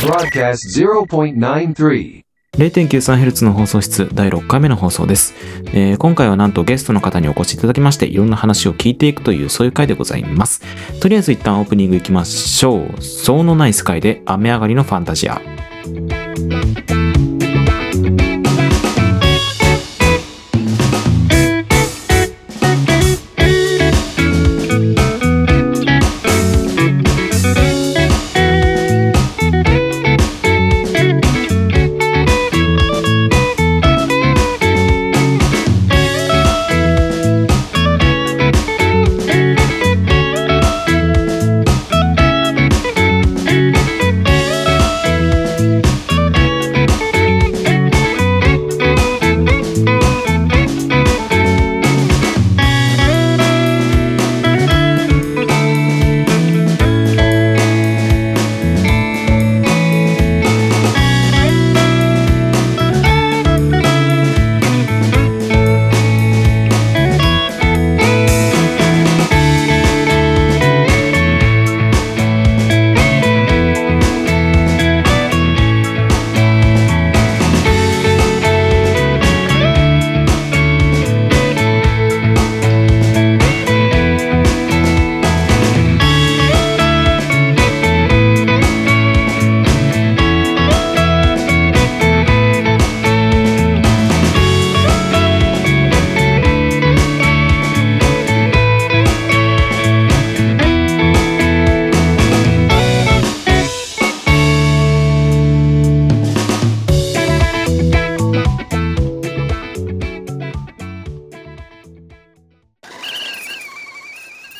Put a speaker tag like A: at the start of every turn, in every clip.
A: Broadcast 0.93.
B: 0.93Hz の放送室第6回目の放送です、えー今回はなんとゲストの方にお越しいただきましていろんな話を聞いていくというそういう回でございますとりあえず一旦オープニングいきましょう「そうのない世界で雨上がりのファンタジア」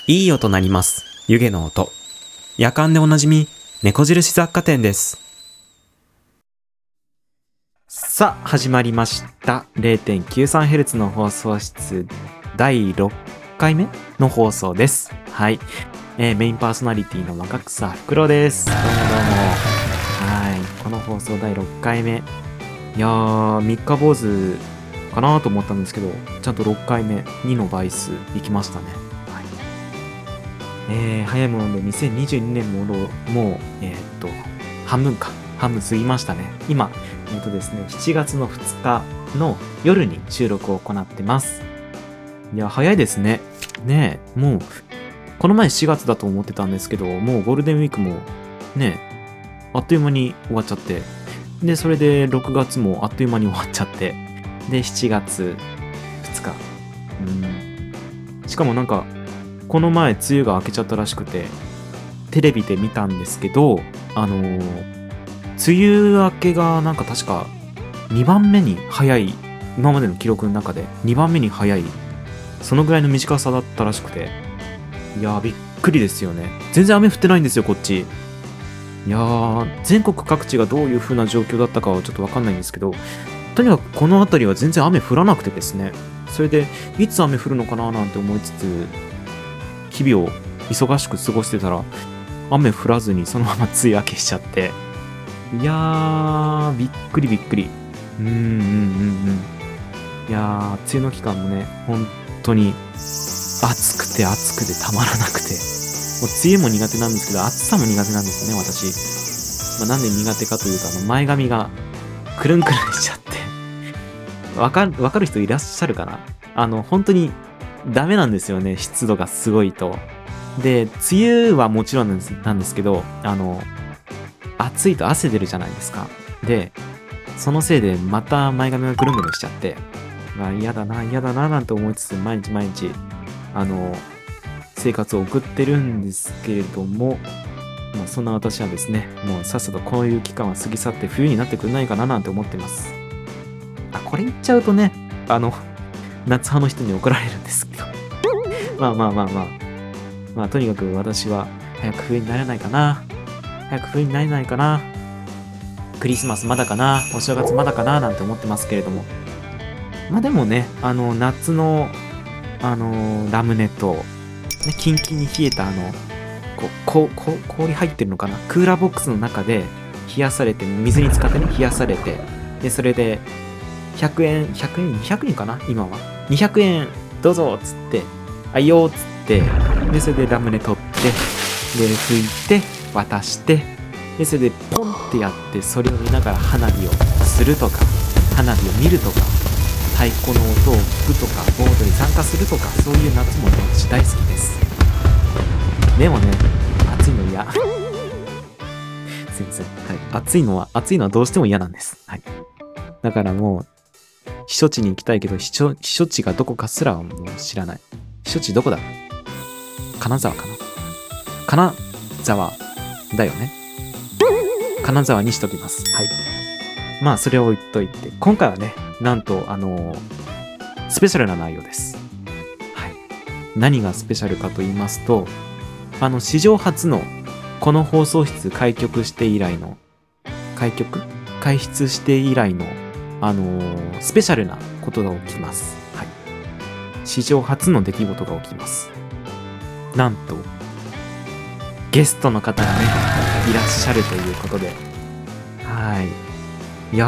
B: いい音なります湯気の音夜間でおなじみ猫印雑貨店ですさあ始まりました0 9 3ヘルツの放送室第6回目の放送ですはい、えーメインパーソナリティの若草ふくろですどうもどうもはいこの放送第6回目いやー三日坊主かなと思ったんですけどちゃんと6回目2の倍数いきましたねはいえー早いもので2022年もろもう、えーっと半分か半分過ぎましたね今えっ、とですね7月の2日の夜に収録を行ってますいや早いですねねえもうこの前4月だと思ってたんですけどもうゴールデンウィークもねえあっという間に終わっちゃってでそれで6月もあっという間に終わっちゃってで7月2日うんしかもなんかこの前梅雨が明けちゃったらしくてテレビで見たんですけどあのー梅雨明けがなんか確か2番目に早い今までの記録の中で2番目に早いそのぐらいの短さだったらしくていやーびっくりですよね全然雨降ってないんですよこっちいやー全国各地がどういう風な状況だったかはちょっとわかんないんですけどとにかくこの辺りは全然雨降らなくてですねそれでいつ雨降るのかななんて思いつつ日々を忙しく過ごしてたら雨降らずにそのまま梅雨明けしちゃっていやーびっくりびっくりうんうんうんうんいやー梅雨の期間もね本当に暑くて暑くてたまらなくてもう梅雨も苦手なんですけど暑さも苦手なんですよね私、まあ、なんで苦手かというとあの前髪がくるんくるんしちゃってわかるわかる人いらっしゃるかなあの本当にダメなんですよね湿度がすごいとで梅雨はもちろんなんですなんですけどあの暑いと汗出るじゃないですかでそのせいでまた前髪がぐるんぐるんしちゃってまあ嫌だな嫌だななんて思いつつ毎日毎日あの生活を送ってるんですけれども、まあ、そんな私はですねもうさっさとこういう期間は過ぎ去って冬になってくれないかななんて思ってますあこれ言っちゃうとねあの夏派の人に怒られるんですけど まあまあまあまあまあとにかく私は早く冬になれないかな早く冬になれないかなクリスマスまだかなお正月まだかななんて思ってますけれどもまあでもねあの夏のあのラムネと、ね、キンキンに冷えたあのこここ氷入ってるのかなクーラーボックスの中で冷やされて水に使ってね冷やされてでそれで100円100円200円かな今は200円どうぞっつってあいいよっつってでそれでラムネ取ってで拭いて渡してでそれでポンっってやってそれを見ながら花火をするとか花火を見るとか太鼓の音を聞くとかボードに参加するとかそういう夏も私大好きですでもね暑いの嫌 すいません、はい、暑いのは暑いのはどうしても嫌なんです、はい、だからもう避暑地に行きたいけど避暑避暑地がどこかすらはもう知らない避暑地どこだ金沢かな金沢だよね金沢にしときますはいまあそれを置いといて今回はねなんとあのスペシャルな内容ですはい何がスペシャルかと言いますとあの史上初のこの放送室開局して以来の開局開出して以来のあのスペシャルなことが起きますはい史上初の出来事が起きますなんとゲストの方がねいらっしゃるということではいいや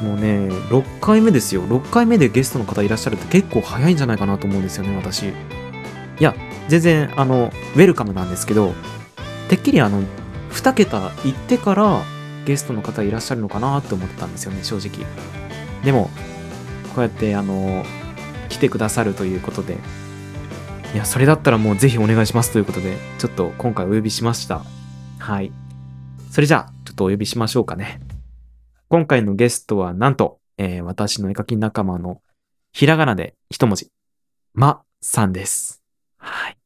B: ーもうね6回目ですよ6回目でゲストの方いらっしゃるって結構早いんじゃないかなと思うんですよね私いや全然あのウェルカムなんですけどてっきりあの2桁行ってからゲストの方いらっしゃるのかなって思ってたんですよね正直でもこうやってあの来てくださるということでいや、それだったらもうぜひお願いしますということで、ちょっと今回お呼びしました。はい。それじゃあ、ちょっとお呼びしましょうかね。今回のゲストはなんと、えー私の絵描き仲間のひらがなで一文字、まさんです。はい。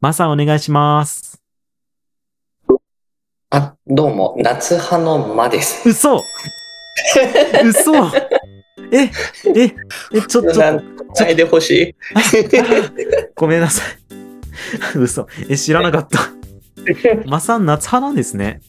B: まさんお願いします。
C: あ、どうも、夏派の間です。
B: 嘘 嘘え、え、え、ちょ、ちょっと
C: な、ついでほしい。
B: ごめんなさい。嘘。え、知らなかった。まさん夏派なんですね。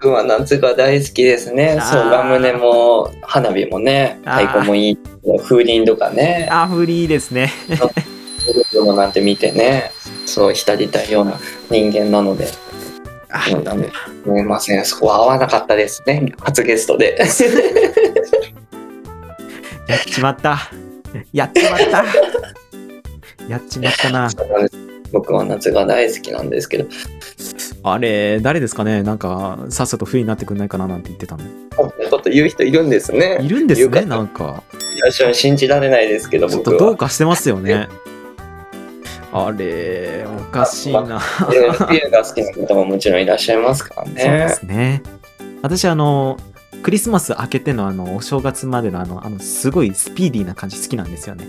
C: 僕は夏が大好きですね。
B: あー
C: そう、ラムネも花火もね、
B: あー
C: 太鼓もいい、風鈴とかね、
B: あ、フリーですね。
C: そういうのなんて見てね、そう、浸りたいような人間なので、
B: あ
C: そうなんで、すみません、そこは合わなかったですね。初ゲストで。
B: やっちまった。やっちまった。やっちまったな。
C: そうなんです 僕は夏が大好きなんですけど、
B: あれ、誰ですかねなんか、さっさと冬になってくんないかななんて言ってたの。
C: こんなこと言う人いるんですね
B: い。るんです
C: よかっ
B: ね
C: た
B: なんか。
C: いらっしゃる信じられないですけど、
B: ちょっ
C: 僕
B: とどう
C: は。
B: かしてますよね。あれ、おかしいな。
C: いろいろビールが好きな方ももちろんいらっしゃいますからね。
B: そうですね。私、あの、クリスマス明けてのあの、お正月までのあの、あの、すごいスピーディーな感じ好きなんですよね。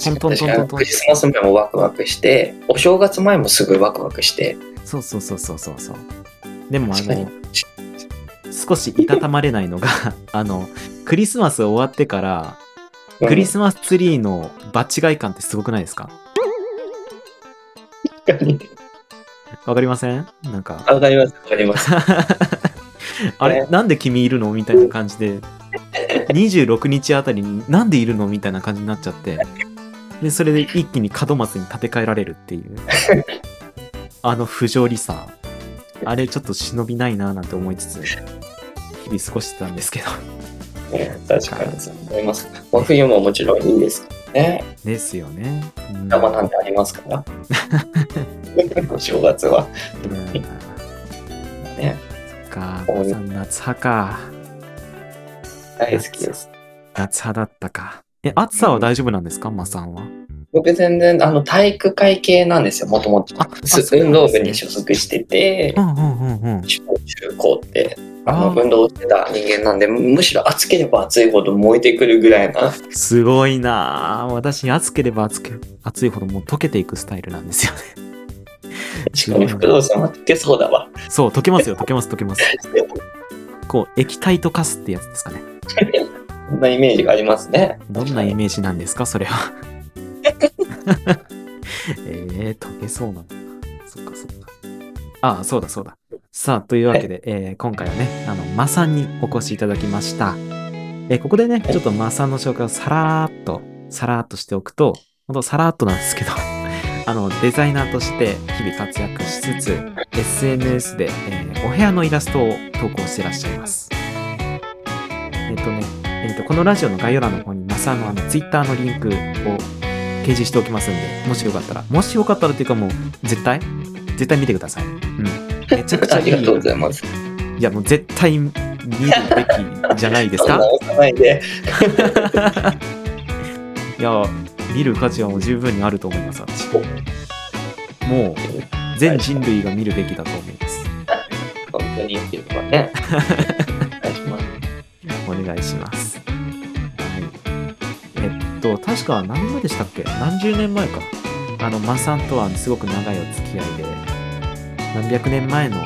B: トントン
C: 私
B: トント
C: は
B: ントン
C: クリ。スマス前もワクワクしてお正月前もすぐワクワクして
B: そうそうそうそうそうそう。でもあ
C: 確かに
B: の、少しいたたまれないのが、 あの、クリスマス終わってから、クリスマスツリーの場違い感ってすごくないですか
C: マスに
B: わかりませんなんか、
C: わかりますわかります
B: あれ、なんで君いるのみたいな感じで、26日あたりになんでいるのみたいな感じになっちゃって、で、それで一気に門松に建て替えられるっていう、あの不条理さ、あれちょっと忍びないなぁなんて思いつつ、日々過ごしてたんですけど。
C: 確かにそう思います真冬ももちろんいいですからね
B: ですよね。うん
C: 生なんてありますからお正月は
B: うん
C: ね
B: そっか、おばさん夏派か。
C: 大好きです
B: 夏派だったか。え、暑さは大丈夫なんですか、マさんは。
C: 僕全然あの体育会系なんですよもともと
B: あ
C: す
B: あそうなん
C: 運
B: ですね
C: 動部に所属してて
B: うんうんうんうん。
C: 中中高ってあ
B: あ
C: の
B: ー
C: 運動してた人間なんでむしろ暑ければ暑いほど燃えてくるぐらいな
B: すごいなあ私、暑ければ暑く、暑いほどもう溶けていくスタイルなんですよね。
C: しかも福堂さんは溶けそうだわ。
B: そう、溶けますよ、溶けます、溶けます。こう、液体溶かすってやつですかね。
C: そんなイメージがありますね。
B: どんなイメージなんですか、それは。 えー、溶けそうなのか。そっかそっか。ああ、そうだそうだ。さあ、というわけで、えー今回はね、あの、マサにお越しいただきました。えーここでね、ちょっとマサの紹介をさらーっと、さらーっとしておくと、ほんとさらーっとなんですけど、あの、デザイナーとして日々活躍しつつ、SNS で、えーお部屋のイラストを投稿していらっしゃいます。えっ、とね、えっ、と、このラジオの概要欄の方に、マサのあの、ツイッターのリンクを掲示しておきますんで、もしよかったら、もしよかったらっていうかもう、絶対絶対見てください。うん。めちゃくち
C: あ
B: ゃいい
C: り
B: よ
C: がとうございます。
B: いやもう絶対見るべきじゃないです
C: そん
B: か
C: な押さないで。
B: いや見る価値はもう十分にあると思います私
C: お
B: もう全人類が見るべきだと思います
C: 本当にっていうのはね。お願いします
B: お願いします。はい、えっと、確か何までしたっけ何十年前か。あの、マさんとはすごく長いお付き合いで、何百年前のあ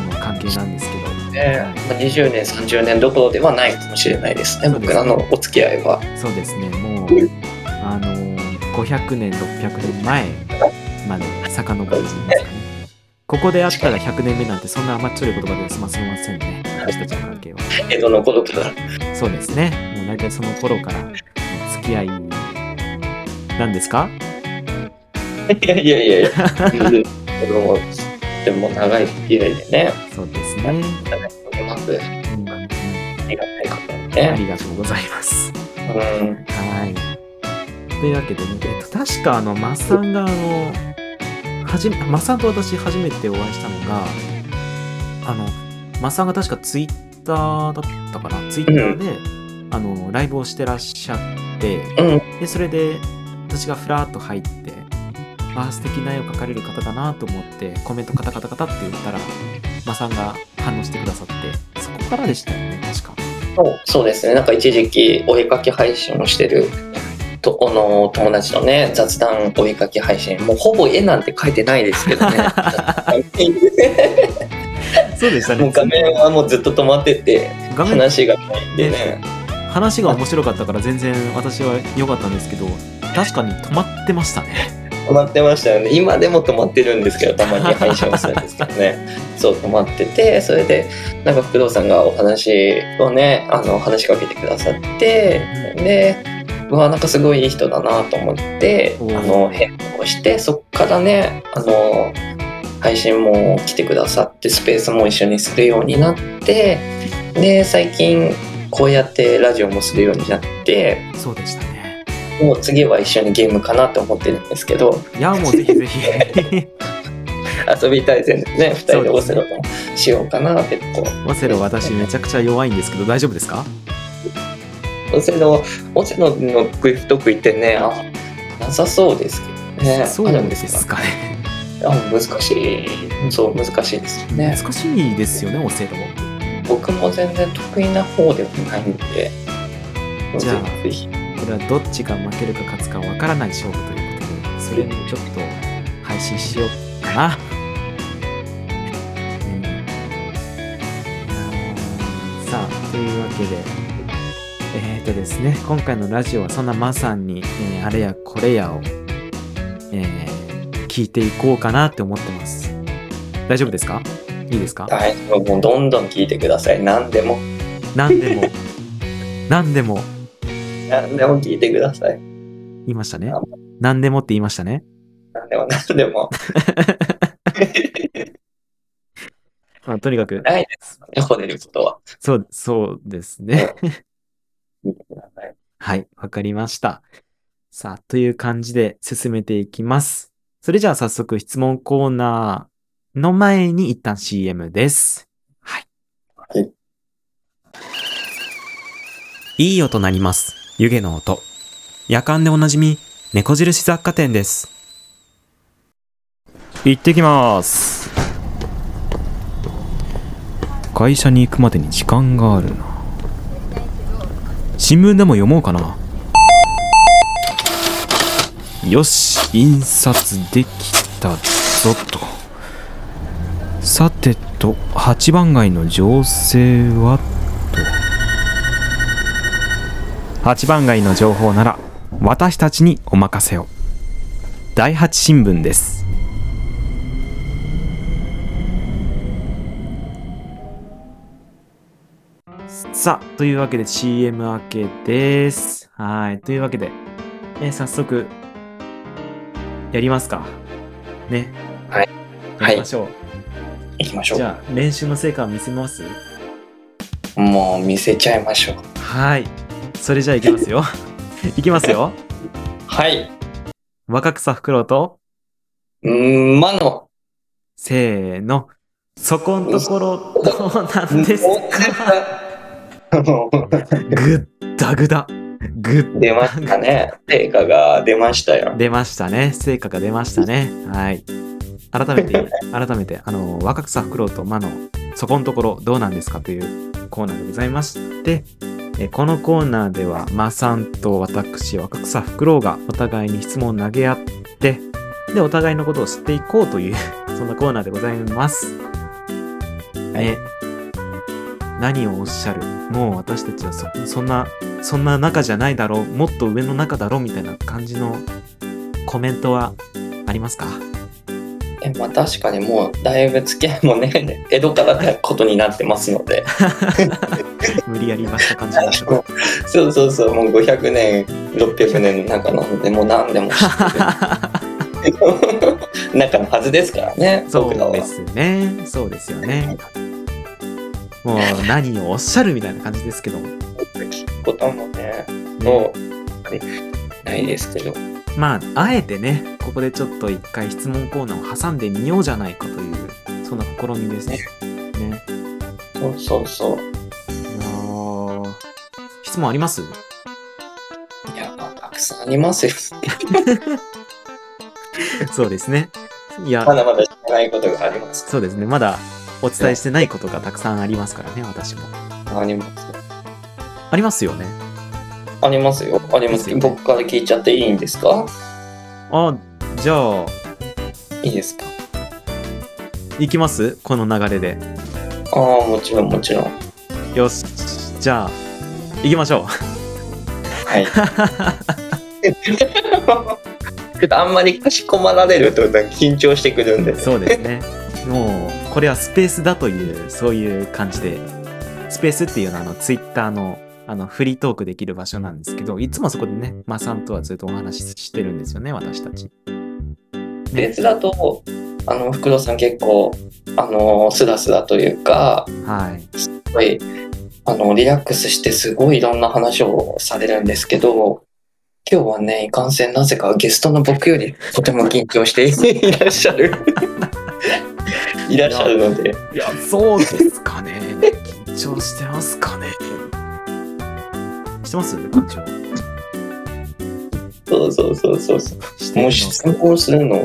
B: の関係なんですけど、
C: ねまあ20年、30年どころではないかもしれないですね、
B: そうです
C: 僕らのお付き合いは。
B: そうですね、もう
C: うん、
B: あの、500年、600年前まで遡ると言いますかね。ここであったら100年目なんてそんな甘っちょい言葉では済ませませんね。私たちの関係は。
C: 江戸の 頃から。
B: そうですね。もう大体その頃から付き合いなんですか
C: いやいやいやいや、江戸も、でも長い付き合いでね、
B: そうですね。
C: うまくあ
B: うん
C: りがたいことに
B: あ
C: ね。
B: りがとうございます。
C: うん。
B: はい。というわけでね、えっと、確かあの、マッサンがあの、はじめ、マッサンと私初めてお会いしたのが、あの、マッサンが確かツイッターだったかな、ツイッターで、あの、ライブをしてらっしゃって、
C: うん。
B: でそれで私がふらっと入って「ああ素敵な絵を描かれる方だな」と思ってコメントカタカタカタって言ったらマさんが反応してくださってそこからでしたよね確か
C: そうそうですね、なんか一時期、お絵かき配信をしてる。とあの友達のね雑談お絵かき配信もうほぼ絵なんて描いてないですけどね
B: そうでした
C: もう画面はもうずっと止まってて
B: 画面
C: 話がないんでね
B: 話が面白かったから全然私は良かったんですけど確かに止まってましたね
C: 止まってましたよね今でも止まってるんですけどたまに配信をするんですけど ねそう止まっててそれでなんか工藤さんがお話をねあの話しかけてくださってでうわなんかすごいいい人だなと思ってあ
B: おー
C: の変更してそっからねあの配信も来てくださってスペースも一緒にするようになってで最近こうやってラジオもするようになって
B: そうでしたね
C: もう次は一緒にゲームかなと思ってるんですけど
B: いやもうぜひぜ ひ
C: 遊びたいですね2
B: そ
C: 人
B: う
C: で
B: で
C: オ
B: す
C: セ
B: ね
C: ロとしようかなってこ
B: オセロ私めちゃくちゃ弱いんですけど大丈夫ですか
C: うオセロオセロの得意ってねあなさそうですけどね
B: そう
C: あ
B: な
C: る
B: ん
C: ん
B: で
C: です
B: す
C: か
B: かね
C: あ難しいそう難しいですよね
B: 難しいですよねオセロ
C: 僕も全然得意な方ではないんで
B: じゃあ
C: ぜひ
B: これはどっちが負けるか勝つかわからない勝負ということでそれもちょっと配信しようかな、うん、いやーさあというわけでえっ、ー、とですね今回のラジオはそんなまさんに、えーあれやこれやを、えー聞いていこうかなって思ってます大丈夫ですかいいですか
C: 大丈夫もうどんどん聞いてください何でも
B: 何でも何でも
C: 何でも聞いてください
B: 言いましたね何でもって言いましたね
C: 何でも何でも
B: まあとにかく
C: ないこねることは
B: そう、そうですね。
C: 聞いてください
B: はい、わかりました。さあ、という感じで進めていきます。それじゃあ早速質問コーナーの前に一旦 CM です。はい。
C: はい
B: いい音なります。湯気の音。夜間でおなじみ、猫印雑貨店です。行ってきます。会社に行くまでに時間があるな。新聞でも読もうかなよし印刷できたぞとさてと8番街の情勢はと8番街の情報なら私たちにお任せを第8新聞ですさあ、というわけで CM 明けです。はい。というわけで、えー早速、やりますか。ね。
C: はい。
B: やりましょう。
C: 行きましょ
B: じ
C: う
B: ゃあ、練習の成果を見せます
C: もう見せちゃいましょう
B: はい。それじゃあ、いきますよ。 いきますよ。
C: はい
B: 若草フクロウと、
C: うんまの
B: せーの。そこのところどうなんですか
C: あの
B: ぐったぐだぐっ
C: 出ましたね。成果が出ましたよ。
B: 出ましたね成果が出ましたねはい改めて改めてあの若草フクロウと魔のそこのところどうなんですかというコーナーでございましてえこのコーナーではマさんと私若草フクロウがお互いに質問を投げ合ってでお互いのことを知っていこうという そんなコーナーでございますえ何をおっしゃるもう私たちはそそんなそんな中じゃないだろうもっと上の中だろうみたいな感じのコメントはありますか
C: えまあ確かにもうだいぶ付き合いもね、江戸からだことになってます ので、
B: 無理やりました感じでしょ うか
C: そうそうそう、もう500年、600年の中なので、もう何でも知って る中のはずですからね、
B: そ
C: 僕ら
B: う
C: は
B: ですねそうですよねもう何をおっしゃるみたいな感じですけども、
C: 聞くこともね、
B: ね
C: も、うやっぱりないですけど、
B: まああえてねここでちょっと一回質問コーナーを挟んでみようじゃないかというそんな試みですねね
C: そうそうそう、
B: いやー質問あり ます
C: いや、まあたくさんありますよ。
B: そうですねいや
C: まだまだ知らないことがあります。
B: そうですね。まだお伝えしてないことがたくさんありますからね、私も。
C: あります。
B: ありますよね。
C: ありますよ。ありま
B: です
C: す。
B: よね
C: 僕から聞いちゃっていいんですか
B: あ、じゃあ、
C: いいですか
B: 行きますこの流れで。
C: ああ、もちろんもちろん。
B: よし。じゃあ、行きましょ
C: はい。 ちょっとあんまりかしこまられると緊張してくるんで
B: う。 そうですね。もう、これはスペースだという、そういう感じで。スペースっていうのは、あの、ツイッターの、あの、フリートークできる場所なんですけど、いつもそこでね、マさんとはずっとお話ししてるんですよね、私たち。
C: 別だと、あの、福田さん結構、あの、スラスラというか、
B: はい。
C: すごい、あの、リラックスしてすごいいろんな話をされるんですけど、今日はね、いかんせんなぜかゲストの僕よりとても緊張していらっしゃ る。いらっしゃるので、
B: いや、そうですかね。緊張してますかね。してます緊張。
C: そうそうそうそうそう。
B: してる
C: も
B: の
C: う質問するの、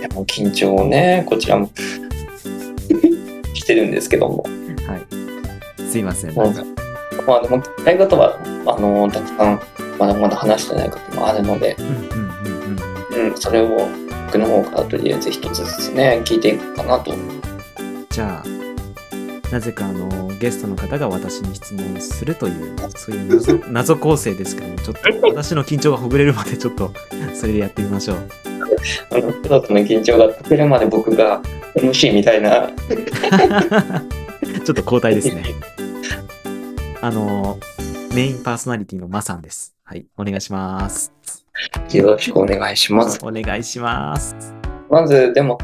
C: でも緊張をね、こちらも してるんですけども、
B: はい。すいません。
C: なんかまあでも、聞きたいことは、あの、たくさん、まだまだ話してないこともあるので、
B: うんうんうんうん。
C: うん、それを僕の方からとりあえず一つずつね、聞いていくかなと。
B: じゃあ、なぜかあの、ゲストの方が私に質問するという、そういう謎 謎構成ですけども、ちょっと私の緊張がほぐれるまでちょっと、それでやってみましょう。
C: あの、プロとの緊張が解けるまで僕が MC みたいな。
B: ちょっと交代ですね。 あの、メインパーソナリティのマさんです。はい、お願いします。
C: よろしくお願いします。
B: お願いします。
C: まず、でも、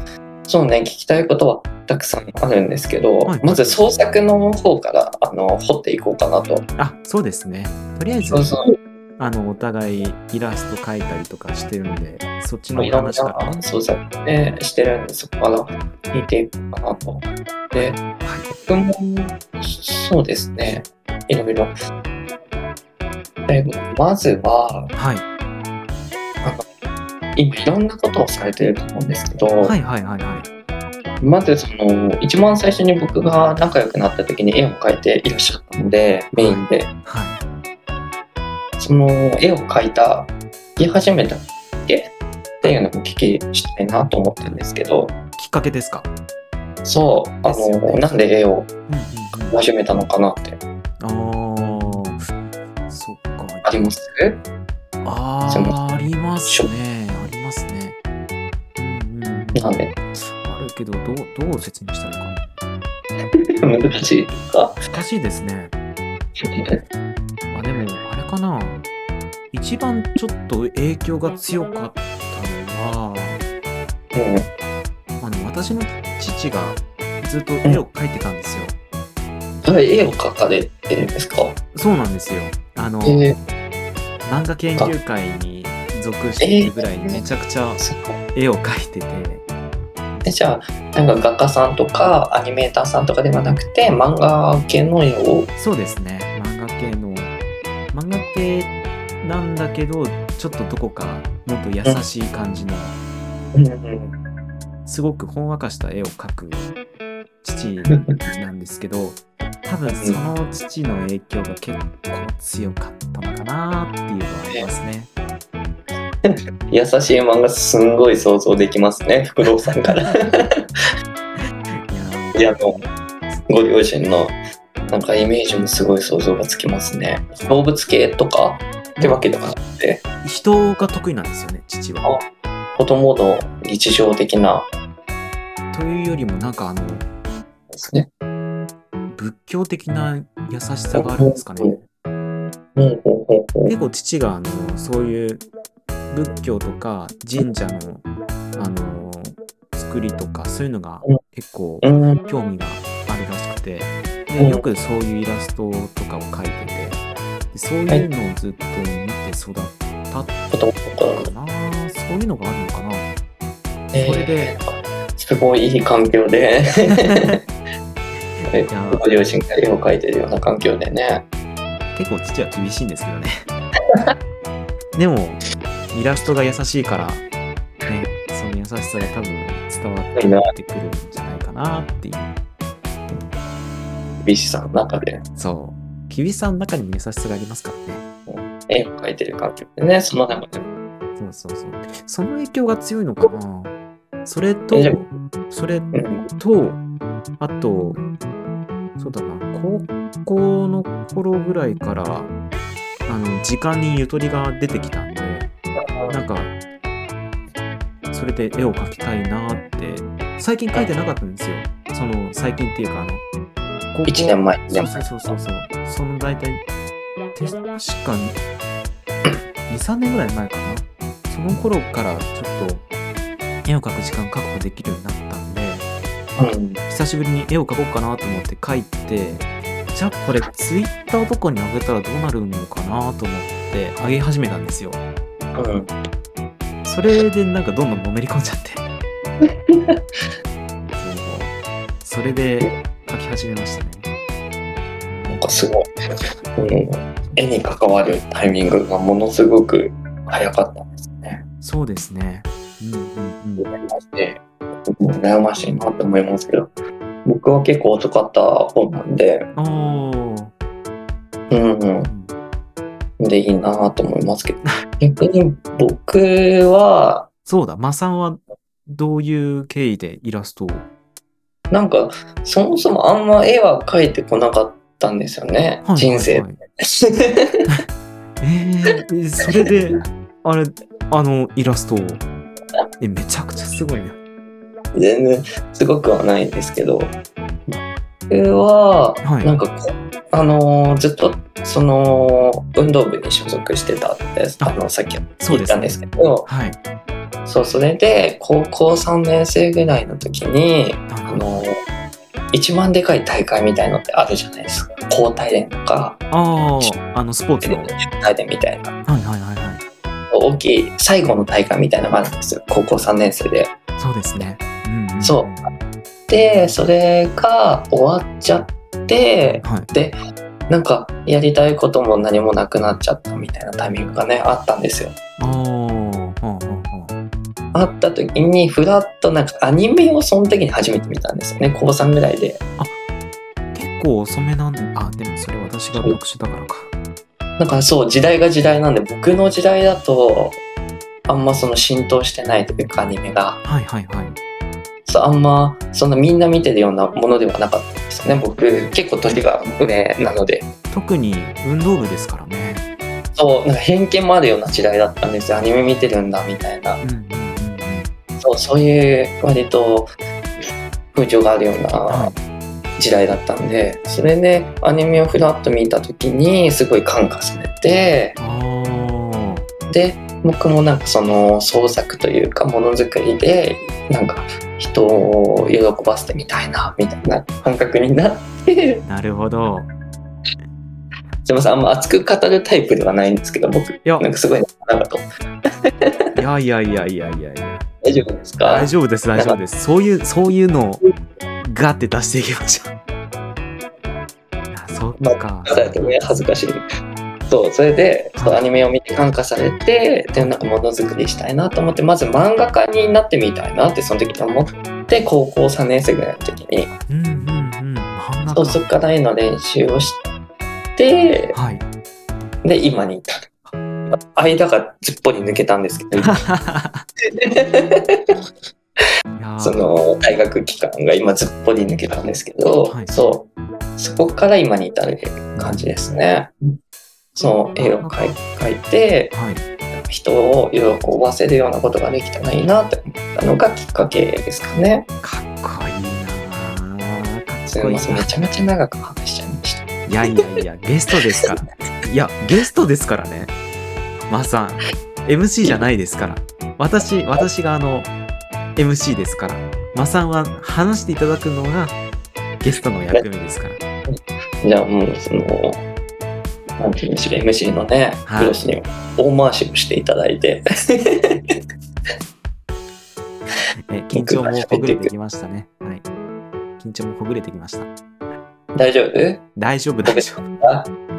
C: そうね、聞きたいことはたくさんあるんですけど、
B: はい
C: まず創作の方から、あの、掘っていこうかなと。
B: あ、そうですね。とりあえず
C: そう、そう。
B: あの、お互いイラスト描いたりとかしてるので、そっちの
C: い
B: お
C: ろんな
B: 話からね。
C: 創作をね、してるんで、そこから聞いていこうかなと。で、
B: はい
C: 僕も、そうですね、いろいろ。えまずは、
B: はい。
C: 今いろんなことをされてると思うんですけど、
B: はいはいはいはい。
C: まずその一番最初に僕が仲良くなった時に絵を描いていらっしゃったのでメインで
B: はい。
C: その絵を描いた描き始めたきっかけっていうのもお聞きしたいなと思ってるんですけど
B: きっかけですか。
C: そう
B: で
C: あ
B: すよ
C: の、
B: ね
C: なんで絵
B: う
C: を
B: んうん
C: 描き始めたのかなって
B: うん。ああ。そっか。
C: あります
B: あ
C: その
B: ーありますね。ありますね。うんうん。
C: なんで
B: あるけど、どう、どう説明したらいい
C: 難しいですか
B: かな。難しいですね。あ、でも、あれかな。一番ちょっと影響が強かったのは、
C: うん
B: あの、私の父がずっと絵を描いてたんですよ。
C: それ絵を描かれてるんですか
B: そうなんですよ。あの、
C: ええ
B: 漫画研究会に属しているぐらいめちゃくちゃ
C: そっか
B: 絵を描いてて
C: でじゃあなんか画家さんとかアニメーターさんとかではなくて漫画系の絵を
B: そうですね漫画系の漫画系なんだけどちょっとどこかもっと優しい感じの
C: うんうん
B: すごくほんわかした絵を描く父 なんですけど多分その父の影響が結構強かったのかなっていうのはありますね。
C: 優しい漫画すんごい想像できますね福堂さんからい
B: い
C: や
B: や
C: あのご両親のなんかイメージもすごい想像がつきますね動物系とかってわけではなくて
B: 人が得意なんですよね父は。
C: 子供の日常的な
B: というよりもなんかあの
C: ですね
B: 仏教的な優しさがあるんですかね。
C: うんほうほうほう
B: 結構父があのそういう仏教とか神社のあの作りとかそういうのが結構
C: うん
B: 興味があるらしくて
C: うん
B: でよくそういうイラストとかを描いててでそういうのをずっと見て育ったの
C: 子供の頃
B: かなそういうのがあるのかな
C: えー
B: それです
C: ごいいい環境でえ
B: いや
C: ご両親が絵を描いてるような環境でね
B: 結構父は厳しいんですけどね でもイラストが優しいからねその優しさが多分伝わってくるんじゃないかなっていう
C: 美師さんの中で
B: そう厳しさの中にも優しさがありますからね
C: 絵を描いてる環境でねその中で
B: そうそうそうその影響が強いのかなそれと
C: えじゃあ
B: それ
C: うん
B: と、あと、そうだな、高校の頃ぐらいから、あの、時間にゆとりが出てきたんで、なんか、それで絵を描きたいなって、最近描いてなかったんですよ。その、最近っていうか、あの、高校
C: 1年前
B: そうそうそうそうそう。その大体、て確かに、2、3年ぐらい前かな。その頃からちょっと、絵を描く時間確保できるようになったんで、
C: うん
B: 久しぶりに絵を描こうかなと思って描いてじゃあこれツイッターとかに上げたらどうなるのかなと思って上げ始めたんですよ
C: うん
B: それでなんかどんどんのめり込んじゃってそうそれで描き始めましたね
C: なんかすごい、うん、絵に関わるタイミングがものすごく早かったんですね
B: そうですねうんうんうん
C: 羨ましい羨ましいなって思いますけど僕は結構遅かった方なんで、
B: おー
C: うんうん、でいいなと思いますけど逆に僕は
B: そうだマさんはどういう経緯でイラストを
C: なんかそもそもあんま絵は描いてこなかったんですよね、
B: はい
C: 人生、
B: はいはいえー、それで、 あれ、あの、イラストを。え、めちゃくちゃすごいね。
C: 全然すごくはないんですけど僕は、
B: はい
C: なんかこあのーずっとその運動部に所属してたって
B: あ
C: あのさっき
B: そう
C: 言
B: で
C: った
B: す
C: ん
B: ね
C: ですけど
B: はい。
C: そうそれで高校3年生ぐらいの時に
B: なる
C: あ
B: ほど。
C: のー一番でかい大会みたいのってあるじゃないですか高体連とか
B: ああ、あの、スポーツの。はい
C: 大連みたいな
B: はいはいはい。
C: 大きい最後の大会みたいなのがあるんですよ高校3年生で。
B: そうですね。うん、うん。
C: そうでそれが終わっちゃって
B: はい。
C: なんかやりたいことも何もなくなっちゃったみたいなタイミングがねあったんですよ。
B: ああ、はあはあは
C: あった時にフラッとなんかアニメをその時に初めて見たんですよね高3ぐらいで。
B: あ。結構遅めなんで、あ、でもそれ私が特殊だからか。
C: なんかそう時代が時代なんで僕の時代だとあんまその浸透してないというかアニメが
B: はいはいはい。
C: そうあんまそんなみんな見てるようなものではなかったんですよね僕結構年が上なので。
B: 特に運動部ですからね。
C: そうなんか偏見もあるような時代だったんですよアニメ見てるんだみたいな
B: うんうんうんうん。
C: そうそういう割と風潮があるよう
B: は
C: な時代だったんでそれでアニメをふらっと見た時にすごい感化されて
B: ああ。
C: で僕もなんかその創作というかものづくりでなんか人を喜ばせてみたいなみたいな感覚になって
B: なるほど。
C: すいませんあんま熱く語るタイプではないんですけど僕
B: いや
C: なんかすごいなんかと
B: いやいやいやいやいやいや。
C: え大丈夫ですか
B: 大丈夫です、大丈夫です。そういう、そういうのをガって出していきましょう。 あそっか。
C: だとね恥ずかしいそうそれでちょっとアニメを見て感化されてでなんかものづくりしたいなと思ってまず漫画家になってみたいなってその時思って高校3年生ぐらいの時に
B: うんうんうん。漫画
C: 創
B: か
C: 作課題の練習をして
B: はい。
C: で今に至る間がずっぽり抜けたんですけ ど
B: いやー
C: その大学期間が今ずっぽり抜けたんですけど、
B: はい
C: そうそこから今に至る感じですね。その絵を描い描いて
B: はい。
C: 人を喜ばせるようなことができたらいいなって思ったのがきっかけですかね。
B: かっこいいなーか
C: す
B: っこ
C: み
B: いい
C: ません、めちゃめちゃ長く話しちゃいました。
B: いやいやいや、ゲストですから。いや、ゲストですからね。まさん、MC じゃないですから。私、私があの、MC ですから。まさんは話していただくのがゲストの役目ですから。
C: じゃあもうその、なんていうんでしょう、MC のね、
B: はい
C: クロスに大回しをしていただいて、
B: え 緊張もほぐれてきましたね。はい。緊張もほぐれてきました。
C: 大丈夫
B: 大丈夫、大丈夫。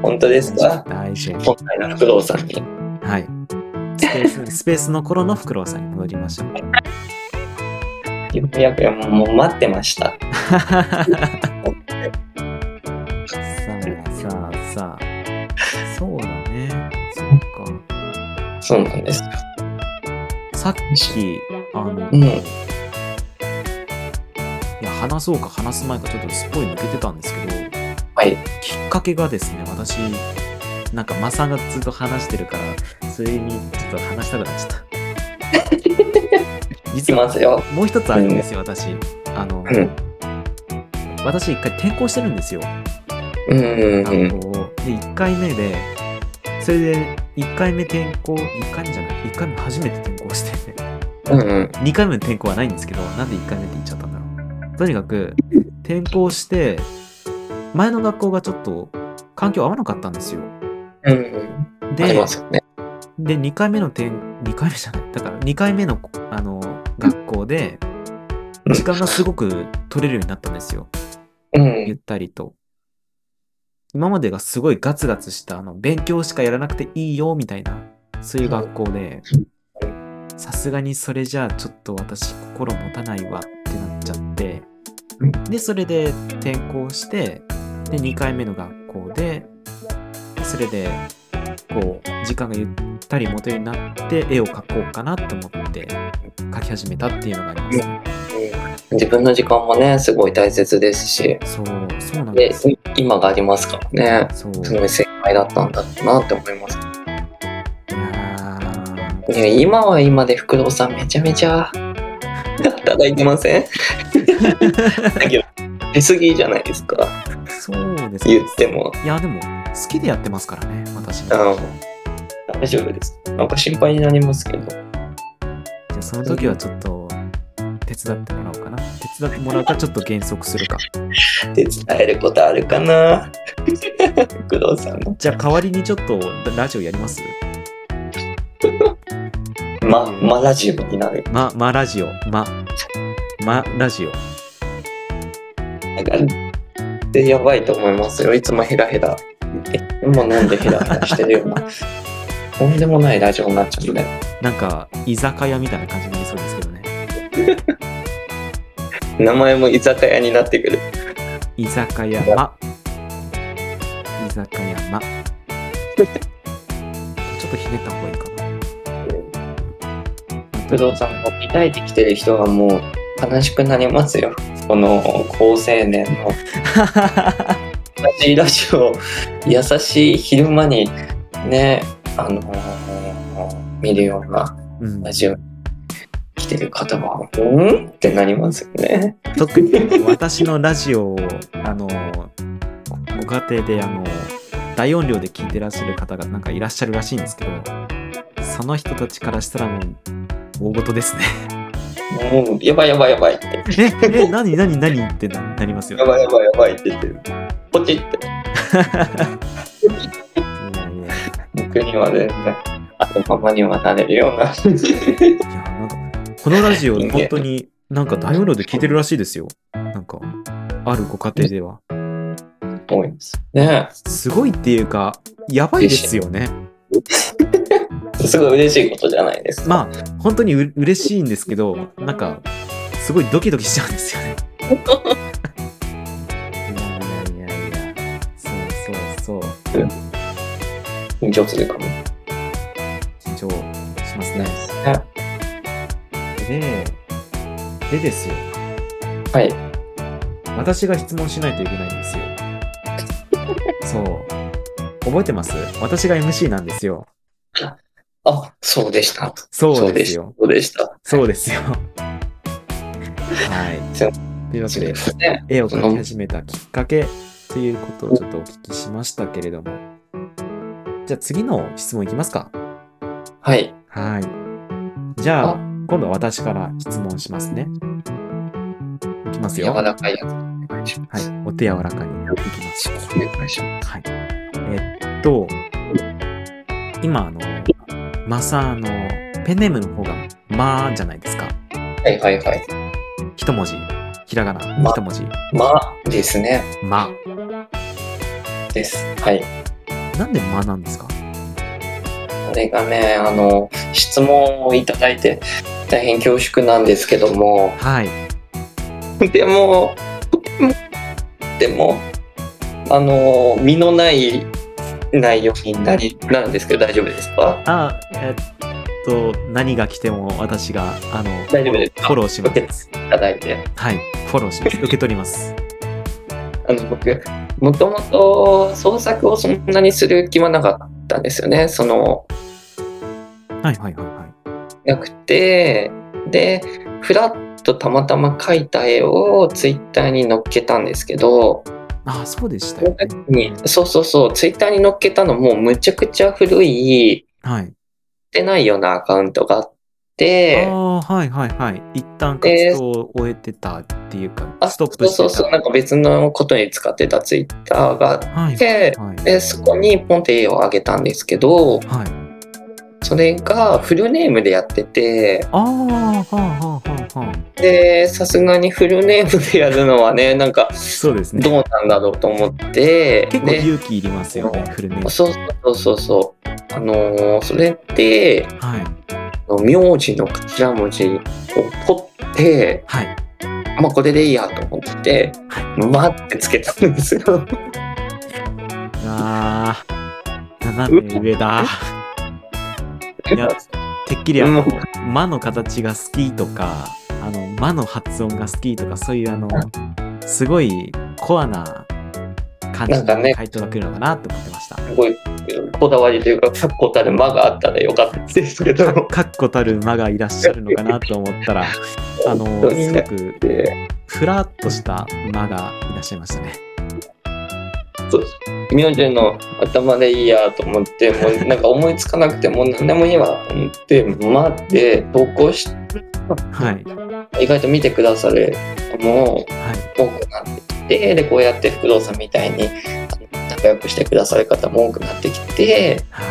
C: 本当ですか
B: 大丈夫。
C: 本来の工藤さんに。
B: はい。スペース、スペースの頃のフクロウさんに戻りましょう。
C: いやいや、もう待ってました。
B: さあさあさあそうだねそっか
C: そうなんですよ。
B: さっきあの
C: う
B: い
C: ん。
B: や話そうか話す前かちょっとすっぽり抜けてたんですけど
C: はい。
B: きっかけがですね私なんかマサがずっと話してるからそれにちょっと話したくなっちゃった
C: いき
B: 実は
C: ますよ。
B: もう一つあるんですよ私あの、
C: うん
B: 私一回転校してるんですよ
C: うんうんう
B: 学
C: ん。
B: 校をで1回目でそれで1回目転校1回目じゃない1回目初めて転校して
C: うんうん。
B: 2回目の転校はないんですけどなんで1回目って言っちゃったんだろうとにかく転校して前の学校がちょっと環境合わなかったんですよ
C: うんうん。あり
B: で
C: ますよね。
B: で2回目の転2回目じゃないだから2回目のあの学校で時間がすごく取れるようになったんですよ
C: う
B: ゆっ
C: ん。
B: たりと。今までがすごいガツガツした、あの、勉強しかやらなくていいよ、みたいな、そういう学校で、さすがにそれじゃあちょっと私心持たないわってなっちゃって
C: うん、
B: で、それで転校して、で、2回目の学校で、それで、こう、時間がゆったり持てるようになって、絵を描こうかなと思って、描き始めたっていうのがあります。
C: 自分の時間もね、すごい大切ですし。
B: そう、そうなんで
C: で、
B: す。
C: 今がありますからね。
B: そう。
C: すごい正解だったんだろうなって思います。
B: いやー
C: ね、今は今で福堂さんめちゃめちゃ 働いてません だけど、出過ぎじゃないですか。
B: そうですね
C: 言っても。
B: いや、でも、好きでやってますからね、私も。
C: あの
B: じゃ
C: 大丈夫です。なんか心配になりますけど。
B: あその時はちょっと、手伝ってもらおうかな。手伝ってもらうか、ちょっと減速するか。
C: 手伝えることあるかな 工藤さんの。
B: じゃあ、代わりにちょっと、ラジオやります
C: ま、まラジオになる。
B: ま、ま、ラジオ。ま、ま、ラジオ。
C: なんか、で、やばいと思いますよ。いつもヘラヘラ。え、もう飲んでヘラヘラしてるような。とんでもないラジオになっちゃうね。
B: なんか、居酒屋みたいな感じになりそうですけどね。
C: 名前も居酒屋になってくる。
B: 居酒屋ま。居酒屋 ま。ちょっとひねった方がいいかな。
C: 不動産を抱いてきてる人はもう悲しくなりますよ。この高青年の 優しいラジオを優しい昼間にね、あのー見るような
B: うん
C: ラジオに来てる方は、うんってなりますよね。
B: 特に私のラジオをあのご家庭であの大音量で聞いてらっしゃる方がなんかいらっしゃるらしいんですけどその人たちからしたらもう大事ですね
C: もう、やばいやばいやばいって。
B: ええ何何何ってななりますよ
C: や
B: ね
C: ばいやばいやばいって言ってる。ポチって。
B: いやいやい
C: 僕には全然、あとままにはなれるよう
B: やな
C: な。
B: んかこのラジオ、本当になんかダウンロードで聞いてるらしいですよ。なんか、あるご家庭では。
C: 多いです。ね
B: すごいっていうか、やばいですよね。
C: すごい嬉しいことじゃないですか。
B: まあ、本当にう嬉しいんですけど、なんか、すごいドキドキしちゃうんですよね。いやいやいやいや、そうそうそう、
C: 緊張するかも。
B: 緊張しますね。
C: ね
B: で、でですよ、
C: はい。
B: 私が質問しないといけないんですよ。そう。覚えてます私が MC なんですよ。
C: あ、そうでした。
B: そうですよ。
C: そうでした。
B: そうですよ。はい。というわけ
C: そう
B: で
C: で、すね。
B: 絵を描き始めたきっかけということをちょっとお聞きしましたけれども。じゃあ次の質問いきますか。
C: はい。
B: はい。じゃあ
C: あ、
B: 今度は私から質問しますね。いきます
C: 柔
B: よ。はい。
C: らかいやつお願いします。
B: お手柔らかにいきましょう。
C: お願いしま
B: はい。えっと、今、あの、マサあのペンネームの方が、まあじゃないですか。
C: す。はいはいはい。
B: 一文字。ひらがな、
C: ま
B: 一文字。
C: まですね。
B: ま。
C: です。はい。
B: なんでまなんですか
C: これがね、あの、質問をいただいて、大変恐縮なんですけども、
B: はい。
C: でも、でも、あの、身のない内容になり、なんですけど大丈夫ですか
B: あ、えっと、何が来ても私が、あの、フ
C: 大丈夫ですか
B: ォローします。
C: いただいて。
B: はい。フォローし ます。受け取ります。
C: あの、僕、もともと創作をそんなにする気はなかったんですよね。その、
B: はいはいはいはい。
C: なくて、で、ふらっとたまたま描いた絵をツイッターに載っけたんですけど、
B: ああ、そうでした
C: その
B: よね
C: 時。に、そうそうそう、ツイッターに載っけたのもむちゃくちゃ古い、
B: はい。
C: 出ないようなアカウントがあって、
B: ああー、はいはいはい。一旦活動を終えてたっていうか、
C: あ
B: ストップしてた。
C: そうそうそう、なんか別のことに使ってたツイッターがあっ
B: はい。
C: て、
B: はい。
C: で、そこにポンって絵をあげたんですけ
B: は
C: ど、
B: い。
C: それがフルネームでやってて、
B: ああ、はあはあはあはあ。
C: で、さすがにフルネームでやるのはね、なんか
B: そうですね。
C: どうなんだろうと思って、
B: 結構
C: で、
B: 勇気いりますよね、フルネーム。
C: そうそうそうそう、あのーそれって、
B: はい。
C: あの名字の頭文字を取って、
B: はい。
C: まあこれでいいやと思って、まってつけたんですよ。
B: ああ、斜め上だ。いや、てっきりあの、間の形が好きとか、あの、間の発音が好きとか、そういうあの、すごいコアな感じ
C: なんか
B: の
C: ね
B: 回答が来るのかなと思ってました。
C: すごいこだわりというか確固たる間があったらよかったですけど
B: かっこたる間がいらっしゃるのかなと思った ら、あの、
C: そうで
B: す
C: す
B: ご
C: ね
B: く
C: で
B: ふらっとした間がいらっしゃいましたね。
C: そう名字の頭でいいやと思ってもうなんか思いつかなくてもう何でもいいわと思って待って投稿し
B: はい。
C: 意外と見てくださる人も
B: はい。
C: 多くなってきてでこうやって工藤さんみたいにあの仲良くしてくださる方も多くなってきて
B: は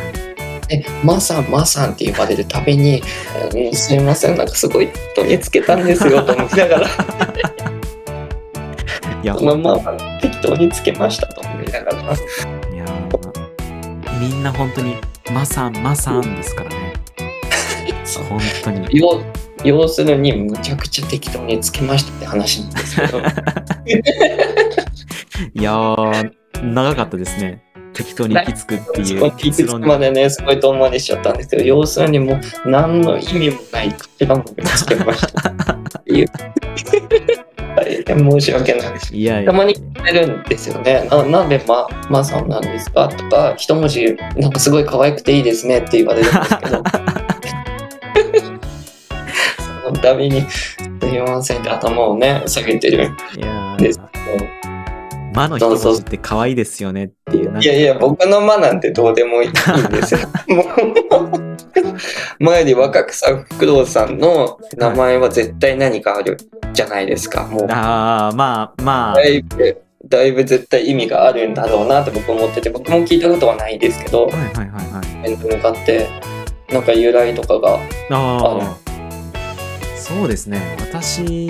B: い。
C: で「マさんマさん」って呼ばれるたびに「うんすいませんなんかすごい人につけたんですよ」と思いながら。
B: いや、
C: そのまま適当につけましたと思いながら。
B: いやーみんな本当に、まさん、まさんですからね。
C: そう
B: 本当に。
C: 要要するにむちゃくちゃ適当につけましたって話なんですけど
B: いやー長かったですね。適当に行き着くって
C: そ
B: い
C: こ
B: う
C: のい
B: 結
C: つ
B: 論
C: までねすごい遠回りしちゃったんですけど要するにもう何の意味もない頭文字をつけましたっ ていう大変申し訳ないです
B: いやい
C: た
B: や。
C: まに聞かれるんですよねななんでま「まさんなんですか?」とか一文字なんかすごい可愛くていいですねって言われるんです けどその度に「すみません」って頭をね下げてる
B: いや
C: です
B: ー魔の一文字って可愛いですよねっていう。なん
C: い
B: か
C: やいや僕の「ま」なんてどうでもいいん ですよもう前より若くさ工藤さんの名前は絶対何かあるじゃないですかもう
B: あーまあまあ
C: だ。いぶだいぶ絶対意味があるんだろうなって僕思ってて僕も聞いたことはないですけど
B: はいはいはいはい。
C: 面と向かってなんか由来とかが
B: ああ。そうですね。私、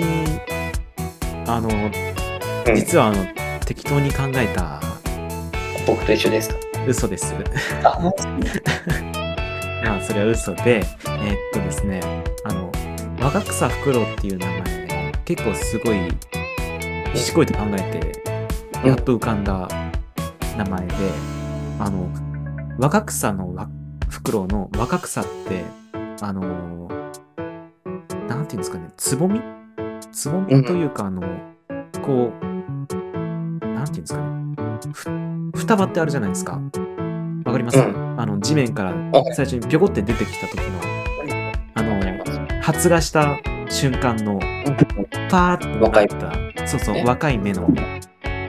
B: あの、
C: うん
B: 実はあの、適当に考えた
C: 僕と一緒ですか
B: 嘘です。
C: あ
B: まあ、それは嘘で、えーっとですね、あの、若草フクロウっていう名前で、結構すごい、しつこいと考えて、やっと浮かんだ名前で、あの、若草のわフクロウの若草って、あの、なんていうんですかね、つぼみつぼみというか、あの、こう、なんていうんですかね、ふ双葉ってあるじゃないですか。わかります、
C: う
B: あの、地面から最初にぴょこって出てきた時の、あの、発芽した瞬間の、パーッとなった、そうそう、
C: ね
B: 若い芽の、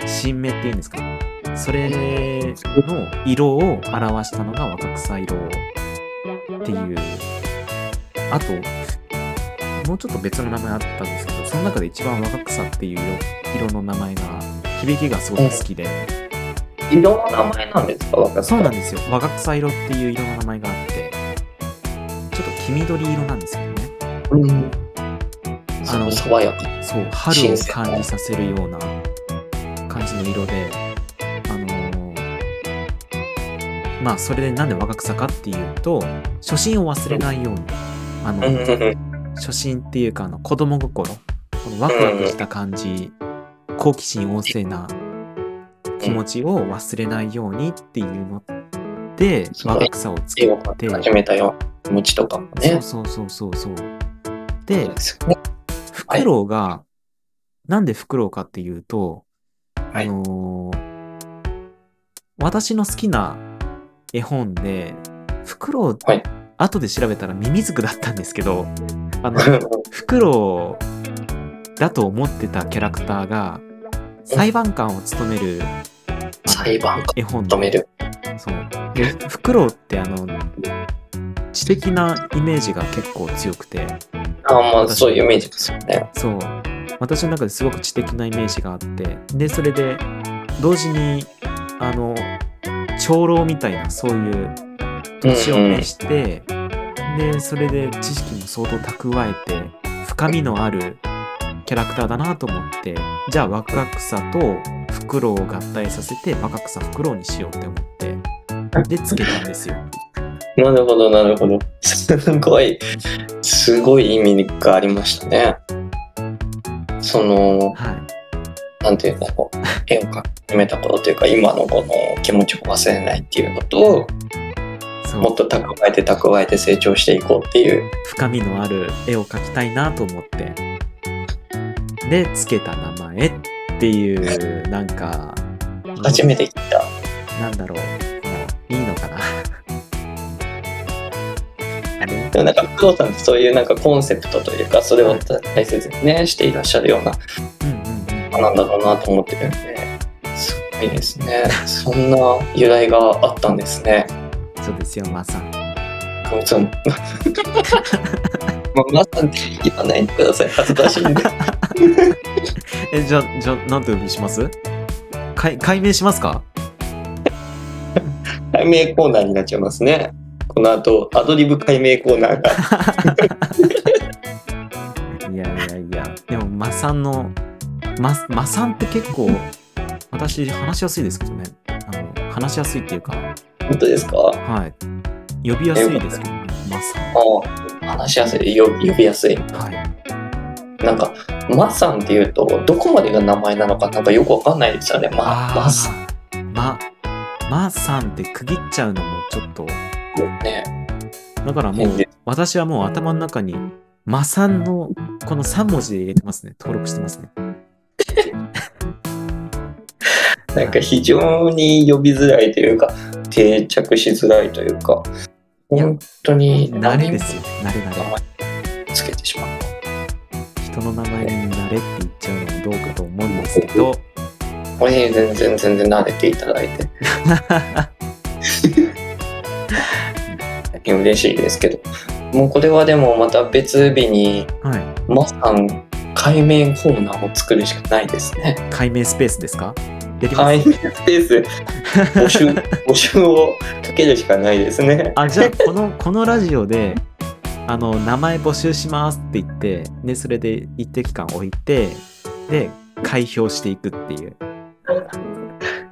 B: 新芽っていうんですかね。それの色を表したのが若草色っていう。あと、もうちょっと別の名前あったんですけど、その中で一番若草っていう色色の名前が、響きがすごく好きで、
C: 色の名前なんですか若
B: そうなん
C: で
B: ですよ。若草色っていう色の名前があって、ちょっと黄緑色なんですけどね。
C: す、うん、
B: あの
C: 爽やか
B: そう、春を感じさせるような感じの色で、あのーまあ、それでなんで若草かっていうと、初心を忘れないように、あの、
C: うんうんうん
B: 初心っていうか、あの、子供心、このワクワクした感じ、好奇心旺盛な気持ちを忘れないようにっていうので、
C: そう
B: 若草を作
C: 絵を
B: って、
C: 始めたよムチとかも
B: そう
C: ね
B: そうそうそうそう。で、
C: ですよね
B: フクロウが、なんでフクロウかっていうと、
C: はい
B: あのー私の好きな絵本で、フクロウ、
C: はい
B: 後で調べたらミミズクだったんですけど、あ の、フクロウだと思ってたキャラクターが、裁判官を務める、あの
C: 裁判官
B: 絵本
C: 止める
B: そう。で、フクロウってあの、知的なイメージが結構強くて、
C: あまあそういうイメージですよね
B: そう私の中ですごく知的なイメージがあってでそれで同時にあの長老みたいなそういう年を召して、でそれで知識も相当蓄えて深みのあるキャラクターだなと思ってじゃあ若草とフクロウを合体させて若草フクロウにしようって思ってでつけたんですよ。
C: なるほどなるほど すごいすごい意味がありましたねその
B: はい
C: なんていうかこう絵を描き始めたことというか今のこの気持ちを忘れないっていうことを
B: そう
C: もっと蓄えて蓄えて成長していこうっていう
B: 深みのある絵を描きたいなと思ってでつけた名前っていうなんか
C: 初めて聞いた
B: なんだろうもういいのかな あれ
C: でもなんか工藤さんってそういうなんかコンセプトというかそれを大切にねしていらっしゃるような
B: うんうん
C: 方なんだろうなと思ってるんですごいですねそんな由来があったんですね
B: うんそうですよまあさん
C: もうその まあ、まさに言わないでください恥ずかしいん で
B: えじゃあじゃあなんて呼びします解解明しますか
C: 解明コーナーになっちゃいますねこの後アドリブ解明コーナーが
B: いやいやいやでもまさんのままさんって結構私話しやすいですけどねあの話しやすいっていうか
C: 本当ですか
B: はい。呼びやすいですけどね、マさん。
C: あ話しやすいよ呼びやすい
B: はい。
C: なんかマさんっていうとどこまでが名前なのかなんかよくわかんないですよねまマさ
B: あー、ま、まさんって区切っちゃうのもちょっと、
C: んね
B: だからもう
C: 変で、
B: 私はもう頭の中に、まさんのこの3文字で入れてますね。登録してますね。
C: なんか非常に呼びづらいというか定着しづらいというか
B: いや
C: 本当に
B: 慣れですよ。慣れ慣れ。
C: 名前つけてしまう
B: 人の名前に慣れって言っちゃうのもどうかと思うんですけど、
C: これ全然全然慣れていただいて大変嬉しいですけどもうこれはでもまた別日に
B: はい。
C: マさん解明コーナーを作るしかないですね
B: 解明スペースですかやります、
C: 会員スペース募集募集をかけるしかないですね。
B: あ、じゃあ、この、このラジオで、あの、名前募集しますって言って、ね、それで一定期間置いて、で、開票していくっていう。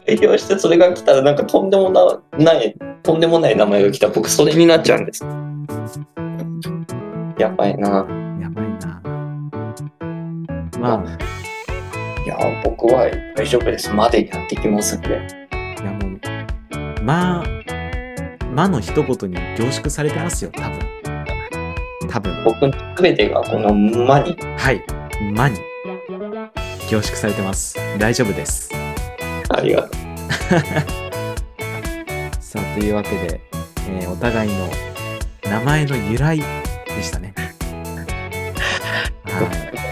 C: 営業してそれが来たらなんかとんでもなないとんでもない名前が来たら僕それになっちゃうんですやばいな
B: やばいな。まあ、
C: いや僕は大丈夫ですまでやっていきますんで
B: いやもう、まあ、まの一言に凝縮されてますよ、多分。多分。
C: 僕の全てがこの「ま」に
B: はい。まに凝縮されてます。大丈夫です。
C: ありがと
B: さあ、というわけで、えーお互いの名前の由来でした ね。
C: う
B: は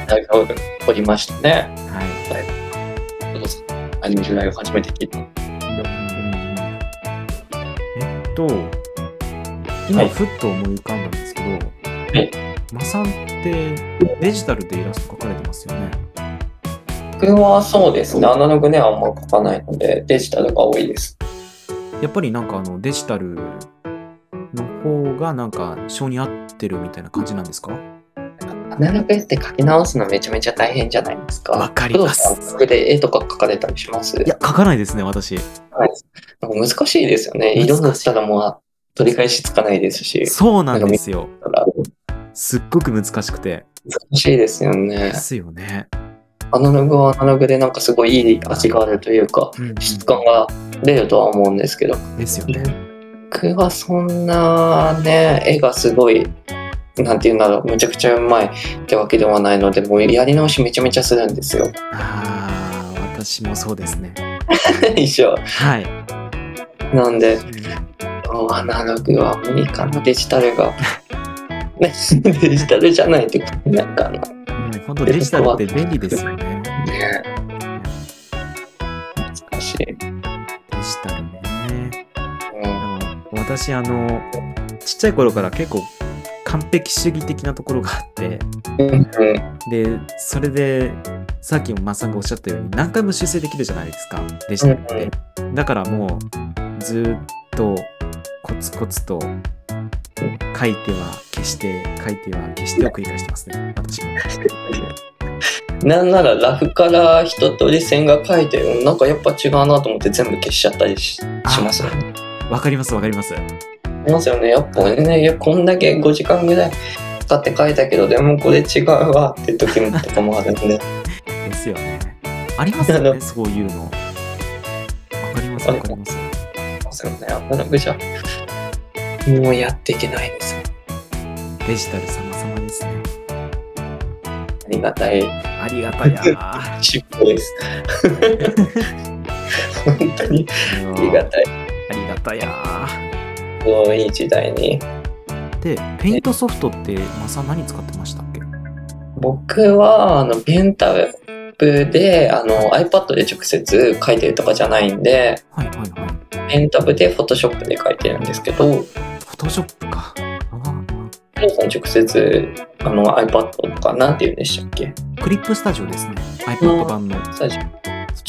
C: 大学を取りましたね
B: い。はい。
C: ちょっとアニメ由来を初めて聞いた
B: えっと、今
C: はい
B: ふっと思い浮かんだんですけど、
C: え
B: マサンってデジタルでイラスト描かれてますよね。
C: 僕はそうですねアナログねあんま書かないのでデジタルが多いです
B: やっぱりなんかあのデジタルの方がなんか性に合ってるみたいな感じなんですか
C: アナログって書き直すのめちゃめちゃ大変じゃないですか
B: わかります
C: 工藤さん僕で絵とか描かれたりします
B: いや、描かないですね、私。
C: なんか難しいですよね。
B: 難しい
C: 色塗ったらもう取り返しつかないですし、
B: そうなんですよ。
C: だから
B: すっごく難しくて。
C: 難しいですよね
B: で。すよね。
C: アナログはアナログでなんかすごいいい味があるというか、
B: うんうん
C: 質感が出るとは思うんですけど、
B: ですよね。
C: 僕はそんなね、絵がすごい、なんて言うんだろう、むちゃくちゃうまいってわけではないので、もうやり直しめちゃめちゃするんですよ。
B: ああ、私もそうですね。
C: 一緒。
B: はい。
C: なんで、アナログは無理かな、デジタルが。 ねデジタルじゃないと書けないかな。
B: うん、本当デジタルって便利ですよね。
C: ね難しい。
B: デジタルね。
C: うん
B: あの私、あの、ちっちゃい頃から結構完璧主義的なところがあって、
C: うん
B: で、それで、さっきもまさんがおっしゃったように何回も修正できるじゃないですか、デジタルって。だからもう、ずーっとコツコツと書いては消して、書いては消してを繰り返してますね、私も。
C: なんならラフから一通り線が書いてうんなんかやっぱ違うなと思って全部消しちゃったりししますよね。
B: わかります、わかります。
C: ありますよね。やっぱねいやこんだけ5時間ぐらい使って書いたけどでもこれ違うわって時もとかもあるんで
B: ですよね。ありますよね、そういうの。わかります、わかります。
C: そうよねアナログじゃもうやっていけないですよ。
B: デジタル様々ですね。
C: ありがたい
B: ありがたやな。
C: 仕事です。本当にありがたい。
B: ありがたや。
C: もういい時代に。
B: で、ペイントソフトって、マサ何使ってましたっけ
C: 僕はあのペンタブであの iPad で直接書いてるとかじゃないんで
B: はいはいはい。
C: ペンタブで Photoshop で書いてるんですけど
B: フォトショップか。あ
C: 工藤さん直接あの iPad とかなんて言うんでしたっけ
B: あクリップスタジオですね。iPad 版の。
C: 最初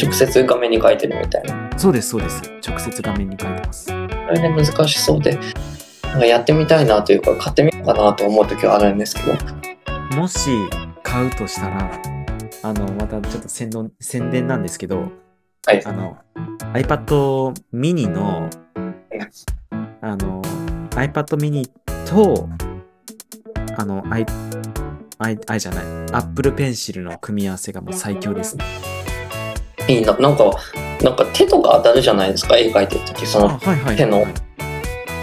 C: 直接画面に書いてるみたいな
B: そうです、そうです。直接画面に書いてます。
C: それで難しそうでなんかやってみたいなというか買ってみようかなと思う時はあるんですけど
B: もし買うとしたら、あの、またちょっと宣伝宣伝なんですけど、
C: はい
B: あの、iPad mini の、あの、iPad mini と、あの、i、i、i じゃない、Apple Pencil の組み合わせがもう最強ですね。
C: いいななんかなんか手とか当たるじゃないですか絵描いてる時そ
B: あ、
C: の
B: はいはい。
C: 手の
B: はい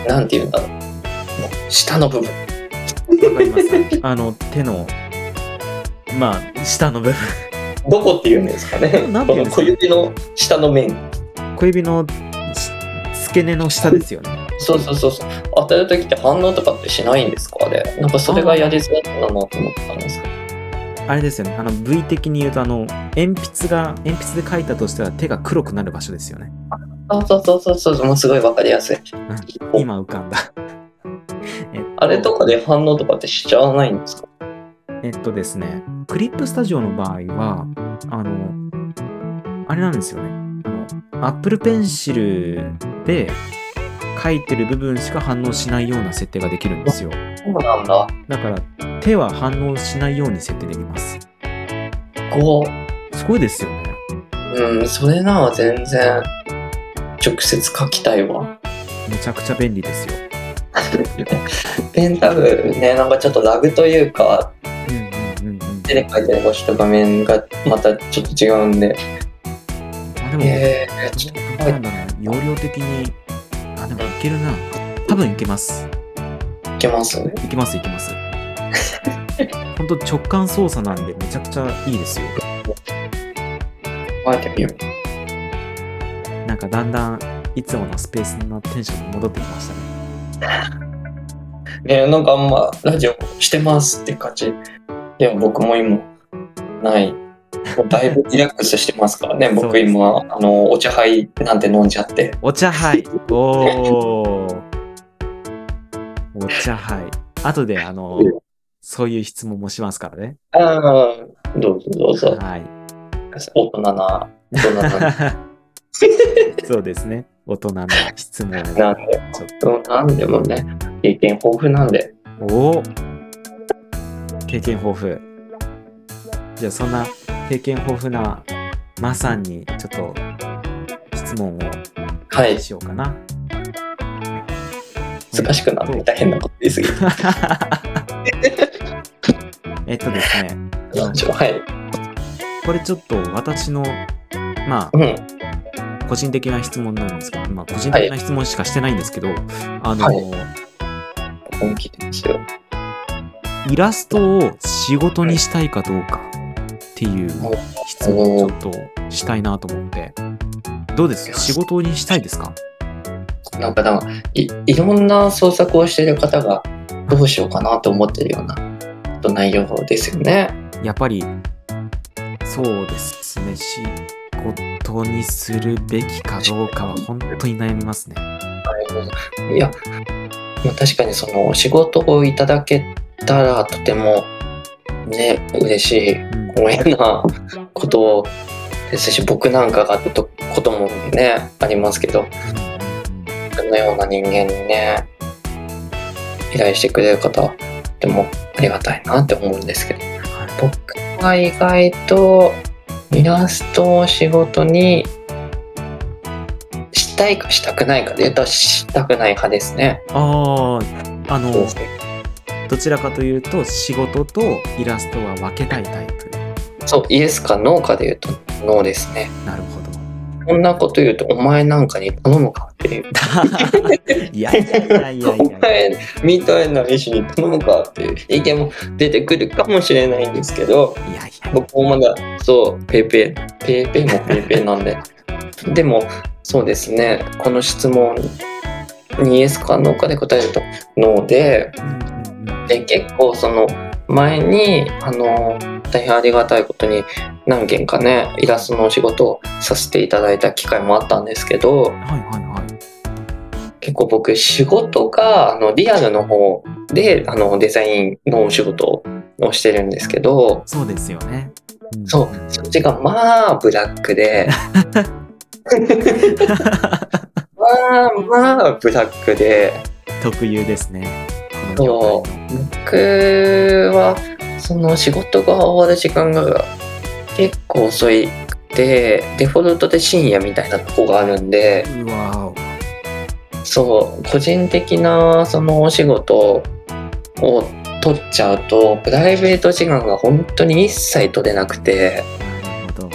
C: なんて言うんだろう下の部分
B: わかります。あの、手の、まあ、下の部分、
C: どこって言うんですかね
B: なんて
C: こ
B: 言うん
C: の
B: ですか
C: 小指の下の面
B: 小指のし付け根の下ですよね。
C: そうそうそうそう当たる時って反応とかってしないんですかあれなんかそれがやりづらいなと思ったんですけど
B: あれですよね、あの部位的に言うと、あの、鉛筆が、鉛筆で描いたとしたら手が黒くなる場所ですよね。
C: あそうそうそうそうそうもうすごいわかりやすい
B: うん、今浮かんだ。 えっと
C: あれとかで反応とかってしちゃわないんですか
B: えっとですね、クリップスタジオの場合は、あの、あれなんですよね。あの Apple Pencil で書いてる部分しか反応しないような設定ができるんですよ。
C: そうなんだ。
B: だから、手は反応しないように設定できます。
C: こ
B: すごいですよね。
C: う、うん、それなら全然、直接書きたいわ。
B: めちゃくちゃ便利ですよ。
C: ペンタブね、なんかちょっとラグというか、
B: うんうんうんうん。
C: 手で書いてる文字と画面がまたちょっと違うんで。
B: あ、でも、
C: えー、ちょっ
B: どうなんだろうな。容量的に、あ、でもいけるな。多分いけます。
C: といけます
B: いきますいき ます。本当直感操作なんでめちゃくちゃいいですよ。
C: 書いてみよう。
B: なんかだんだんいつものスペースのテンションに戻ってきましたね。
C: ね、なんかあんまラジオしてますって感じ。でも僕も今、ない。もうだいぶリラックスしてますからね、
B: そう
C: 僕
B: です
C: 今、あの、お茶杯なんて飲んじゃって。
B: お茶杯。おー。お茶杯。後であの、そういう質問もしますからね。
C: ああ、どうぞどうぞ。
B: はい。
C: 大人な、大人な。
B: そうですね。大人の質問を。
C: なんで、
B: ちょっ
C: そうなんでもね、経験豊富なんで。
B: と。おー経験豊富。じゃあそんな経験豊富なまさんにちょっと質問を
C: はい、
B: しようか な。
C: 難しくなって大変なこと言いすぎて。
B: えっとですね、
C: はい。
B: これちょっと私の、ま
C: うん。
B: あ、個人的な質問なんですけど、まあ、個人的な質問しかしてないんですけど、あの、
C: は本気ですよ。
B: イラストを仕事にしたいかどうかっていう質問をちょっとしたいなと思って。どうです仕事にしたいですか
C: なんかなんかい、いろんな創作をしている方がどうしようかなと思ってるような内容ですよね。
B: やっぱり、そうですね。仕事にするべきかどうかは本当に悩みますね。
C: いや、まあ、確かにその仕事をいただけたらとてもね、嬉しい
B: うん
C: 光栄なことですし、僕なんかがとこともね、ありますけど、僕のような人間にね、依頼してくれる方はとてもありがたいなって思うんですけど。僕は意外とイラストを仕事にしたいかしたくないかで言うとしたくない派ですね。
B: ああ、あ
C: そう
B: の
C: です、ね
B: どちらかというと、仕事とイラストは分けたいタイプ。
C: そうイエスかノーかで言うとノーですね。
B: なるほど。
C: こんなこと言うとお前なんかに頼むかっていう。
B: いやいやいやいやい
C: お
B: や。
C: 前みたいな医師に頼むかっていう意見も出てくるかもしれないんですけど
B: いやいや
C: 僕もまだそうペーペーペーペーもペーペーなんで でもそうですねこの質問にイエスかノーかで答えるとノーで
B: うんうんうん
C: で結構その前にあの大変ありがたいことに何件かねイラストのお仕事をさせていただいた機会もあったんですけど
B: はいはいはい。
C: 結構僕仕事があのリアルの方であのデザインのお仕事をしてるんですけど
B: そうですよね。うん
C: そうそっちがまあブラックでまあまあブラックで
B: 特有ですね。この業界の
C: 僕はその仕事が終わる時間が結構遅いくてデフォルトで深夜みたいなとこがあるんで
B: うわー
C: そう個人的なそのお仕事を取っちゃうとプライベート時間が本当に一切取れなくて
B: お。なるほど。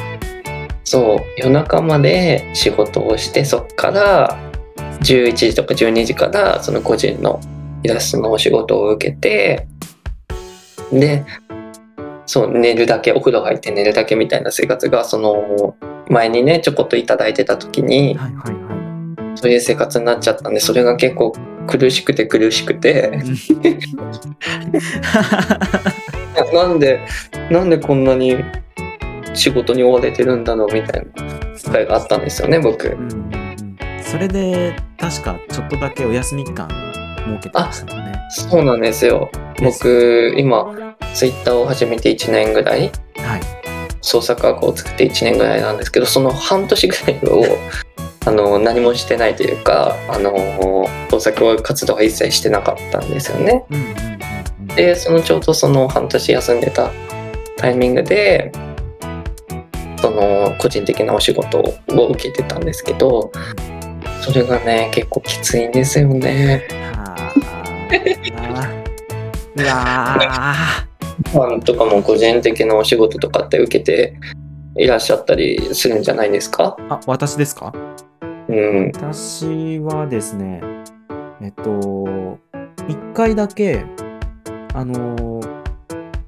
C: そう夜中まで仕事をしてそっから11時とか12時からその個人のイラストのお仕事を受けてでそう寝るだけお風呂入って寝るだけみたいな生活がその前にねちょこっといただいてた時に
B: はいはいは
C: そういう生活になっちゃったんでそれが結構苦しくて苦しくて なんでなんでこんなに仕事に追われてるんだろうみたいな機会があったんですよね僕
B: い。う。んうんうんそれで、確かちょっとだけお休み期間設けてましたもんね。
C: そうなんですよ僕今ツイッターを始めて1年ぐらい
B: はい。
C: 創作アークを作って1年ぐらいなんですけどその半年ぐらいを あの何もしてないというかあの創作活動は一切してなかったんですよね。
B: うんうんうん
C: でそのちょうどその半年休んでたタイミングでその個人的なお仕事を受けてたんですけどそれがね結構きついんですよね。
B: はーうわ
C: ファンとかも個人的なお仕事とかって受けていらっしゃったりするんじゃないですか
B: ーあ私ですか
C: うん。
B: 私はですね、えっと、一回だけ、あのー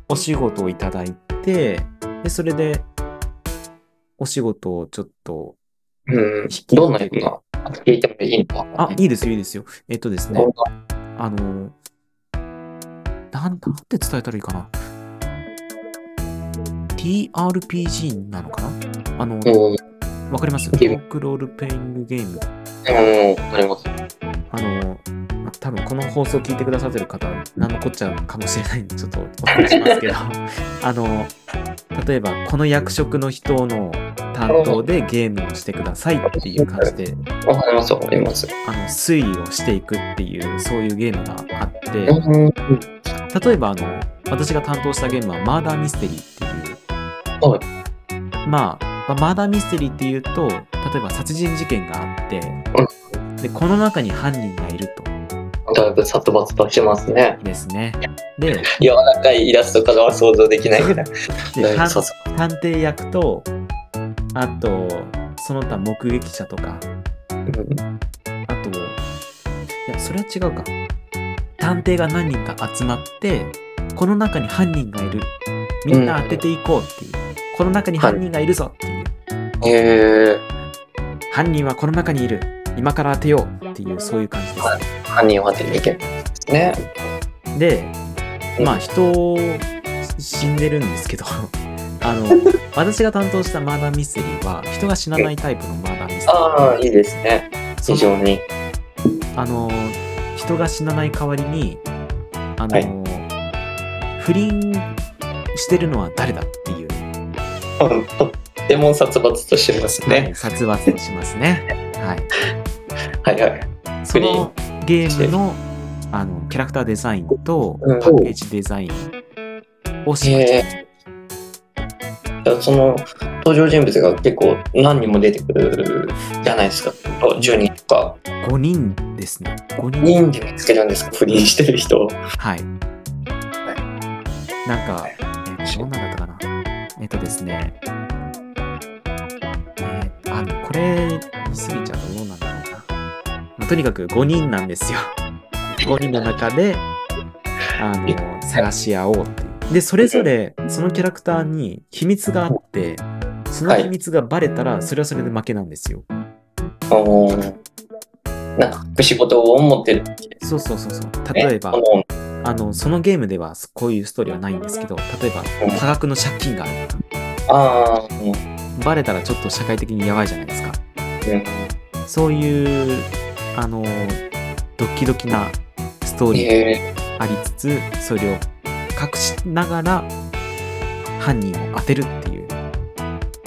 B: お仕事をいただいて、で、それで、お仕事をちょっと、
C: うん
B: 引き受け。て
C: どんな役が聞いてもいいのかな
B: あ、いいですよ、いいですよ。えっとですね、あのーなん、なんて伝えたらいいかな。TRPG なのかなあの、
C: うん。うん。
B: わかりますト
C: ゲーム
B: ークロールプレイングゲーム
C: あります。
B: あの、まあ多分この放送聞いてくださってる方、なんのこっちゃかもしれないんで、ちょっとお伝えしますけど、あの、例えば、この役職の人の担当でゲームをしてくださいっていう感じで、
C: わかります、わかります。
B: あの、推理をしていくっていう、そういうゲームがあっ
C: うん。
B: て、例えば、あの、私が担当したゲームは、マーダーミステリーっていう、
C: は
B: まあ、まあマーダーミステリーっていうと、例えば殺人事件があって、で、この中に犯人がいると。
C: だいぶ殺伐としてますね。
B: ですね。で、
C: 柔らかいイラストからは想像できな いぐらい。だ
B: で
C: いぶ
B: 探
C: 殺
B: 探偵役とあとその他目撃者とか
C: う
B: あ
C: ん
B: といやそれは違うか探偵が何人か集まってこの中に犯人がいるみんな当てていこうっていう、この中に犯人がいるぞっていう、
C: へえ
B: 犯人はこの中にいる今から当てようっていうそういう感じですね
C: ー、犯人を当てにいけるんですね。
B: で
C: うん
B: まあ人死んでるんですけど あ の私が担当したマーダーミステリーは人が死なないタイプのマーダーミステリー
C: ああ、いいですね。
B: そ
C: 非
B: の
C: 常に。
B: あの人が死なない代わりにあの、不倫してるのは誰だっていう、
C: うんとっても殺伐としてます
B: は
C: ね。
B: い殺伐をします ね。はい、
C: はいはい。
B: そのゲームのあのキャラクターデザインと
C: うん
B: パッケージデザインをしました。
C: だからその登場人物が結構何人も出てくるじゃないですか。10人とか。
B: 5人ですね。5
C: 2人で見つけるんですか不倫してる人を。
B: はい。なんか、えーどんなんだったかな。えっ、とですね。えーあの、これ、見すぎちゃうとどうなんだろうな。まあとにかく5人なんですよ。5人の中で、あの、探し合おうっていう。で、それぞれ、そのキャラクターに秘密があって、その秘密がバレたら、それはそれで負けなんですよ。
C: あのーなんか隠し事を持ってる、ね。
B: そうそうそうそう。例え
C: あ
B: ば
C: の、
B: あの、そのゲームではこういうストーリーはないんですけど、例えば、多額の借金があるとか。
C: ああ、うん。
B: バレたらちょっと社会的にやばいじゃないですか
C: うん
B: そういうあのドキドキなストーリー
C: え
B: ありつつそれを隠しながら犯人を当てるっていう
C: ー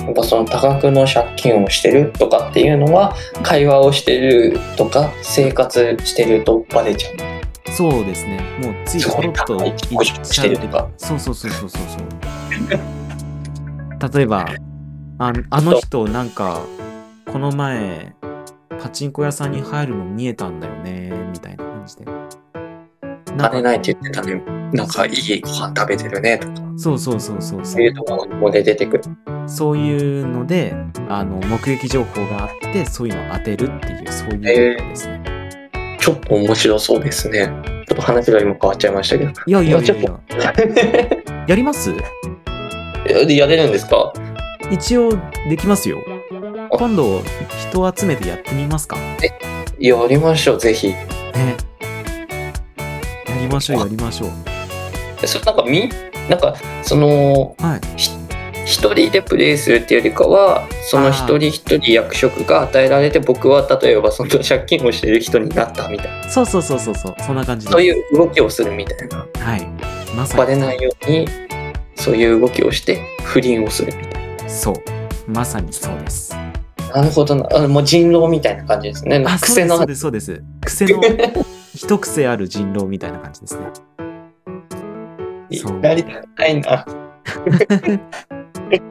C: やっぱその多額の借金をしてるとかっていうのは会話をしてるとか生活してるとバレちゃう
B: そうですねもうつい
C: す
B: ポ
C: ごい
B: ロッと
C: 高い
B: 言っちゃう
C: してるとか
B: そうそうそうそうそうそう例えばああの人なんかこの前パチンコ屋さんに入るの見えたんだよねみたいな感じでなんか
C: 金ないって言ってたねなんかいいご飯食べてるねとか
B: そうそうそうそうそ
C: そういう
B: う。
C: ところで出てくる
B: そういうので、あの目撃情報があって、そういうのを当てるっていう、そういう
C: へえ
B: ゲームですね。
C: ちょっと面白そうですねちょっと話が今変わっちゃいましたけど
B: いやいやいやい
C: いやち
B: や、やります
C: で やれるんですか
B: 一応できますよ。今度、人を集めてやってみますか。ね。
C: やりましょうぜひ
B: やりましょう、やりましょう。
C: それなんかみなんかその
B: はい。
C: 一人でプレイするっていうよりかはその一人一人役職が与えられて僕は例えばその借金をしてる人になったみたいな
B: そうそうそうそう、そうそんな感じで。
C: そういう動きをするみたいな
B: はい。まさに。
C: バレないようにそういう動きをして不倫をするみたい
B: そう。まさにそうです。
C: ななるほどな。あのもう人狼みたいな感じですね。
B: あ、
C: 癖の
B: そうです、そうです、そうです。癖の、 一癖ある人狼みたいな感じですね。そう
C: やりたいな。
B: えー、っ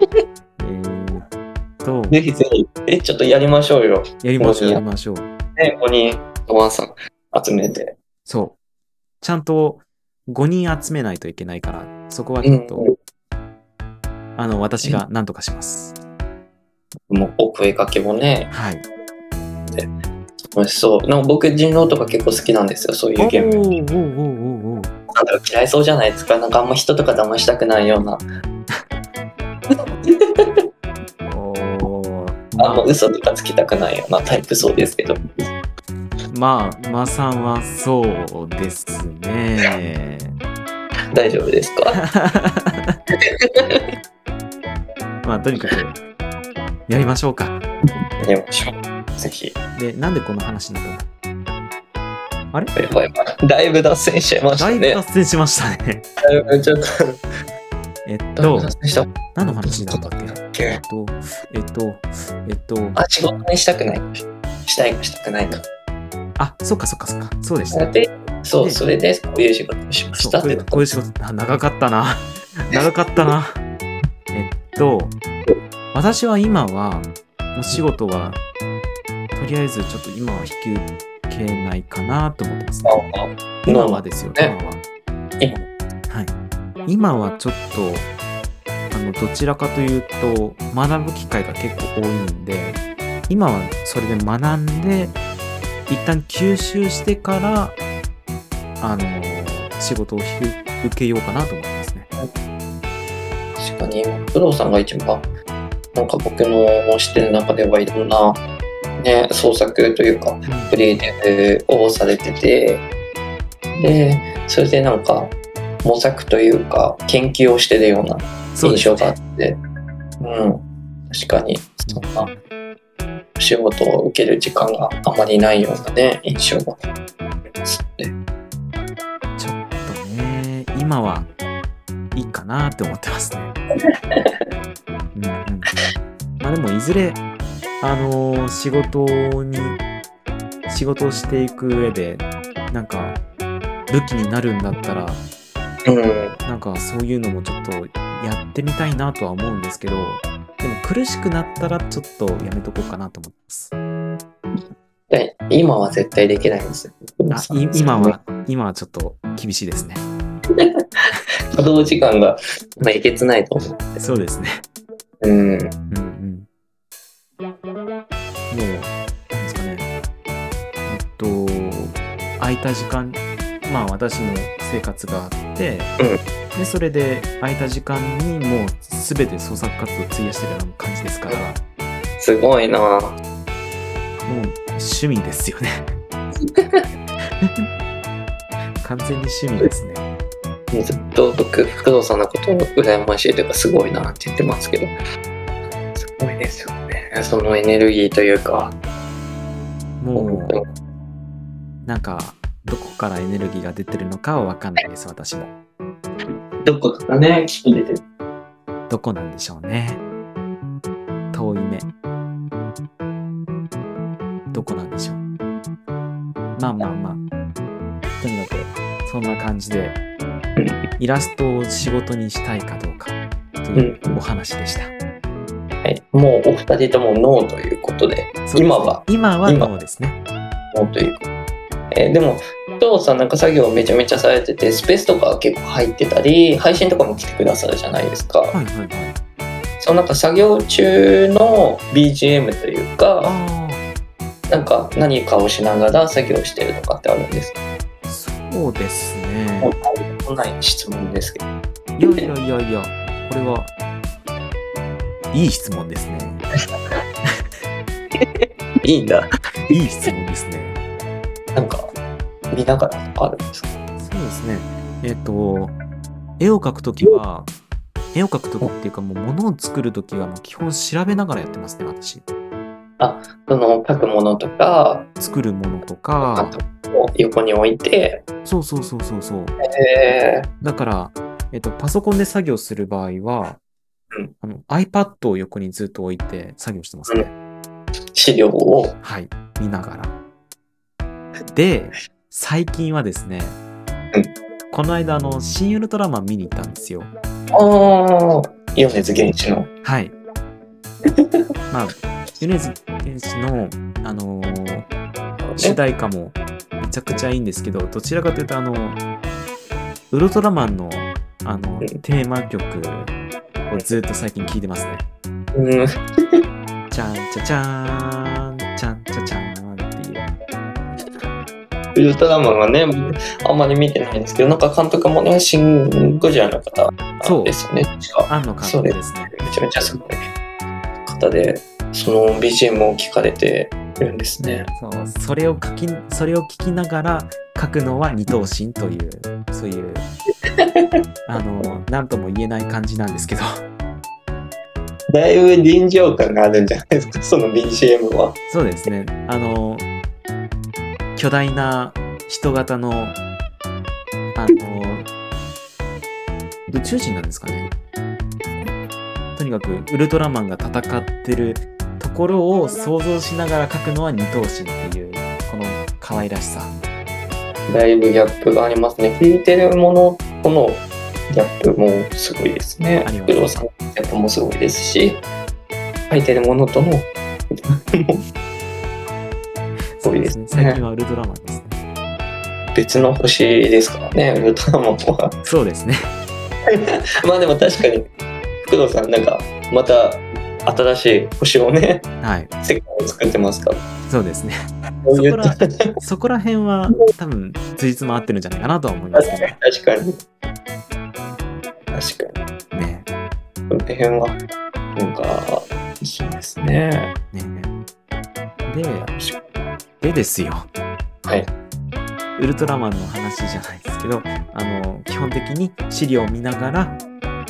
B: と、
C: ぜひぜひ。え、ちょっとやりましょうよ。
B: やりましょう、
C: いや
B: やりましょう。
C: ね、ここに、おばあさん集めて。
B: そう。ちゃんと5人集めないといけないから、そこはちょっと、
C: うん
B: あの、私が何とかします。
C: もうお声掛けもね、
B: はい。
C: 楽しそう。なんか僕、人狼とか結構好きなんですよ、そういうゲーム。
B: おーおーおーおーおー
C: なんだろう嫌いそうじゃないですか。なんかあんま人とか騙したくないような。
B: おー
C: あんま
B: ま
C: 嘘とかつきたくないようなタイプそうですけど。
B: まあ、まさんはそうですね。
C: 大丈夫です か
B: まあ、とにかく、やりましょうか。
C: やりましょう。ぜひ。
B: で、なんでこの話になったのあれ
C: やばいやばいだいぶ脱線しちゃいまし
B: だ
C: た
B: いぶ
C: ね。
B: 脱線しましたね。
C: だいぶちょっと、
B: えっ
C: だい
B: と
C: ぶ、脱線したっ
B: 何の話だったっけえ
C: け
B: っと、えっと、えっと、
C: あ、仕事にしたくない。したいかしたくないか。
B: あ、そっかそっかそっか、そうでした。
C: で、そう、
B: ね
C: それで、こういう仕事をしまし
B: そ
C: た
B: う
C: っ
B: こうい
C: て
B: うこういう仕事あ長かった な長かったなえっと私は今はお仕事はとりあえずちょっと今は引き受けないかなと思ってます、ね、今はですよ今
C: ね
B: は
C: 今
B: はい今はちょっとあのどちらかというと学ぶ機会が結構多いんで今はそれで学んで一旦吸収してからあの仕事を引き受けようかなと思ってますね。
C: 確かに工藤さんが一番なんか僕の知ってる中ではいろんな、ね、創作というかクリエイティブをされててでそれでなんか模索というか研究をしてるような
B: そうで
C: 印
B: す
C: 象
B: ね
C: があってう,、ん確かにそんなお仕事を受ける時間があまりないようなね印象がありますね
B: ちょっとね今はいいかなって思ってますね。うんうん、まあでもいずれあのー仕事に仕事をしていく上でなんか武器になるんだったら
C: うん
B: なんかそういうのもちょっとやってみたいなとは思うんですけどでも苦しくなったらちょっとやめとこうかなと思ってます。
C: で今は絶対できないんですよ
B: あい今は今はちょっと厳しいですね。
C: 稼働時間が、まあ、えげつないと思う。
B: そうですね。
C: うん。
B: うんうん。もう、なんですかね。えっと、空いた時間、まあ私の生活があって、で、それで空いた時間にもう全て創作活動を費やしてるような感じですから、も
C: すごいなぁ
B: う趣味ですよね。完全に趣味ですね。
C: ずっと僕、福藤さんのことを羨ましいというか、すごいなって言ってますけど。すごいですよね。そのエネルギーというか。
B: もう、なんか、どこからエネルギーが出てるのかはわかんないです、私も。
C: どこかね、きっと出てる。
B: どこなんでしょうね。遠い目。どこなんでしょう。まあまあまあ。とにかく、そんな感じで、イラストを仕事にしたいかどうかというお話でした。
C: はい。もうお二人ともノーということで、
B: そうですね
C: 今は
B: 今は
C: 今
B: どうですね。
C: ノーということえーでも、福藤さんなんか作業めちゃめちゃされてて、スペースとか結構入ってたり、配信とかも来てくださるじゃないですか。
B: はいはいはい。
C: そのなんか作業中の BGM というか、
B: あ
C: なんか何かをしながら作業してるとかってあるんですか
B: あ、そうです
C: も
B: ね。
C: うこんない質問ですけど。
B: いやいやいやいや、これは、いい質問ですね。
C: いいんだ。
B: いい質問ですね。
C: なんか、見ながらとかあるんですか
B: そうですね。えっ、と、絵を描くときは、絵を描くときっていうか、もう物を作るときは、もう基本調べながらやってますね、私。
C: その書くものとか、
B: 作るものと
C: あ
B: か、
C: とを横に置いて、
B: そうそうそうそうそう。
C: え
B: だから、えっ、と、パソコンで作業する場合は
C: うん、
B: あの iPad を横にずっと置いて作業してますね。
C: 資料を
B: はい、見ながら。で、最近はですね、
C: うん
B: この間、あの、新ウルトラマン見に行ったんですよ。
C: ああ米津玄師の
B: はい。 まあ、米津玄師の、あのー主題歌もめちゃくちゃいいんですけど、どちらかというと、あの、ウルトラマンの、あの、
C: うん
B: テーマ曲をずっと最近聴いてますね。
C: うん
B: ちゃんちゃちゃーん、ちゃんちゃちゃーんっていう。
C: ウルトラマンはねあんまり見てないんですけどなんか監督もねシン・ゴジラの方
B: そう
C: ですよね確か
B: 庵野監督ですね。
C: めちゃめちゃすごい方でその BGM を聞かれてるんですね
B: そうそれを書きそれを聞きながら書くのは二等身というそう いうあの何とも言えない感じなんですけど
C: だいぶ臨場感があるんじゃないですか その BGM は
B: そうですねあの巨大な人型のあの宇宙人なんですかねとにかくウルトラマンが戦ってるところを想像しながら書くのは二等身っていうこの可愛らしさ
C: だいぶギャップがありますね聞いてるものとのギャップもすごいですね
B: あります
C: 工藤さんのギャップもすごいですし書いてるものとのギャップも
B: そうですね
C: すごいですね
B: 最近はウルトラマンですね
C: 別の星ですからねウルトラマンは
B: そうですね。
C: まあでも確かに工藤さんなんかまた新しい星をね
B: はい。
C: 世界を作ってますから
B: そうですね。
C: こういう
B: そこらそこら辺は多分、ついつま合ってるんじゃないかなとは思いますけ
C: 確かに確かに
B: どね。
C: この辺はなんかそうですね
B: ねで、でですよ。
C: はい。
B: ウルトラマンの話じゃないですけど、あの、基本的に資料を見ながら、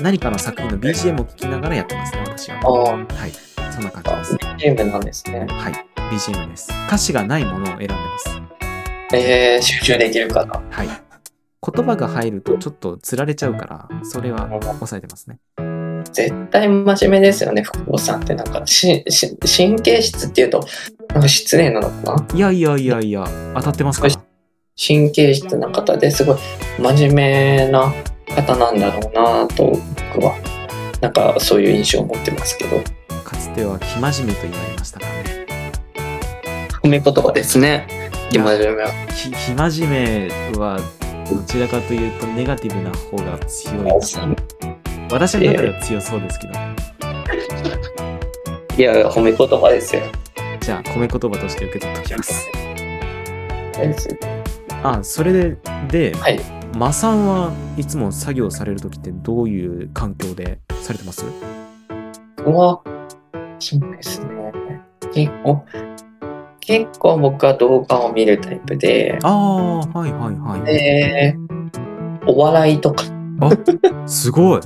B: 何かの作品の BGM を聞きながらやってますね、私は。
C: ああ
B: はい。そんな感じです。
C: BGM なんですね。
B: はい。BGM です。歌詞がないものを選んでます。
C: えー、集中できるかな。
B: はい。言葉が入るとちょっとつられちゃうから、それは抑えてますね。
C: 絶対真面目ですよね、福保さんって。なんかしし、神経質っていうと、なんか失礼なのかない
B: やいやいやいや、当たってますか
C: 少し神経質な方ですごい真面目な方なんだろうなと、僕は。なんか、そういう印象を持ってますけど。
B: かつては生真面目と言われましたからね。
C: 褒め言葉ですね。
B: い
C: 真
B: や
C: 面目は。
B: ひ生真面目はどちらかというとネガティブな方が強いかな。私の中では強そうですけど。
C: いや、褒め言葉ですよ。
B: じゃあ、褒め言葉として受け取っておきます。
C: です
B: あ、それで、で、
C: はい
B: マサンはいつも作業されるときってどういう環境でされてます
C: 僕は、そうですね。結構、結構僕は動画を見るタイプで、
B: ああ、はいはいはい。
C: で、お笑いとか、
B: あ、すごい。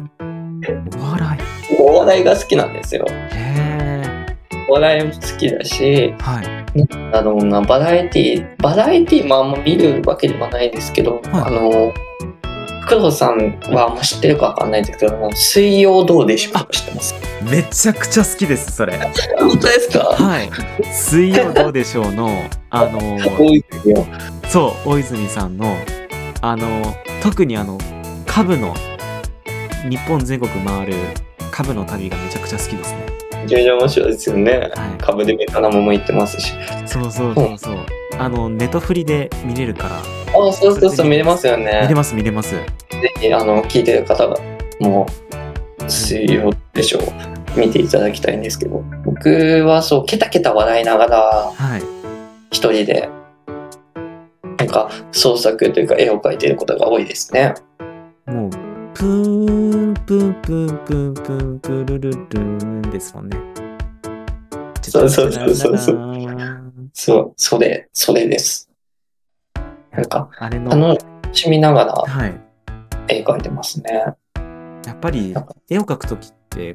B: お笑い。
C: お笑いが好きなんですよ。
B: へえ。
C: お笑いも好きだし、
B: はい。
C: あの、なバラエティバラエティもあんま見るわけではないんですけど、あの、工藤さんはあんま知ってるかわかんないんですけど、水曜どうでしょうか知ってます。
B: めちゃくちゃ好きです、それ。
C: 本当ですか
B: はい。水曜どうでしょうの、あの、
C: 多いですよ。
B: そう、大泉さんの、あの、特にあの、カブの、日本全国回るカブの旅がめちゃくちゃ好きですね。
C: めちゃめちゃ面白いですよね。
B: は
C: 株でベタなもも行ってますし。
B: い。そうそうそうそう。あの、ネトフリで見れるか
C: あ、そうそうそう、見れますよ
B: ら、見
C: ね
B: れ。ます見れます。
C: ぜひ、あの、聞いてる方が、もう、水曜でしょう、見ていただきたいんですけど、僕はそう、ケタケタ笑いながら、
B: はい。
C: 一人で、なんか、創作というか、絵を描いてることが多いですね。
B: もう、プーン、プンプンプンプンプルルルーンですもんね。
C: そうそうそうそうそう
B: う。
C: そう、それ、それです。なんか、
B: あれの、
C: 楽しみながら
B: はい。
C: 絵描いてますね。
B: やっぱり絵を描くときって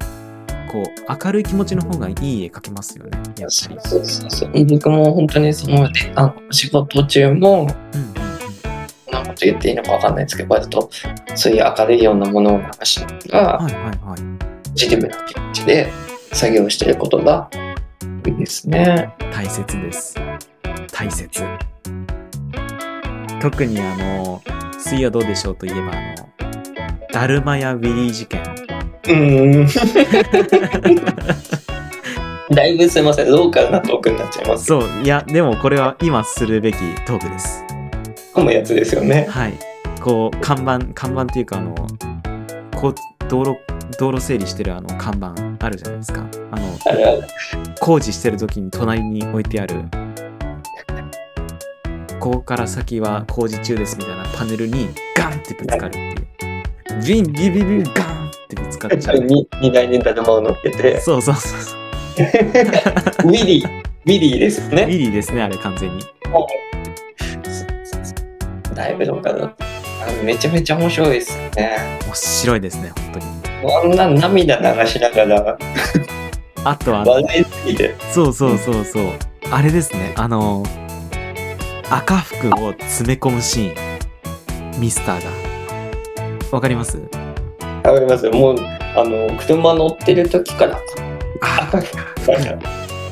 B: こう明るい気持ちの方がいい絵描けますよね。やっぱ
C: そ
B: り
C: う。そうそうそう。僕も本当にその、あの、仕事中も、
B: うんうんうん
C: なんか言っていいのかわかんないですけど、割とそういう明るいようなものを流しながら、
B: はいはいはい。
C: ポジティブな気持ちで作業してることが、うんですね。
B: 大切です大切特にあの「水曜どうでしょう」といえばあのダルマやウィリー事件
C: うーん。 だいぶすいません、ローカルなトークになっちゃいます。
B: そういやでもこれは今するべきトークです
C: このやつですよね。
B: はいこう看板看板っていうかあのこう道路道路整理してるあの看板あるじゃないですかあの
C: あるある。
B: 工事してる時に隣に置いてあるここから先は工事中ですみたいなパネルにガンってぶつかるっていうビンビンビンビンガンってぶつかっちゃう
C: に荷台にだるまを乗っけて、
B: そうそうそうそう
C: ウィリー、ウィリーです
B: ウィ
C: ね。
B: リーですねあれ完全に
C: だいぶローカルだった。あのめちゃめちゃ面白いですよね。
B: 面白いですね本当に
C: こんな涙流しながら、
B: あとは
C: 笑いすぎて。
B: そうそうそうそうあれですねあの赤服を詰め込むシーンミスターがわかり ます
C: わかりますもう、あの、車乗ってる時から、
B: あ
C: 赤服だから。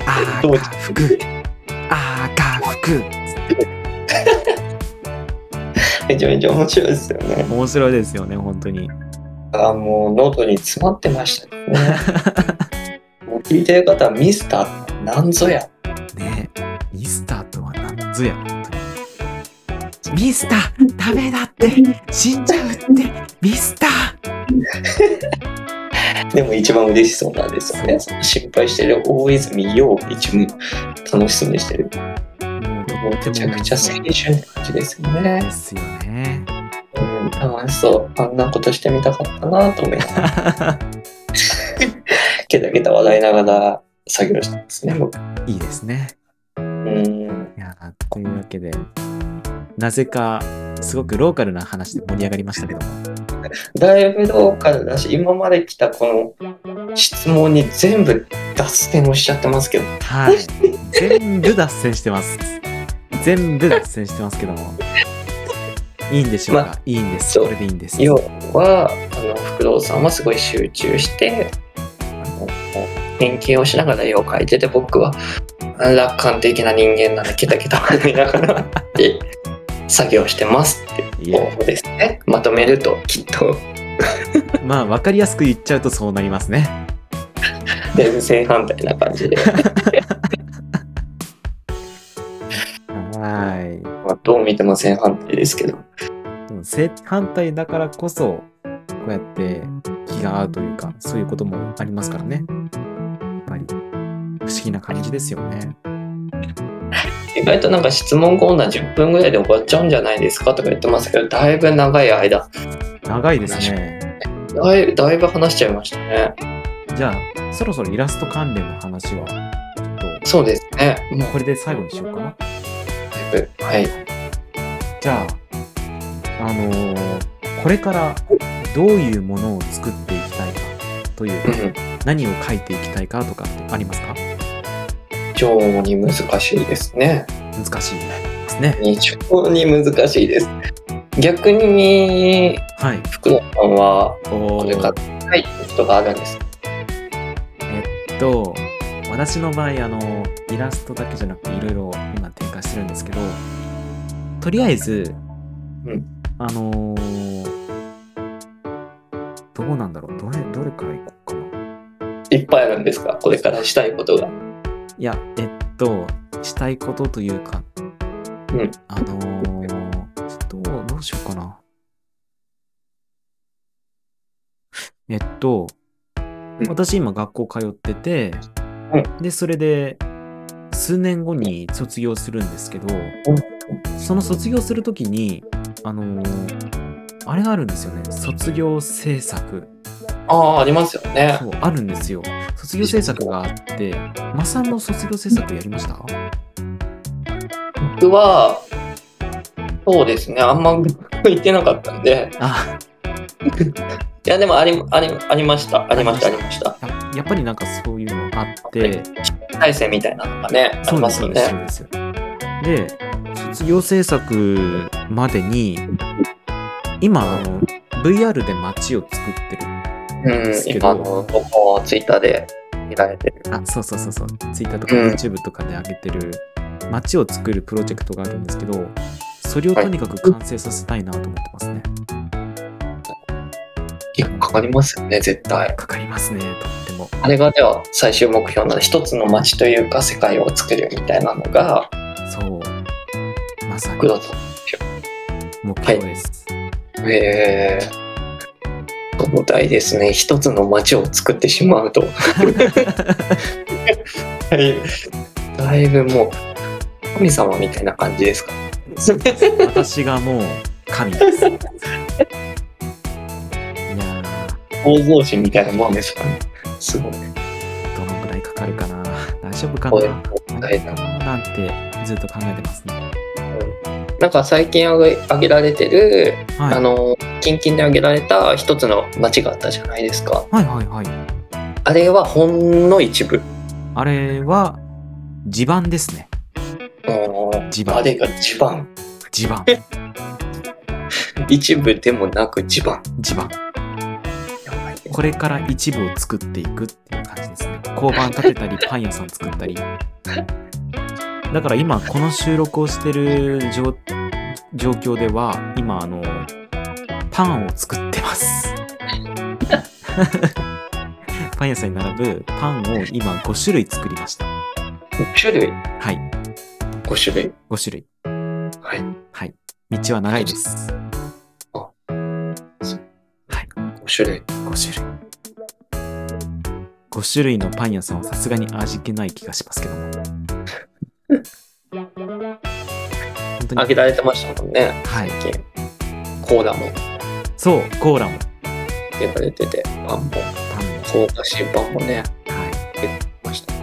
B: あ
C: ど
B: ー
C: う
B: 赤服あー赤服
C: めちゃめちゃ面白いですよね。
B: 面白いですよね本当に
C: あもうノートに詰まってましたね。もう聞いてる方はミスターなんぞや。
B: ねえミスターとはなんぞや本当にミスターダメだって死んじゃうってミスター
C: でも一番嬉しそうなんですよね。その心配してる大泉洋を一番楽しそうにしてる。
B: もう
C: もうめちゃくちゃ青春って感じですよ
B: で
C: ね。
B: すよね
C: うん、楽しそう。あんなことしてみたかったなと思いながら、けたけた笑いながら作業してますね、僕。
B: いいですね
C: うん。
B: いやーというわけでなぜかすごくローカルな話で盛り上がりましたけども
C: だいぶローカルだし、今まで来たこの質問に全部脱線をしちゃってますけど、
B: はい全部脱線してます全部脱線してますけどもいいんでしょうか、
C: ま
B: いいんです
C: そう
B: これでいいんです
C: 要はあの福藤さんはすごい集中してあの変形をしながら絵を描いてて僕はあ楽観的な人間なんでケタケタ笑いながらで作業してますって
B: い
C: 方
B: や
C: 法ですねまとめるときっ と
B: まあ分かりやすく言っちゃうとそうなりますね
C: だいぶ正反対な感じ で
B: はい
C: まあどう見ても正反対ですけど
B: でも正反対だからこそこうやって気が合うというかそういうこともありますからねやっぱり不思議な感じですよね
C: 意外となんか質問コーナー10分ぐらいで終わっちゃうんじゃないですかとか言ってますけどだいぶ長い間
B: 長いですね
C: だいだいぶ話しちゃいましたね
B: じゃあそろそろイラスト関連の話はちょっ
C: そうですね
B: と
C: もう
B: これで最後にしようかな
C: だいぶはい
B: じゃああのーこれからどういうものを作っていきたいかという
C: う
B: か
C: ん
B: 何を書いていきたいかとかってありますか
C: 常に難しいですね。
B: 難しいですね
C: 非常に難しいです。逆に
B: はい
C: 福野さんは
B: お
C: こ
B: ー
C: れから書いてることがあるんですか。
B: えっと私の場合あのイラストだけじゃなくていろいろ今展開してるんですけどとりあえず、
C: うん
B: あのーどうなんだろうどれどれからいこうかない
C: っぱいあるんですか。これからしたいことが。
B: いやえっとしたいことというか、
C: うん
B: あのーどうどうしようかなえっと、
C: うん
B: 私今学校通ってて、
C: う
B: でそれで数年後に卒業するんですけど、その卒業するときにあのーあれがあるんですよね卒業制作
C: ああありますよね
B: そ。うあるんですよ卒業制作があってマサも卒業制作やりました
C: 僕はそうですね。あんま言ってなかったんで。
B: あ
C: いやでもありありありましたありましたありました。
B: ややっぱりなんかそういうのあっ
C: はい
B: て
C: 大勢みたいなのがねあ
B: そ
C: り
B: うで
C: ます
B: す
C: よ
B: よね
C: ね。
B: そうですよで卒業制作までに今あの VR で街を作ってる
C: うん
B: ですけど
C: 今あの僕もツイッターで見られてる。
B: あ、そうそうそうそう。Twitter とか
C: うん
B: YouTube とかで上げてる、街を作るプロジェクトがあるんですけど、それをとにかく完成させたいなと思ってますね。
C: 結構かかりますよね、絶対。
B: かかりますね、とっても。
C: あれがでは最終目標なの一つの街というか世界を作るみたいなのが
B: そう。まさ
C: 工
B: に
C: 藤さ
B: 目標です。
C: ん。へえ。壮大ですね。一つの街を作ってしまうと。はい。だいぶもう神様みたいな感じですか。
B: 私がもう神です。いやー、
C: 創造主みたいなもんですかね。すごい。
B: どのくらいかかるかな大丈夫か
C: こういう
B: な
C: 壮
B: 大
C: 大
B: 丈
C: な
B: 夫かななんてずっと考えてますね。
C: なんか最近あげあげられてる、
B: はい。
C: あの近々であげられた一つの街があったじゃないですか
B: はいはいはい。
C: あれはほんの一部
B: あれは、地盤ですね。
C: うん
B: 地
C: あ
B: 盤。
C: れが地盤
B: 地盤。
C: 一部でもなく地盤
B: 地盤。これから一部を作っていくっていう感じですね。交番建てたり、パン屋さん作ったり。だから今、この収録をしてる状状況では、今、あの、パンを作ってます。 パン屋さんに並ぶパンを今5種類作りました。
C: 5種類
B: はい、
C: 5種類
B: 5種類。
C: はい
B: 道は長いです。
C: 5種類
B: 5種類。5種類のパン屋さんはさすがに味気ない気がしますけども。本当
C: あ
B: に。
C: げられてましたもんね
B: はい。
C: 最近コーラも
B: そう、コーラも、
C: あげられててパンも
B: パンも。
C: そうだしパンもね
B: は
C: ました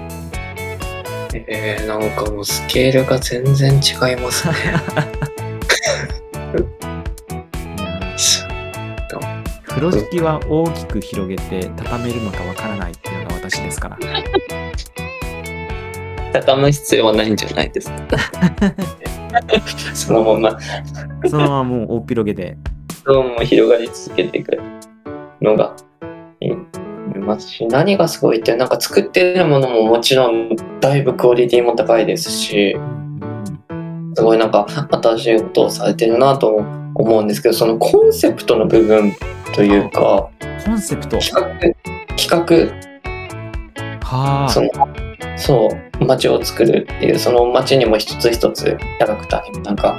C: えー、なんかもうスケールが全然違いますね
B: いいや。風呂敷は大きく広げて畳めるのかわからないっていうのが私ですから。
C: 畳む必要はないんじゃないですか そのまま
B: そのままもう大広げで。
C: どうも広がり続けていくのがいいと思いますし何がすごいってなんか作ってるものももちろんだいぶクオリティも高いですしすごいなんか新しいことをされてるなと思うんですけどそのコンセプトの部分というか
B: コンセプト。
C: 企画企画
B: は
C: そ
B: あ。
C: のそう街を作るっていうその街にも一つ一つキャラクターにもなんか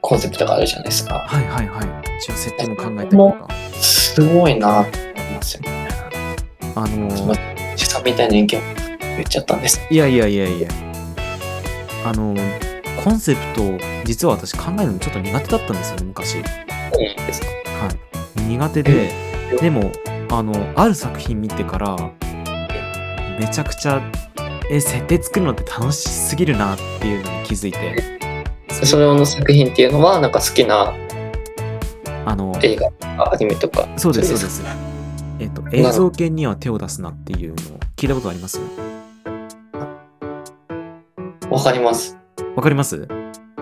C: コンセプトがあるじゃないですか
B: はいはいはい。一応設定も考えたりとか。
C: すごいなと思いますよね
B: あのー
C: ま資産みたいな意見を言っちゃったんです
B: いやいやいやいや。あの、コンセプトを、実は私考えるのちょっと苦手だったんですよね、昔。は
C: そうなんですか
B: い。苦手で、でも、あの、ある作品見てから、めちゃくちゃ、え、設定作るのって楽しすぎるなっていうのに気づいて、
C: それの作品っていうのはなんか好きな
B: あの、
C: 映画とかアニメとか
B: そうです、そう
C: そ
B: で。
C: うです
B: えっと、映像系には手を出すなっていうのを聞いたことあります
C: わかります
B: わかります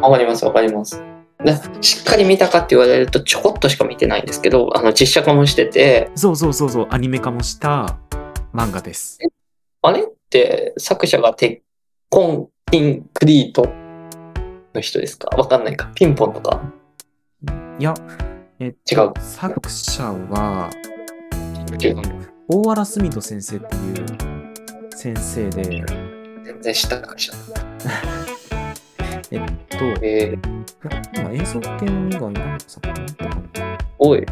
C: わかりますわかりますでしっかり見たかって言われるとちょこっとしか見てないんですけどあの実写化もしてて
B: そうそうそうそう、アニメ化もした漫画です。
C: あれって作者が鉄コンピンクリートの人ですかわかんないかピンポンとか
B: いや、えっ
C: 違う
B: と、作者は、大原住人先生っていう先生で、
C: 全然下かし
B: えっと、
C: え
B: 今映像系の以外の作品あったかな
C: おい。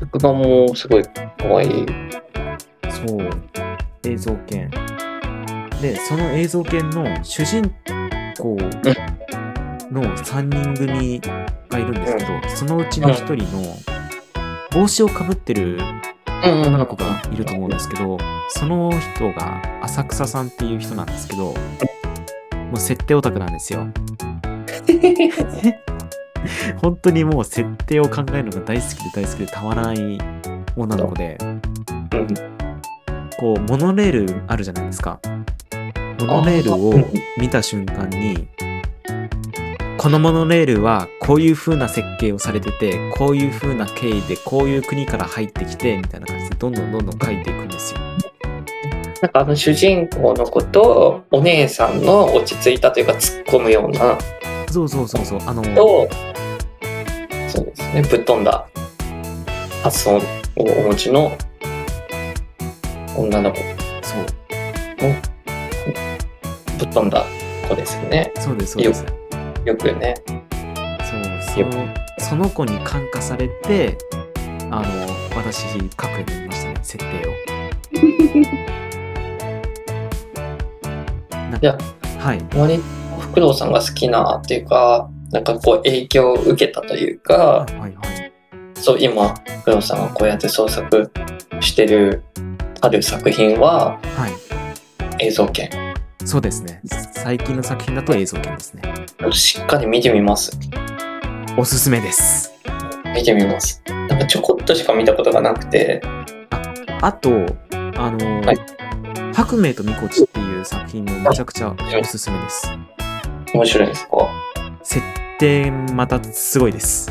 C: 曲がもうすごい可愛い。
B: そう、映像系。で、その映像系の主人公の3人組がいるんですけど、そのうちの1人の帽子をかぶってる
C: うん
B: 女の子がいると思うんですけど、その人が浅草さんっていう人なんですけど、もう設定オタクなんですよ。 本当にもう設定を考えるのが大好きで大好きでたまらない女の子で、こう、モノレールあるじゃないですか。モノレールを見た瞬間に、このモノレールはこういう風な設計をされてて、こういう風な経緯で、こういう国から入ってきて、みたいな感じで、どんどんどんどん書いていくんですよ。
C: なんかあの主人公の子とお姉さんの落ち着いたというか突っ込むような
B: そうそうそうそう。あの、
C: とそうですねぶっ飛んだ発想をお持ちの女の子
B: そう。
C: ぶっ飛んだ子ですよね
B: そうです、そうです。そう
C: よくね
B: そのその子に感化されて、あの、私、書くようになりましたね、設定 を。なんか
C: いや
B: はい。
C: 割と工藤さんが好きなっていうかなんかこう影響を受けたというか
B: はいはいはい。
C: そう今工藤さんがこうやって創作してるある作品は
B: はい。
C: 映像権
B: そうですね。最近の作品だと映像権ですね。
C: しっかり見てみます
B: おすすめです。
C: 見てみますなんかちょこっとしか見たことがなくて
B: あと、あのー
C: はい
B: 白明とみこちっていう作品もめちゃくちゃおすすめです。
C: 面白いですか
B: 設定またすごいです。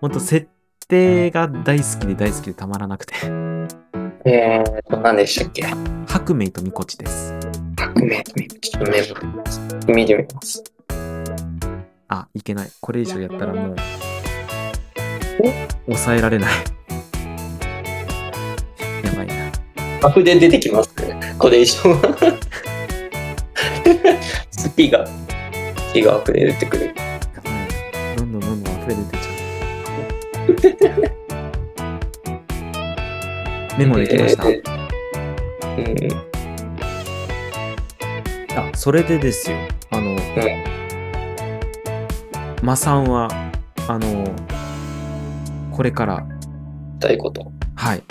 B: ほんと設定が大好きで大好きでたまらなくて。
C: えーと何でしたっけ
B: 白明とみこちです。
C: 白明ちょっとメモしてみます見てみます
B: あ、いけない。これ以上やったらもう、抑えられない。やばいな。
C: アフで出てきますねこれ以上はスピがスピがアフで出てくる
B: やばい。どんどんどんどん溢れ出てっちゃう。メモできました。
C: えーうん
B: あそれでですよあの、マサンはあのこれから
C: したいこと
B: はい
C: こ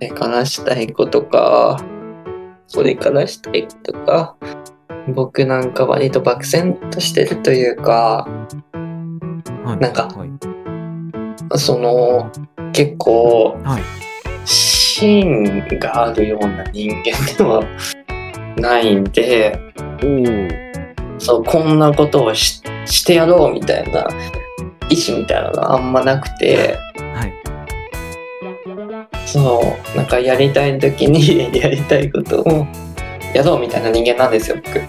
C: れからしたいことかこれからしたいことか僕なんか割と漠然としてるというか
B: はい
C: なんか
B: はい、
C: その結構
B: はい、
C: 芯があるような人間ではないんで
B: おお
C: そうこんなことをししてやろうみたいな意志みたいなのがあんまなくて
B: はい
C: そうなんかやりたい時に やりたいことをやろうみたいな人間なんですよ
B: お
C: 僕。
B: お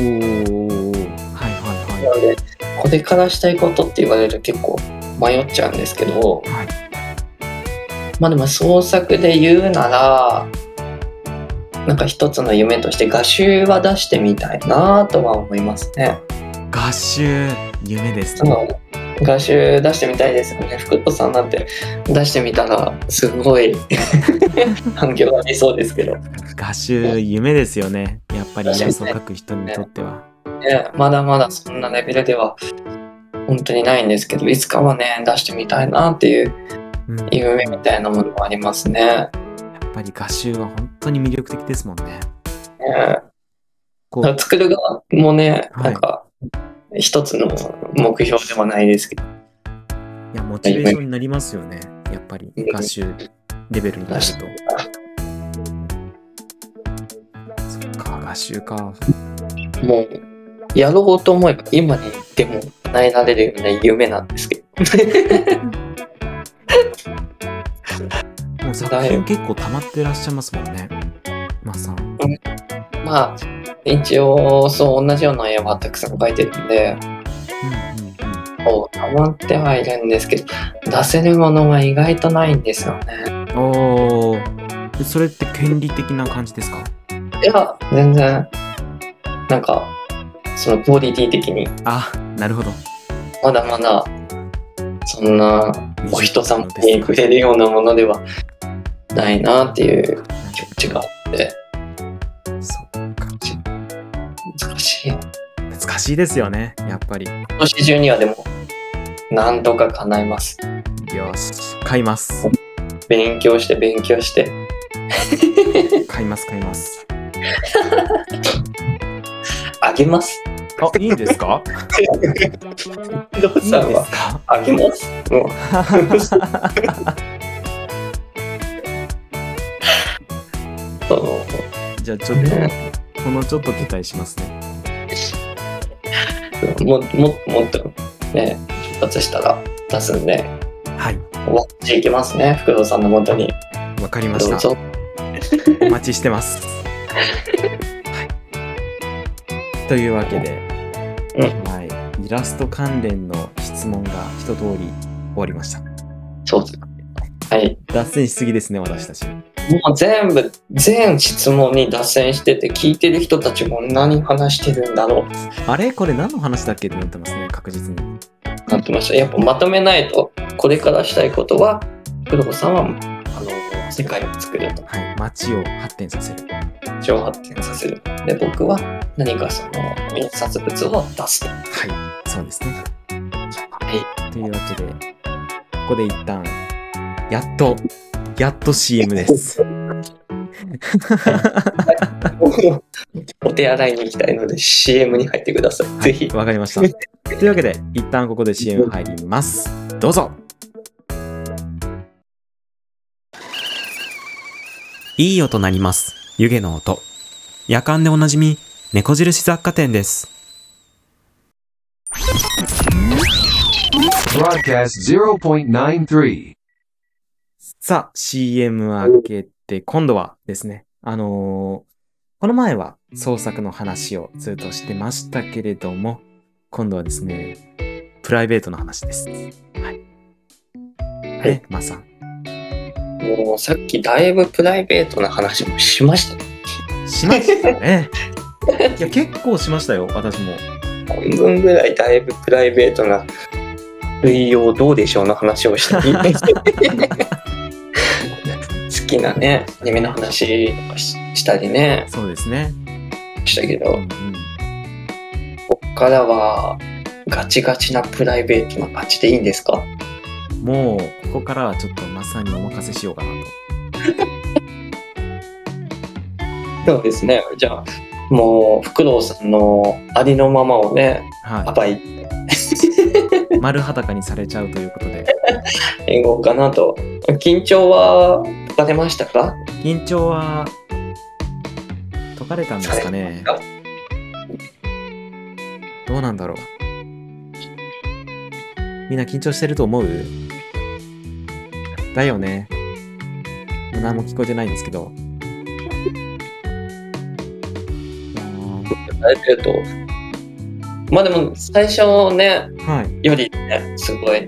B: はいはいは
C: なのでこれからしたいことって言われると結構迷っちゃうんですけど
B: いはい
C: まあでも創作で言うならなんか一つの夢として画集は出してみたいなとは思いますね。
B: 合集夢です
C: その画集出してみたいですよね福戸さんなんて出してみたらすごい反響がありそうですけど、ね、
B: 合集夢ですよねやっぱりイ
C: 合集
B: ラ
C: ね
B: ストを描く人にとっては、
C: まだまだそんなレベルでは本当にないんですけどいつかはね出してみたいなっていう
B: うん、やっ
C: 夢みたいなものもありますね。
B: ぱり合集は本当に魅力的ですもんね
C: ね
B: こ
C: だから作る側もね、
B: はい
C: なんか一つの目標ではないですけど
B: いやモチベーションになりますよねやっぱり合集レベルになるとそっか、合集か。
C: もうやろうと思えば今にでも叶えられるような夢なんで すけど
B: もう作品結構溜まってらっしゃいますもんね。まあさん。
C: まあ一応そう同じような絵はたくさん描いてるんで
B: うんうん
C: こう溜まってはいるんですけど出せるものが意外とないんですよね
B: うん。おーそれって権利的な感じですか
C: いや全然なんかそのクオリティ的に
B: あ、なるほど。
C: まだまだそんなお人様に触れるようなものではないなっていう気持ちがあって
B: そっか。
C: 難しい
B: 難しいですよね、やっぱり。
C: 今年中にはでもなんとか叶えます
B: よし。買います。
C: 勉強して勉強して
B: 買います、買います。
C: あげます
B: あ、いいんです か
C: どう
B: いいん
C: さん
B: で
C: は
B: すか
C: あげますもう その
B: じゃあちょっと、このちょっと期待しますね。
C: もももっとね出発したら出すんで
B: はい。
C: わっていきますね、福堂さんのもとに。
B: わかりま
C: ど
B: し
C: う
B: た。
C: ぞ。
B: お待ちしてます。はい、というわけで、
C: うん
B: はい、イラスト関連の質問が一通り終わりました。
C: そうはい。
B: 脱線しすぎですね、私たち。
C: もう全部、全質問に脱線してて、聞いてる人たちも何話してるんだろう
B: あれこれ何の話だっけってなってますね、確実に。
C: なってました。やっぱまとめないと、これからしたいことは、工藤さんは、あの、世界を作ると、
B: はい、街を発展させる。
C: 情報発展させる。で、僕は何かその、印刷物を出すと。は
B: はい、そうですね。
C: い。
B: というわけで、ここで一旦、やっと、やっと CM です。
C: お手洗いに行きたいので、CM に入ってください。ぜひ。
B: わかりました。 というわけで、一旦ここで CM 入ります。どうぞ。いい音なります。湯気の音。夜間でおなじみ、猫印雑貨店です。
A: Broadcast 0.93.
B: さあ、CM 明けて、今度はですね、あのーこの前は創作の話をずっとしてましたけれども、今度はですね、プライベートの話です。はい。ね、まさん。
C: もう、さっきだいぶプライベートな話もしましたね。
B: しましたね。 いや、結構しましたよ、私も。
C: 半分ぐらいだいぶプライベートな類用どうでしょうの話をしたり 好きなねアニメの話とかししたりね
B: そうですね。
C: したけ
B: うんう
C: ど
B: ん
C: こっからはガチガチなプライベートな感じでいいんですか
B: もう、ここからはちょっとまさにお任せしようかなと。
C: そうですねじゃあもう福堂さんのありのままをね
B: は
C: 暴い
B: い。丸裸にされちゃうということで。
C: ていこうかなと緊張は解かれましたか
B: 緊張は、解かれたんですかね
C: 解か。
B: どうなんだろう。みんな緊張してると思うだよね。もう何も聞こえてないんですけ ど。いや
C: プライベートまあでも最初ね
B: ーはい、
C: よりね、すごい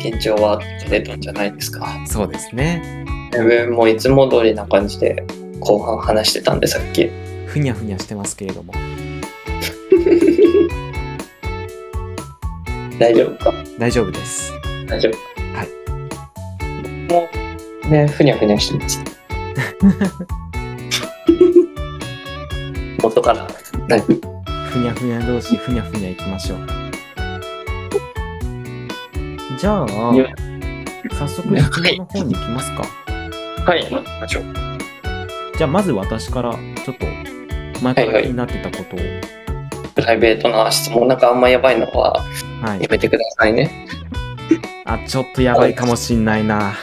C: 緊張は出たんじゃないですか。
B: そうですね。
C: 自分もいつも通りな感じで後半話してたんでさっき。
B: ふにゃふにゃしてますけれども。
C: 大丈夫か
B: 大丈夫です。
C: 大丈夫
B: は
C: もうね、ふにゃふにゃしてます。元から。はい
B: ふにゃふにゃ同士、ふにゃふにゃいきましょう。じゃあ、
C: いや
B: 早速質問の方に行きますか。
C: はい、行きましょう。
B: じゃあまず私からちょっと前から気になってたことを、はい
C: プライベートな質問なんかあんまやばいのはやめてくださいね。
B: あちょっとやばいかもしんないな。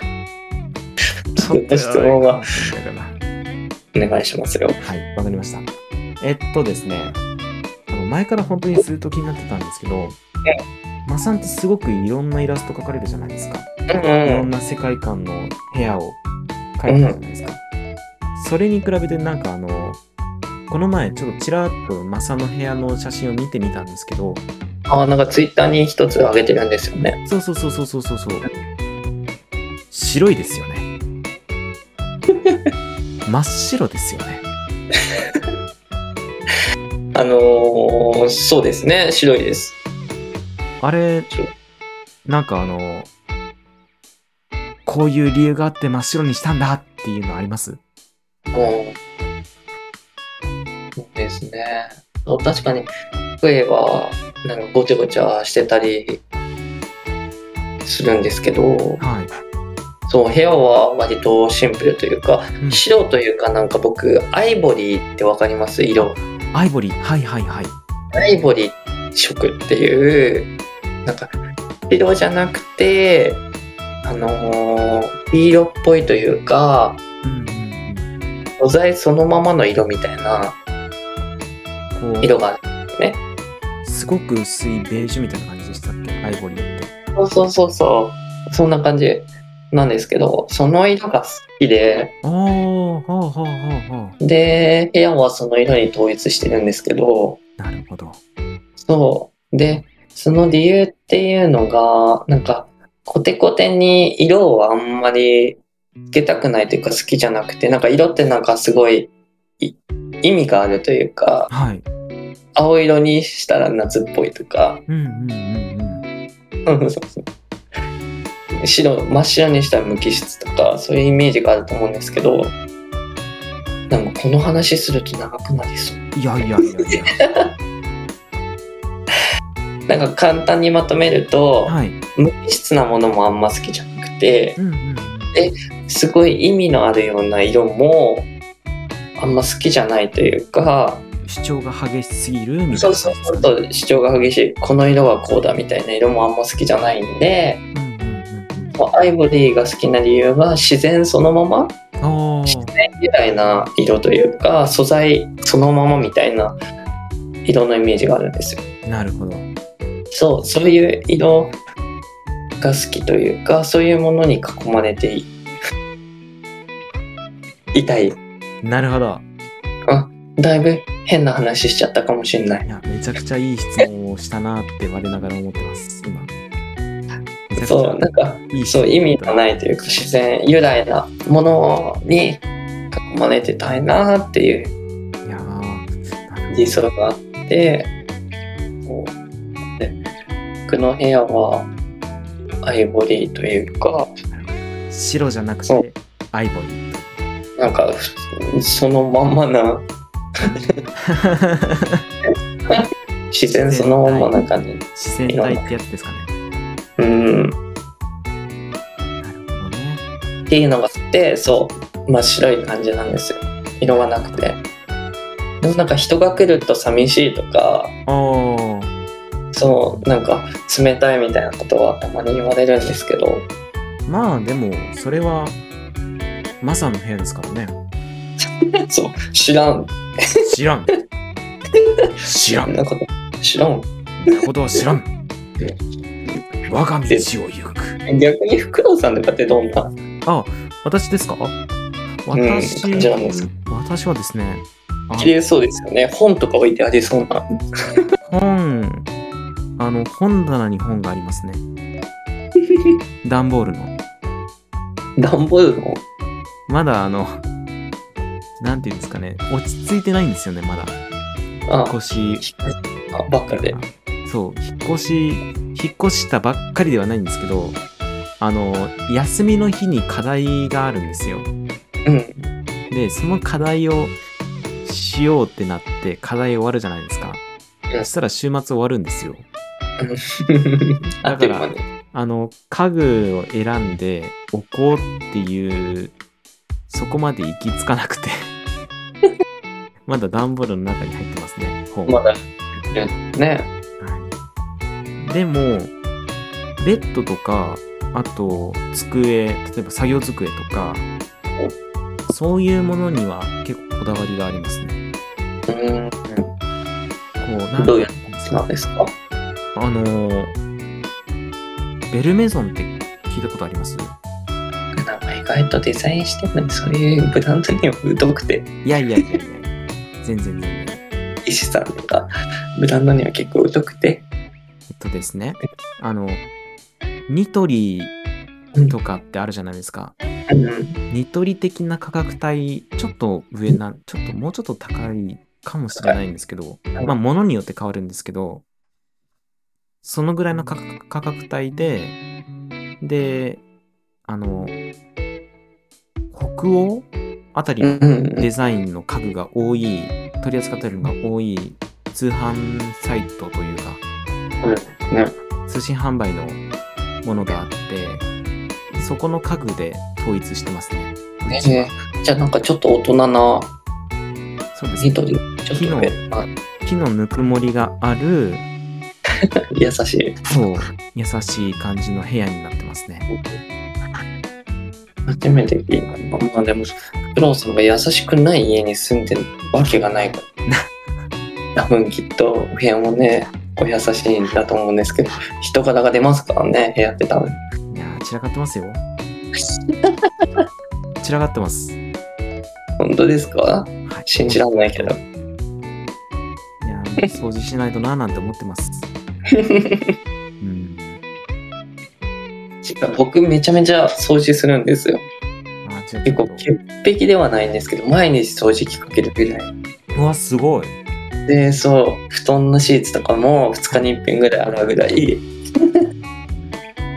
B: ちょっとやばいかもしんないかな。
C: お願いしますよ。
B: はい、わかりました。えっとですね、あの前から本当にずっと気になってたんですけど、マサンってすごくいろんなイラスト描かれるじゃないですか。
C: うん
B: いろ
C: うん
B: んな世界観の部屋を描いてるじゃないですか。それに比べてなんかあの、この前ちょっとちらっとマサの部屋の写真を見てみたんですけど、
C: あ、なんかツイッターに一つ上げてるんですよね。
B: そうそうそうそうそうそうそう。白いですよね。真っ白ですよね。
C: あのー、そうですね、白いです。
B: あれ
C: そう、
B: なんかあの、こういう理由があって真っ白にしたんだっていうのあります
C: もう、そうですね。確かに、声は、なんかごちゃごちゃしてたりするんですけど、
B: はい。
C: そう、部屋は割とシンプルというか、
B: うん
C: 白というかなんか僕、アイボリーってわかります色。
B: アイボリー、はいはいはい。
C: アイボリー色っていう、なんか、白じゃなくて、あのー、黄色っぽいというか、
B: うんうん
C: 素材そのままの色みたいな
B: うん。こ
C: 色が
B: う、すごく薄いベージュみたいな感じでしたっけアイボリーって。
C: そうそうそうそう。そんな感じ。なんですけど、その色が好きで、
B: おー、ほうほうほうほう。
C: で、部屋はその色に統一してるんですけど、
B: なるほど。
C: そう。で、その理由っていうのが、なんか、コテコテに色をあんまりつけたくないというか好きじゃなくて、なんか色ってなんかすごいい意味があるというか、
B: はい。
C: 青色にしたら夏っぽいとか、
B: うんうんうんうん。
C: そうそう白真っ白にしたら無機質とかそういうイメージがあると思うんですけどなんかこの話すると長くなりそう
B: いやいやいやいや。
C: なんか簡単にまとめる と、
B: はい。
C: 無機質なものもあんま好きじゃなくて
B: うんうん。
C: すごい意味のあるような色もあんま好きじゃないというか
B: 主張が激しすぎるみたいな。
C: そうそうそうと主張が激しいこの色はこうだみたいな色もあんま好きじゃないんで
B: うんうんうん
C: もうアイボリーが好きな理由が自然そのまま
B: うん。おー。
C: みたいな色というか素材そのままみたいな色のイメージがあるんですよ
B: なるほど。
C: そうそういう色が好きというかそういうものに囲まれていいたい
B: なるほど。
C: だいぶ変な話しちゃったかもしれない
B: いや、めちゃくちゃいい質問をしたなって我ながら思ってます、今。めちゃくち
C: そうなんか
B: ゃいい質問
C: そう意味がないというか自然由来なものに囲まれてたいなっていう
B: いやーなるほ
C: 理想があってそうで僕の部屋はアイボリーというか
B: ど白じゃなく
C: そ
B: て、アイボリ ー。
C: なんか普通にそのまんまな自然そのまんまな感じ
B: 自然体ってやつですかね。
C: うん
B: なるほどね。
C: っていうのがあってそう真っ白い感じなんですよ色がなくてでもなんか人が来ると寂しいとか
B: おー。
C: そうなんか冷たいみたいなことはたまに言われるんですけど
B: まあでも、それは、マサの部屋ですからね。
C: そう知らん
B: 知らん。知ら
C: そ
B: ん。
C: なこと知らん
B: なことは知らん。我が道を行く。
C: 逆に福藤さんとかってどんな
B: あ、私ですか私、
C: 感じなんです
B: 私はですね、あ
C: 綺麗そうですよね本とか置いてありそうな
B: 本、あの、本棚に本がありますね。段ボールの。
C: 段ボールの
B: まだあの、なんていうんですかね、落ち着いてないんですよね、まだ。
C: あ
B: 引っ越し。
C: あばっかで
B: そう、引っ越し、引っ越したばっかりではないんですけど、あの、休みの日に課題があるんですよ。
C: うん
B: でその課題をしようってなって課題終わるじゃないですか
C: うん
B: そしたら週末終わるんですよ
C: あっという間に
B: あの家具を選んで置こうっていうそこまで行き着かなくて まだ段ボールの中に入ってますね本、
C: まだね
B: はいでもベッドとかあと机例えば作業机とかそういうものには結構こだわりがありますね
C: うん
B: こうなん
C: どうや
B: ていうんです
C: な
B: か
C: んですか
B: あのー、ベルメゾンって聞いたことあります
C: なんか意外とデザインしてるのにそういうブランドには疎くて
B: いやいやいやいや全然全然。
C: 石さんとかブランドには結構疎くて
B: えっとですね、あの、ニトリとかってあるじゃないですか。
C: うん
B: ニトリ的な価格帯、ちょっと上な、ちょっともうちょっと高いかもしれないんですけど、まあ、物によって変わるんですけど、そのぐらいの価格価格帯で、で、あの、北欧あたり
C: う
B: の
C: んうん
B: デザインの家具が多い、取り扱ってるのが多い通販サイトというか、
C: ね
B: 通信販売のものがあって、そこの家具で統一してますね。
C: ねじゃあなんかちょっと大人な
B: そうです
C: ニト
B: ね。
C: リちょっと上あ
B: 木のぬくもりがある、
C: 優しい
B: そう、優しい感じの部屋になってますね。
C: 初めて聞いたまあでもプロさんが優しくない家に住んでるわけがないから 多分きっとお部屋もねお優しいんだと思うんですけど人柄が出ますからね部屋って多分
B: いやー散らかってますよ。散らがってます。い
C: 本当ですか信じらんないけど。
B: やー、 掃除しないとなーなんて思ってます。うん。
C: 僕めちゃめちゃ掃除するんですよ。
B: あー、じゃあち
C: 結
B: ょ
C: 構
B: っ
C: 潔癖ではないんですけど、毎日掃除機かけるぐらい。
B: と。うわ、すごい。
C: で、そう、布団のシーツとかも2日に1遍ぐらい洗うぐらい。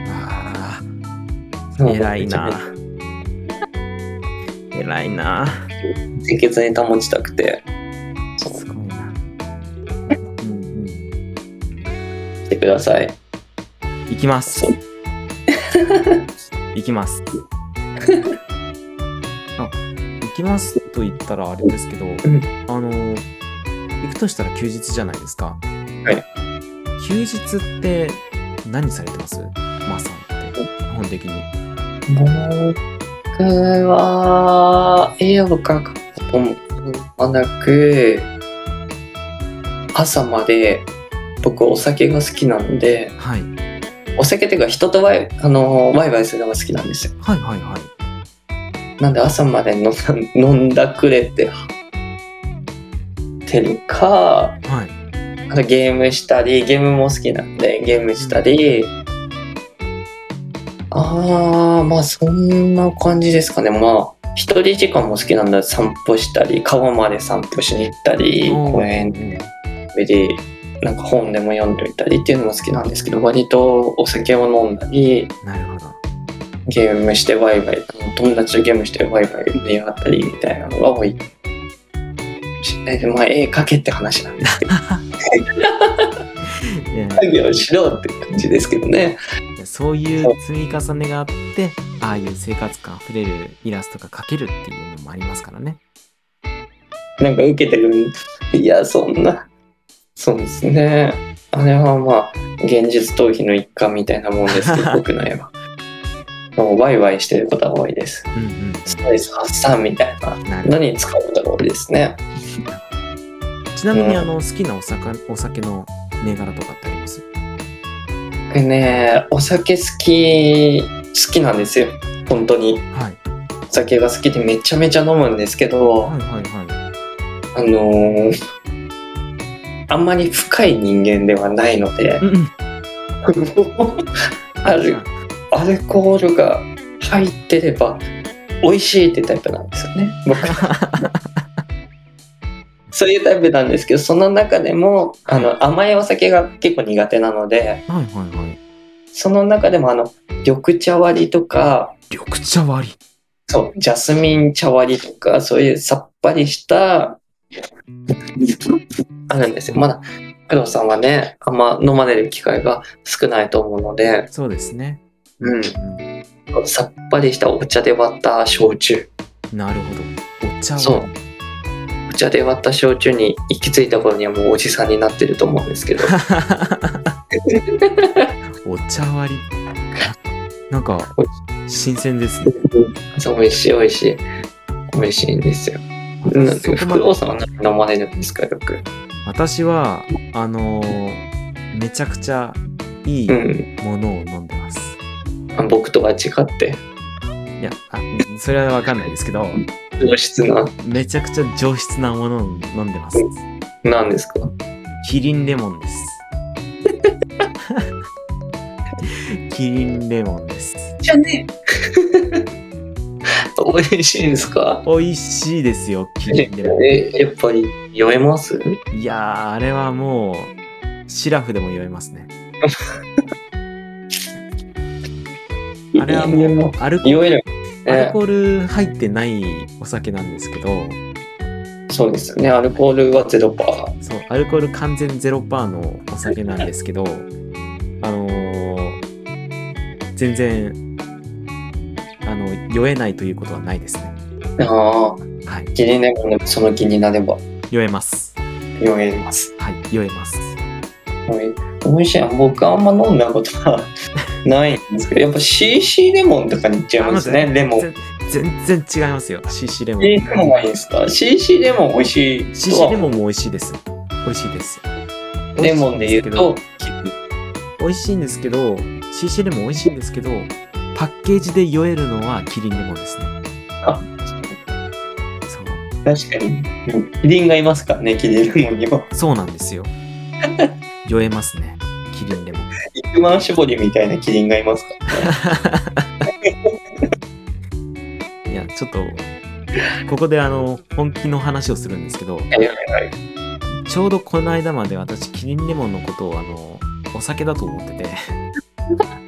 B: あ
C: そう
B: ー偉いな。偉いな。
C: 清潔に保ちたくて
B: すごいな。うんうん。
C: してください。
B: 行きます
C: そう。
B: 行き ます。あ、行きますと言ったらあれですけど、あの、行くとしたら休日じゃないですか。
C: はい。
B: 休日って何されてますマーさんって、基本的に。
C: 僕は絵を描くこともなく朝まで僕お酒が好きなので
B: はい。
C: お酒っていうか人とワイ,、あのワイワイするのが好きなんですよ
B: はいはいはい。
C: なんで朝まで飲んだ飲んだくれててるか
B: はい。
C: あとゲームしたりゲームも好きなんでゲームしたりああまあそんな感じですかねまあ一人時間も好きなんで散歩したり川まで散歩しに行ったり
B: うん
C: 公園で食べりなんか本でも読んでみたりっていうのも好きなんですけど割とお酒を飲んだり
B: なるほど。
C: ゲームしてワイワイ友達とゲームしてワイワイ盛り上がったりみたいなのが多いかもしれないですまあ絵描けって話なんですけど
B: いや
C: 作業しろって感じですけどね
B: いやそういう積み重ねがあって、ああいう生活感あふれるイラストが描けるっていうのもありますからね。
C: なんか受けてるいやそんなそうですねあれはまあ現実逃避の一環みたいなもんですけど僕の絵はもうワイワイしてることが多いです
B: うんうん
C: ストレス発散みたいな
B: うん。なるほ
C: のに使うことが多いですね
B: ど。ちなみ
C: う
B: に、
C: ん
B: あの、好きなお酒お酒の銘柄とかってあります
C: 僕ねお酒好き好きなんですよ本当に
B: はい。
C: お酒が好きでめちゃめちゃ飲むんですけど
B: はいはいは
C: あのーあんまり深い人間ではないので
B: い。うんうん。
C: あるアルコールが入ってれば美味しいってタイプなんですよね僕そういうタイプなんですけどその中でもあの甘いお酒が結構苦手なので
B: はいはいはい。
C: その中でもあの緑茶割りとか
B: 緑茶割り。
C: そうジャスミン茶割りとかそういうさっぱりしたあるんですよまだ工藤さんはねあんま飲まれる機会が少ないと思うので、
B: そうですね。
C: うん、
B: う
C: さっぱりしたお茶で割った焼酎
B: ん。なるほど。お茶
C: そ
B: 割
C: う
B: り。
C: お茶で割った焼酎に行き着いた頃にはもうおじさんになってると思うんですけど
B: お茶割り。なんか、新鮮ですね。
C: そう美味しい美味しい美味しいんですよなん
B: そ
C: で
B: こ
C: 福
B: まで
C: 郎さんは何飲まれるんですかよく
B: 私は、あのーめちゃくちゃいい
C: うん
B: ものを飲んでます。
C: 僕とは違って
B: いや、あそれはわかんないですけど、
C: 上質な
B: めちゃくちゃ上質なものを飲んでます。
C: なんですか
B: キリンレモンです。 キリンレモンです。
C: じゃね美味しいんですか
B: 美味しいですよ、キリンレモン。
C: えやっぱり酔えます
B: いやー、あれはもう、シラフでも酔えますね。あれはもう、アルコ
C: 酔える、
B: アル
C: ね、
B: コール入ってないお酒なんですけど、
C: そうですよねアルコールはゼロパー
B: そう、アルコール完全0%のお酒なんですけど、あのー全然、あの、酔えないということはないですね。
C: ああ
B: はい。
C: 気になるその気になれば
B: 酔えます。
C: 酔えます
B: はい、酔えます。
C: はい美味しい僕あんま飲んだことはないんですけどやっぱ CC レモンとかにいっちゃいますね
B: あ
C: レモン
B: ぜ全然違いますよ、CC レモン。
C: CC レモンがいいですか CC レモン美味しいとは
B: CC レモンも美味しいです。美味しいです。
C: レモンで言うと
B: 美味しいんですけど、美味しいんですけど CC レモン美味しいんですけど、パッケージで酔えるのはキリンでもですね。
C: あ
B: そう。
C: 確かに。うんキリンがいますからね、キリンレモンにも。
B: そうなんですよ。酔えますね。キリンでも。
C: 肉まん絞りみたいなキリンがいますから。
B: いや、ちょっと、ここであの、本気の話をするんですけど、
C: はいはいはい。
B: ちょうどこの間まで私、キリンレモンのことをあの、お酒だと思ってて、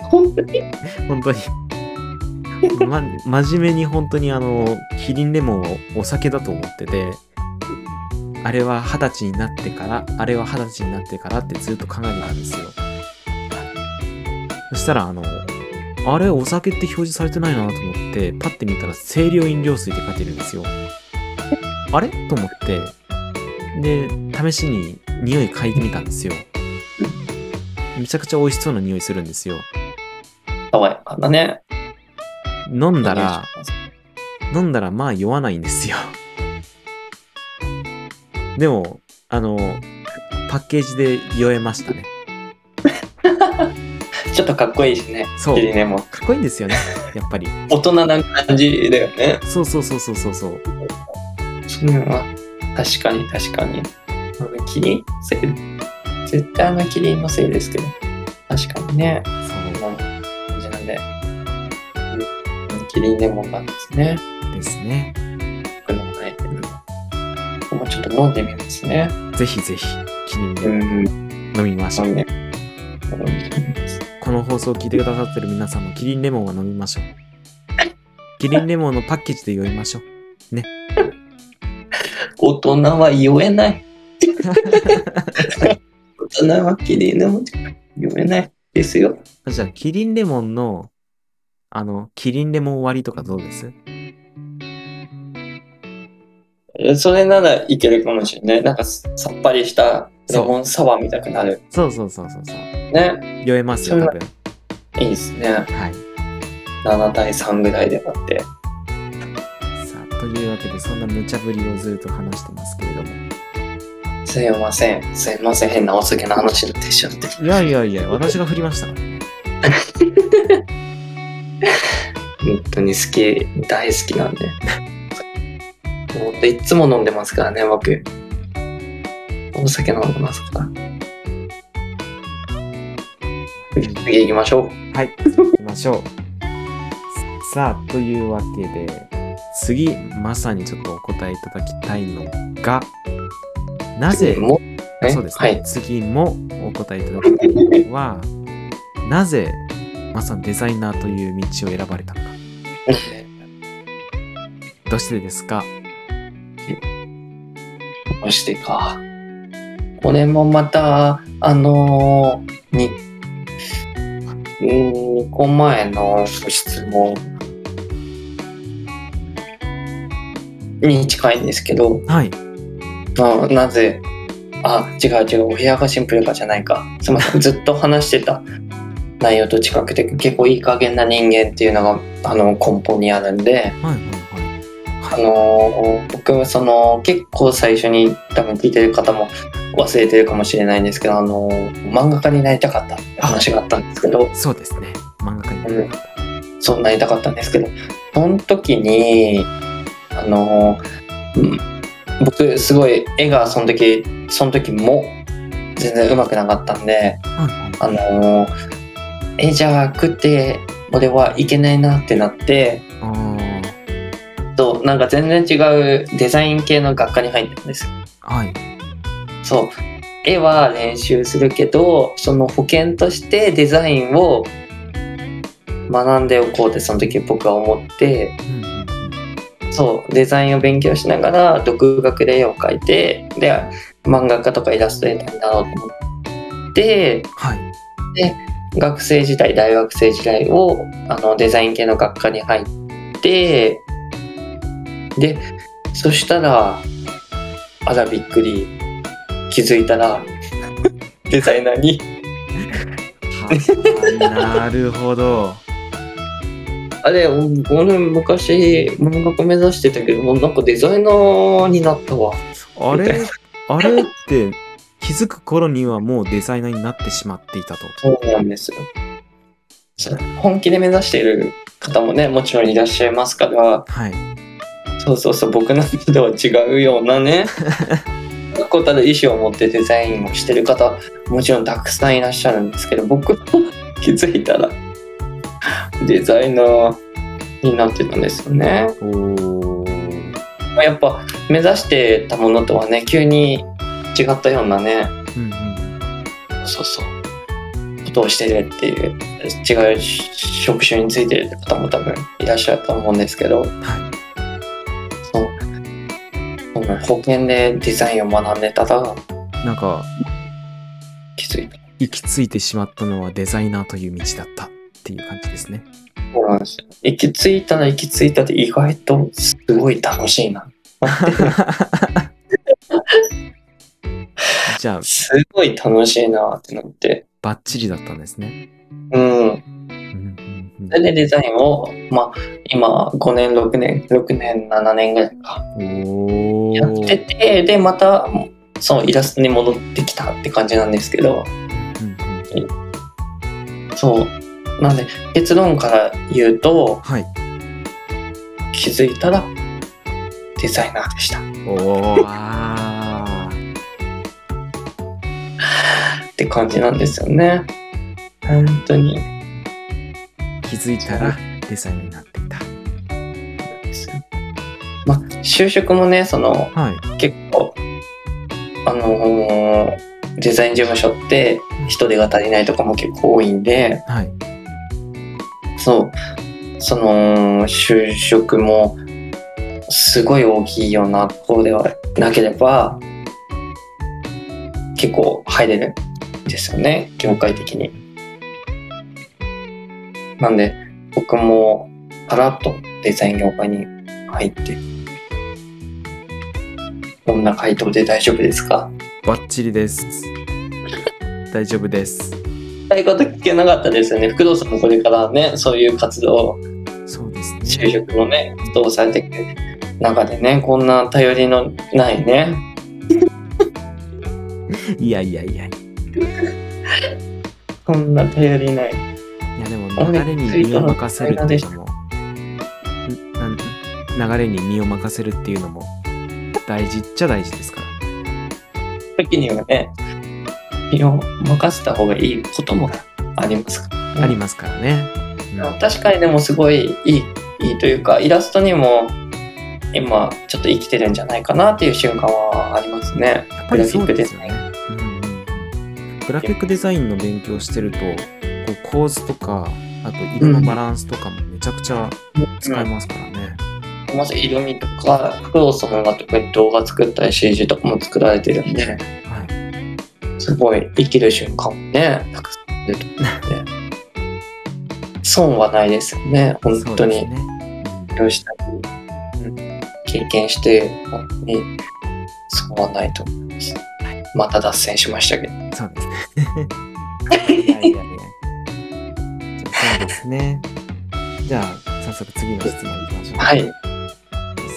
C: 本当に
B: 本当に。ま、真面目に本当にあの、キリンレモンをお酒だと思ってて、あれは二十歳になってから、あれは二十歳になってからってずっと考えてたんですよ。そしたらあの、あれお酒って表示されてないなと思って、パッて見たら清涼飲料水って書いてるんですよ。あれと思って、で、試しに匂い嗅いでみたんですよ。めちゃくちゃ美味しそうな匂いするんですよ。
C: 爽やかなね。
B: 飲んだら、飲んだらまあ酔わないんですよ。でも、あの、パッケージで酔えましたね。
C: ちょっとかっこいいしね。
B: そう。
C: キリンレモン。
B: かっこいいんですよね、やっぱり。
C: 大人な感じだよね。
B: そうそうそうそうそうそう。
C: それは確かに確かに。あのキリンせい絶対あのキリンのせいですけど。確かにね。
B: そ
C: こんな感じなんで。うんキリンレモンなんですね。
B: うですね。
C: 僕の前で。僕もちょっと飲んでみますね。
B: ぜひぜひ、キリン
C: う
B: で
C: ん。
B: 飲みましょ。
C: そううね。飲んでみます
B: この放送を聞いてくださってる皆さんもキリンレモンは飲みましょう。キリンレモンのパッケージで酔いましょう。
C: 大人は酔えない。大人はキリンレモンしか酔えないですよ。
B: じゃあ、キリンレモンの、あの、キリンレモン割りとかどうです
C: それならいけるかもしれない。なんかささっぱりしたレモンサワーみたくなる。
B: そうそうそうそうそう。
C: ね。
B: 酔えますよ、多分。
C: いいですね。
B: はい。
C: 7対3ぐらいで割って。
B: さあ、というわけで、そんな無茶ぶりをずっと話してますけれども。
C: すいません。すいません。変なお酒の話になってしまって。
B: いやいやいや、私が振りましたからね。
C: 本当に好き、大好きなんで。もういつも飲んでますからね、僕。お酒飲んでますから。次行きましょう。
B: はい、行きましょう。さあ、というわけで、次、まさにちょっとお答えいただきたいのが、なぜ、
C: 次も、ね
B: そうです
C: は
B: ね、
C: い。
B: 次もお答えいただきたいのは、 なぜ、まさにデザイナーという道を選ばれたのか。どうしてですか
C: どうしてか。これもまた、あのー、に、うーん、2個前の質問に近いんですけど、
B: はい。
C: あなぜあ違う違うお部屋がシンプルかじゃないかすみませんずっと話してた内容と近くて結構いい加減な人間っていうのがあの根本にあるんで、
B: はいはい
C: あのー僕はその結構最初に多分聞いてる方も忘れてるかもしれないんですけど、あのー漫画家になりたかったって話があったんですけど
B: はい。そうですね。漫画家になりたかった。
C: そうなりたかったんですけどその時にあの、うん僕すごい絵がその時その時も全然上手くなかったんで
B: はいはい
C: あの絵じゃ食って俺はいけないなってなって
B: あー
C: そうなんか全然違うデザイン系の学科に入ったんです
B: はい。
C: そう絵は練習するけどその保険としてデザインを学んでおこうってその時僕は思って
B: うんうんうん
C: そうデザインを勉強しながら独学で絵を描いてで漫画家とかイラストレーターになろうと思って
B: はい。
C: 学生時代大学生時代をあのデザイン系の学科に入ってでそしたらあらびっくり気づいた らデザイナーに
B: なるほど。
C: あれお俺昔漫画家目指してたけどもうなんかデザイナーになったわ
B: あれ、あれって気づく頃にはもうデザイナーになってしまっていたと。
C: そうなんですよそう本気で目指している方もねもちろんいらっしゃいますから
B: はい。
C: そうそうそう僕なんかとは違うようなね確固たる意思を持ってデザインをしてる方もちろんたくさんいらっしゃるんですけど僕も気づいたらデザイナーになってたんですよね。
B: おー。
C: まあやっぱ目指してたものとはね急に違ったようなね
B: うんうん。
C: そうそうことをしてるっていう違う職種についてる方も多分いらっしゃると思うんですけど
B: は
C: そうそうね保険でデザインを学んでたら
B: い。なんか、
C: 気づいた。
B: 行き着いてしまったのはデザイナーという道だったっていう感じです ね。
C: そうなんですよ。行き着いたら行き着いたで意外とすごい楽しいな。
B: じゃあ、
C: すごい楽しいなってなって。
B: バッチリだったんですね。
C: うん。
B: うんうん
C: それでデザインを、まあ、今5年、6年、6年、7年ぐらいか。
B: うんお
C: やって
B: ー。
C: て、で、また、そのイラストに戻ってきたって感じなんですけど、
B: うんうん
C: そう。なんで、結論から言うと、
B: はい。
C: 気づいたら、デザイナーでした。
B: おー。あー
C: って感じなんですよね。本当に。
B: 気づいたらデザイナーになっていた。
C: まあ、就職もね、その、
B: はい。
C: 結構、あのーデザイン事務所って人手が足りないとかも結構多いんで、
B: はい。
C: そう、その、就職も、すごい大きいようなところではなければ、結構入れるんですよね、業界的に。なんで、僕も、さらっとデザイン業界に入って、こんな回答で大丈夫ですか
B: バッチリです。大丈夫です。
C: そういうこと聞けなかったですよね。福堂さんもこれからね、そういう活動を
B: そうです
C: 就
B: ね。
C: 職のね、どうされていく中でね、こんな頼りのないね、
B: いやいやいやい
C: こんな頼りな
B: や。
C: い。
B: いやでも流れに身を任せるっていうのも、んなん流れに身を任せるっていうのも大事っちゃ大事ですから。
C: 時にはね、身を任せた方がいいこともありますか
B: ありますからね。うん
C: ら。確かにでもすごいいい、いいというか、イラストにも今ちょっと生きてるんじゃないかなっていう瞬間はありますね。
B: やっぱりそうですよね。うんうんうんグラフィックデザインの勉強してると、こう構図とか、あと色のバランスとかもめちゃくちゃ使えますからね。
C: まず色味とか、クローソンが特に動画作ったり CG とかも作られてるんで、
B: はい。
C: すごい生きる瞬間もね、たくさん出てくるので、損はないですよね、本
B: そう
C: 当
B: です
C: に。
B: ね。
C: 利用したり、うん経験して、本当に損はないと思います。また脱線しましたけど。
B: うんそうですね。いやいやいや。じゃあそうですね。じゃあ、早速次の質問いきましょう。
C: はい。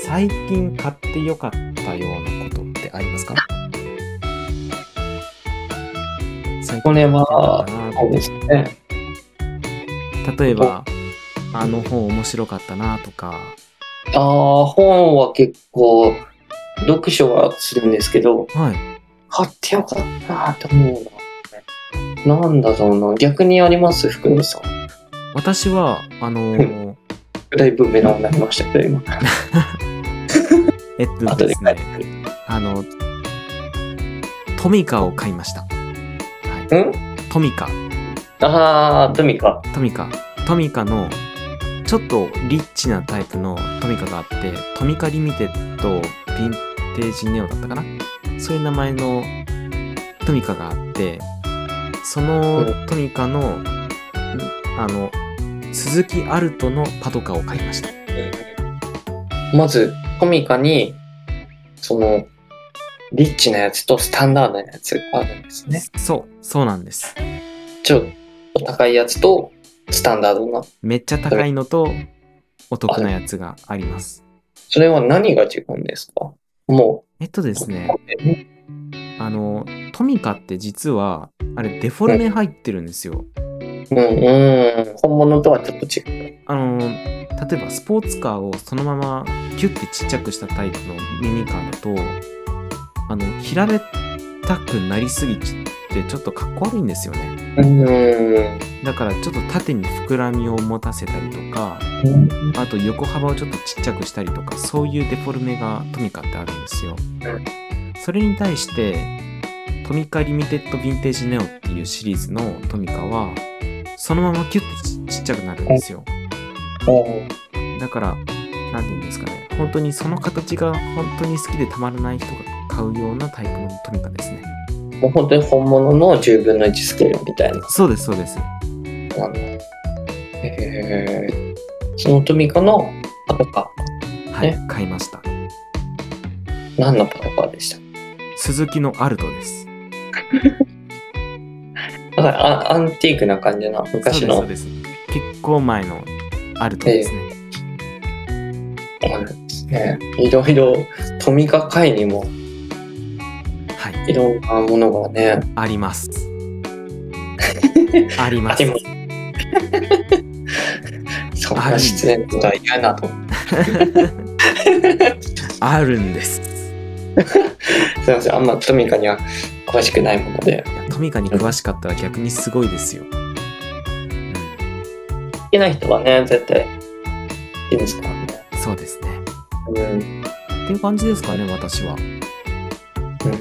B: 最近買ってよかったようなことってありますか最近買ってよかったなと
C: これはそうですね。
B: 例えば、あの本面白かったなとか、
C: ああ、本は結構、読書はするんですけど、
B: はい。
C: 買ってよかったなって思うのはなんだろうな。逆にあります福野さん。
B: 私は、あのー、
C: だいぶ目のになりましたけど、 今。
B: えっと
C: 後
B: で
C: です帰って
B: ね、
C: くる。
B: あの、トミカを買いました。はい、
C: うん
B: トミカ、
C: ああ、トミカ。
B: トミカ、トミカの、ちょっとリッチなタイプのトミカがあって、トミカリミテッド、ヴィンテージネオだったかなそういう名前のトミカがあって、そのトミカの、んあの、鈴木アルトのパトカーを買いました。
C: まず、トミカに、その、リッチなやつとスタンダードなやつがあるんですね。
B: そう、そうなんです。
C: ちょっとお高いやつと、スタンダードな。
B: めっちゃ高いのとお得なやつがあります。
C: それは何が違うんですかも
B: えっとで
C: う。
B: すね、あの、トミカって実は、あれデフォルメ入ってるんですよ。
C: うんうん本物とはちょっと違う
B: あの例えばスポーツカーをそのままキュッてちっちゃくしたタイプのミニカーだとあの平べったくなりすぎてちょっとかっこ悪いんですよね
C: うんうん
B: だからちょっと縦に膨らみを持たせたりとかあと横幅をちょっとちっちゃくしたりとかそういうデフォルメがトミカってあるんですよ
C: うん
B: それに対してトミカリミテッドヴィンテージネオっていうシリーズのトミカはそのままキュッてちちっちゃくなるんですよ、だから、なんて言うんですかね。本当にその形が本当に好きでたまらない人が買うようなタイプのトミカですね。
C: もう本当に本物の10分の1スケールみたいな
B: そうです、そうです。
C: なんだへえそのトミカのパトカ
B: はい
C: ね、
B: 買いました。
C: ー何のパトカーでした
B: 鈴木のアルトです。
C: だからあアンティークな感じな昔
B: そ
C: の
B: うです、そうです。結構前のアルトですね。
C: そうなんですねいろいろトミカ界にも
B: はい。
C: いろんなものがね
B: あり ます。ありま
C: あ
B: す
C: り。 ますそんな出演とか嫌なと
B: あるんです。
C: すいませんあんまトミカには詳しくないもので
B: いやトミカに詳しかったら逆にすごいですよ。うん、
C: 好きな人はね絶対いいですからね
B: そうですね。
C: うん
B: っていう感じですかね私は、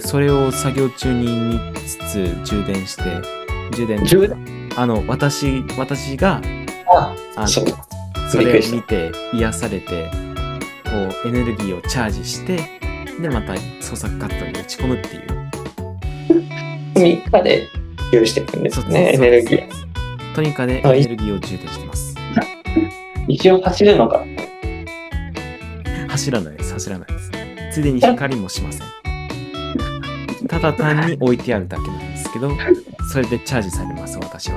B: それを作業中に見つつ充電して充電
C: 充
B: あの私私が
C: あ
B: あの
C: そう
B: そ
C: びっく
B: れ
C: り
B: を
C: した
B: 見て癒されてこうエネルギーをチャージしてでまた創作活動に打ち込むっていう
C: トミカで有していくんですねエ
B: そう
C: ネ
B: で
C: ル
B: す
C: ギー
B: トニカで
C: あい
B: エネルギーを充電してます
C: 一応走るのか
B: 走らないです走らないですついでに光もしませんただ単に置いてあるだけなんですけどそれでチャージされます私は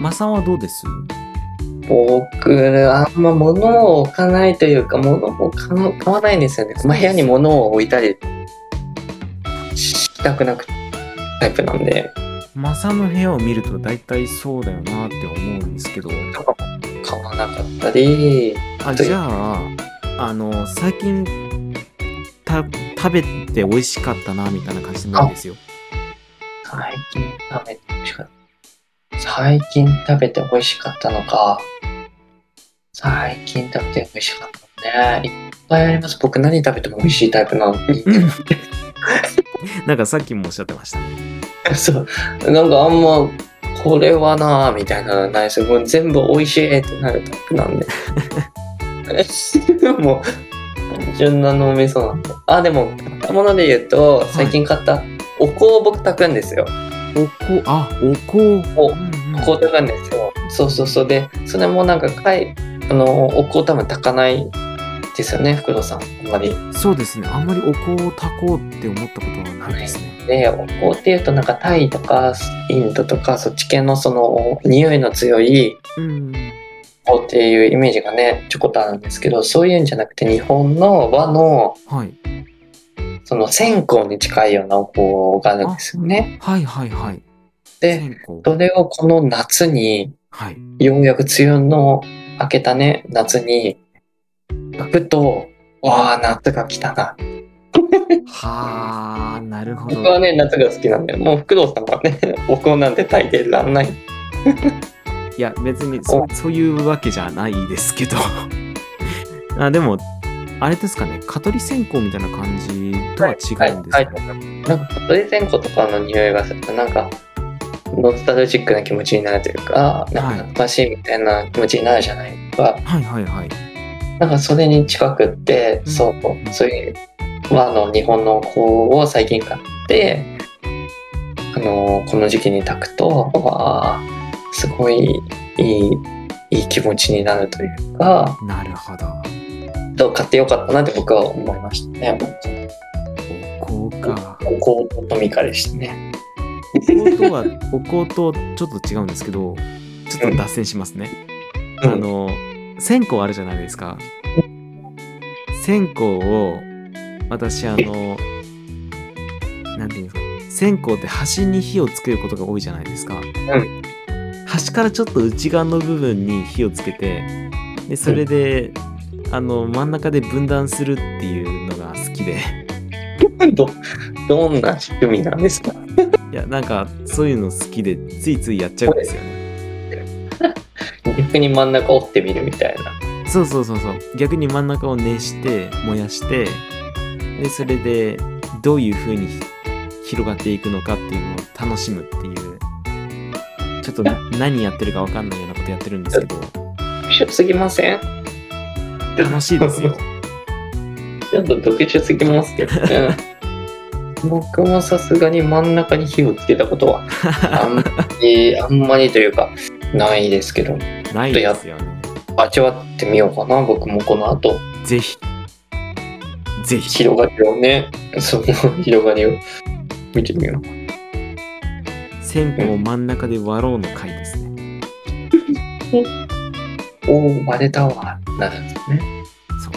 B: マサはどうです
C: 僕あんま物を置かないというか物を買わ買わないんですよね、まあ、部屋に物を置いたりしたくなくタイプなんで
B: マサの部屋を見ると大体そうだよなって思うんですけど
C: 買わなかったり
B: あじゃああの最近た食べて美味しかったなみたいな感じでもいいですよ
C: 最近食べて美味しかった最近食べて美味しかったのか最近食べて美味しかったのねいっぱいあります僕何食べても美味しいタイプなの
B: なんかさっきもおっしゃってましたね
C: そうなんかあんまこれはなあみたいなのないですもう全部美味しいってなるタイプなんで もう単純な脳みそなんであでも買ったもので言うと最近買ったお香を僕炊くんですよ
B: おこあおこ
C: お
B: うんうん
C: お香炊くんですよそうそうそうでそれもなんかかいあのお香多分炊かないですよね福藤さんあんまり
B: そうですね。あんまりお香を炊こうって思ったことはないですね。
C: でお香っていうとなんかタイとかインドとかそっち系のその匂いの強い
B: うん。
C: こうっていうイメージがねちょこっとあるんですけどそういうんじゃなくて日本の和の
B: はい。
C: その線香に近いようなお香があるんですよね。
B: はいはいはい。
C: で
B: 線香。
C: それをこの夏に
B: はい。
C: ようやく梅雨の明けたね夏に炊くとわあ夏が来たな
B: はあ、なるほ
C: 僕
B: ど。
C: はね夏が好きなんでもう福藤さんはね お香なんて炊いてらんない
B: いや、別にそ
C: お
B: そういうわけじゃないですけど。 あでも、あれですかね。蚊取り線香みたいな感じとは違うんですか
C: は
B: ね。
C: いなんか鳥線香とかの匂いがするとなんかノスタルジックな気持ちになるというかなんか懐かしいみたいな気持ちになるじゃないですか、
B: はいはいはい。
C: なんかそれに近くって、
B: うん
C: そうう、
B: ん
C: そういう和の日本の香を最近買って、あのーこの時期に炊くと、わあ、すごいいい、いい気持ちになるというか、
B: なるほど。
C: どう買ってよかったなって僕は思いましたね。
B: お香か。
C: お香とトミカでしたね。
B: お香とは、お香とちょっと違うんですけど、ちょっと脱線しますね。
C: うん
B: あの、線香あるじゃないですか。線香を、私、あの、なんていうんですか、線香って端に火をつけることが多いじゃないですか、端からちょっと内側の部分に火をつけてでそれで、あの真ん中で分断するっていうのが好きで
C: どどんな仕組みなんですか
B: いやなんかそういうの好きでついついやっちゃうんですよね
C: 逆に真ん中折ってみるみたいな。
B: そうそうそうそう逆に真ん中を熱して燃やしてでそれでどういう風に広がっていくのかっていうのを楽しむっていうちょっと何やってるかわかんないようなことやってるんですけど
C: 特殊すぎません
B: 楽しいですよ
C: ちょっと特殊すぎますけどね。 僕もさすがに真ん中に火をつけ たことはあんまり、あんまりというか、ないですけど、
B: ないですよね
C: 味わってみようかな、僕もこの後、
B: ぜひぜひ
C: 広がりをね、その広がりを見てみよう。
B: 線香を真ん中で割ろうの回ですね
C: おお、割れたわ。なるんですね。
B: そ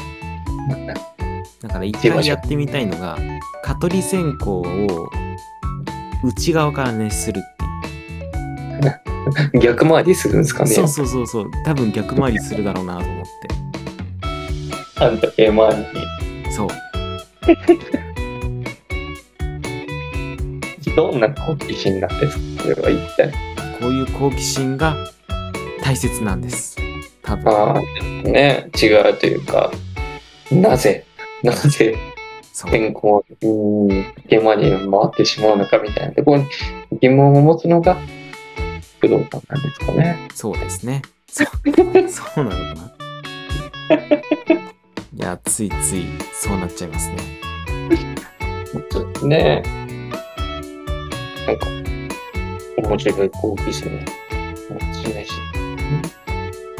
B: う
C: なんだ
B: だから
C: て
B: 一
C: みま
B: 回
C: しょ
B: や
C: う
B: ってみたいのが蚊取り線香を内側から熱するっていう
C: 逆回りするんですかね。
B: そうそうそうそう多分逆回りするだろうなと思っ
C: あんた、え回り
B: てそう
C: に。どんな好奇心なんですかそれは一体。
B: こういう好奇心が大切なんです多
C: ああ
B: 分、
C: ね、違うというか、なぜ、なぜ
B: そう
C: 天候にゲマに回ってしまうのかみたいなところに疑問を持つのが工藤さんなんですかね。
B: そうですね そうそうなのかないやついついそうなっちゃいますね
C: ちょっとね、なんか、面白い好奇心を示し
B: さあというわけで
C: ただ。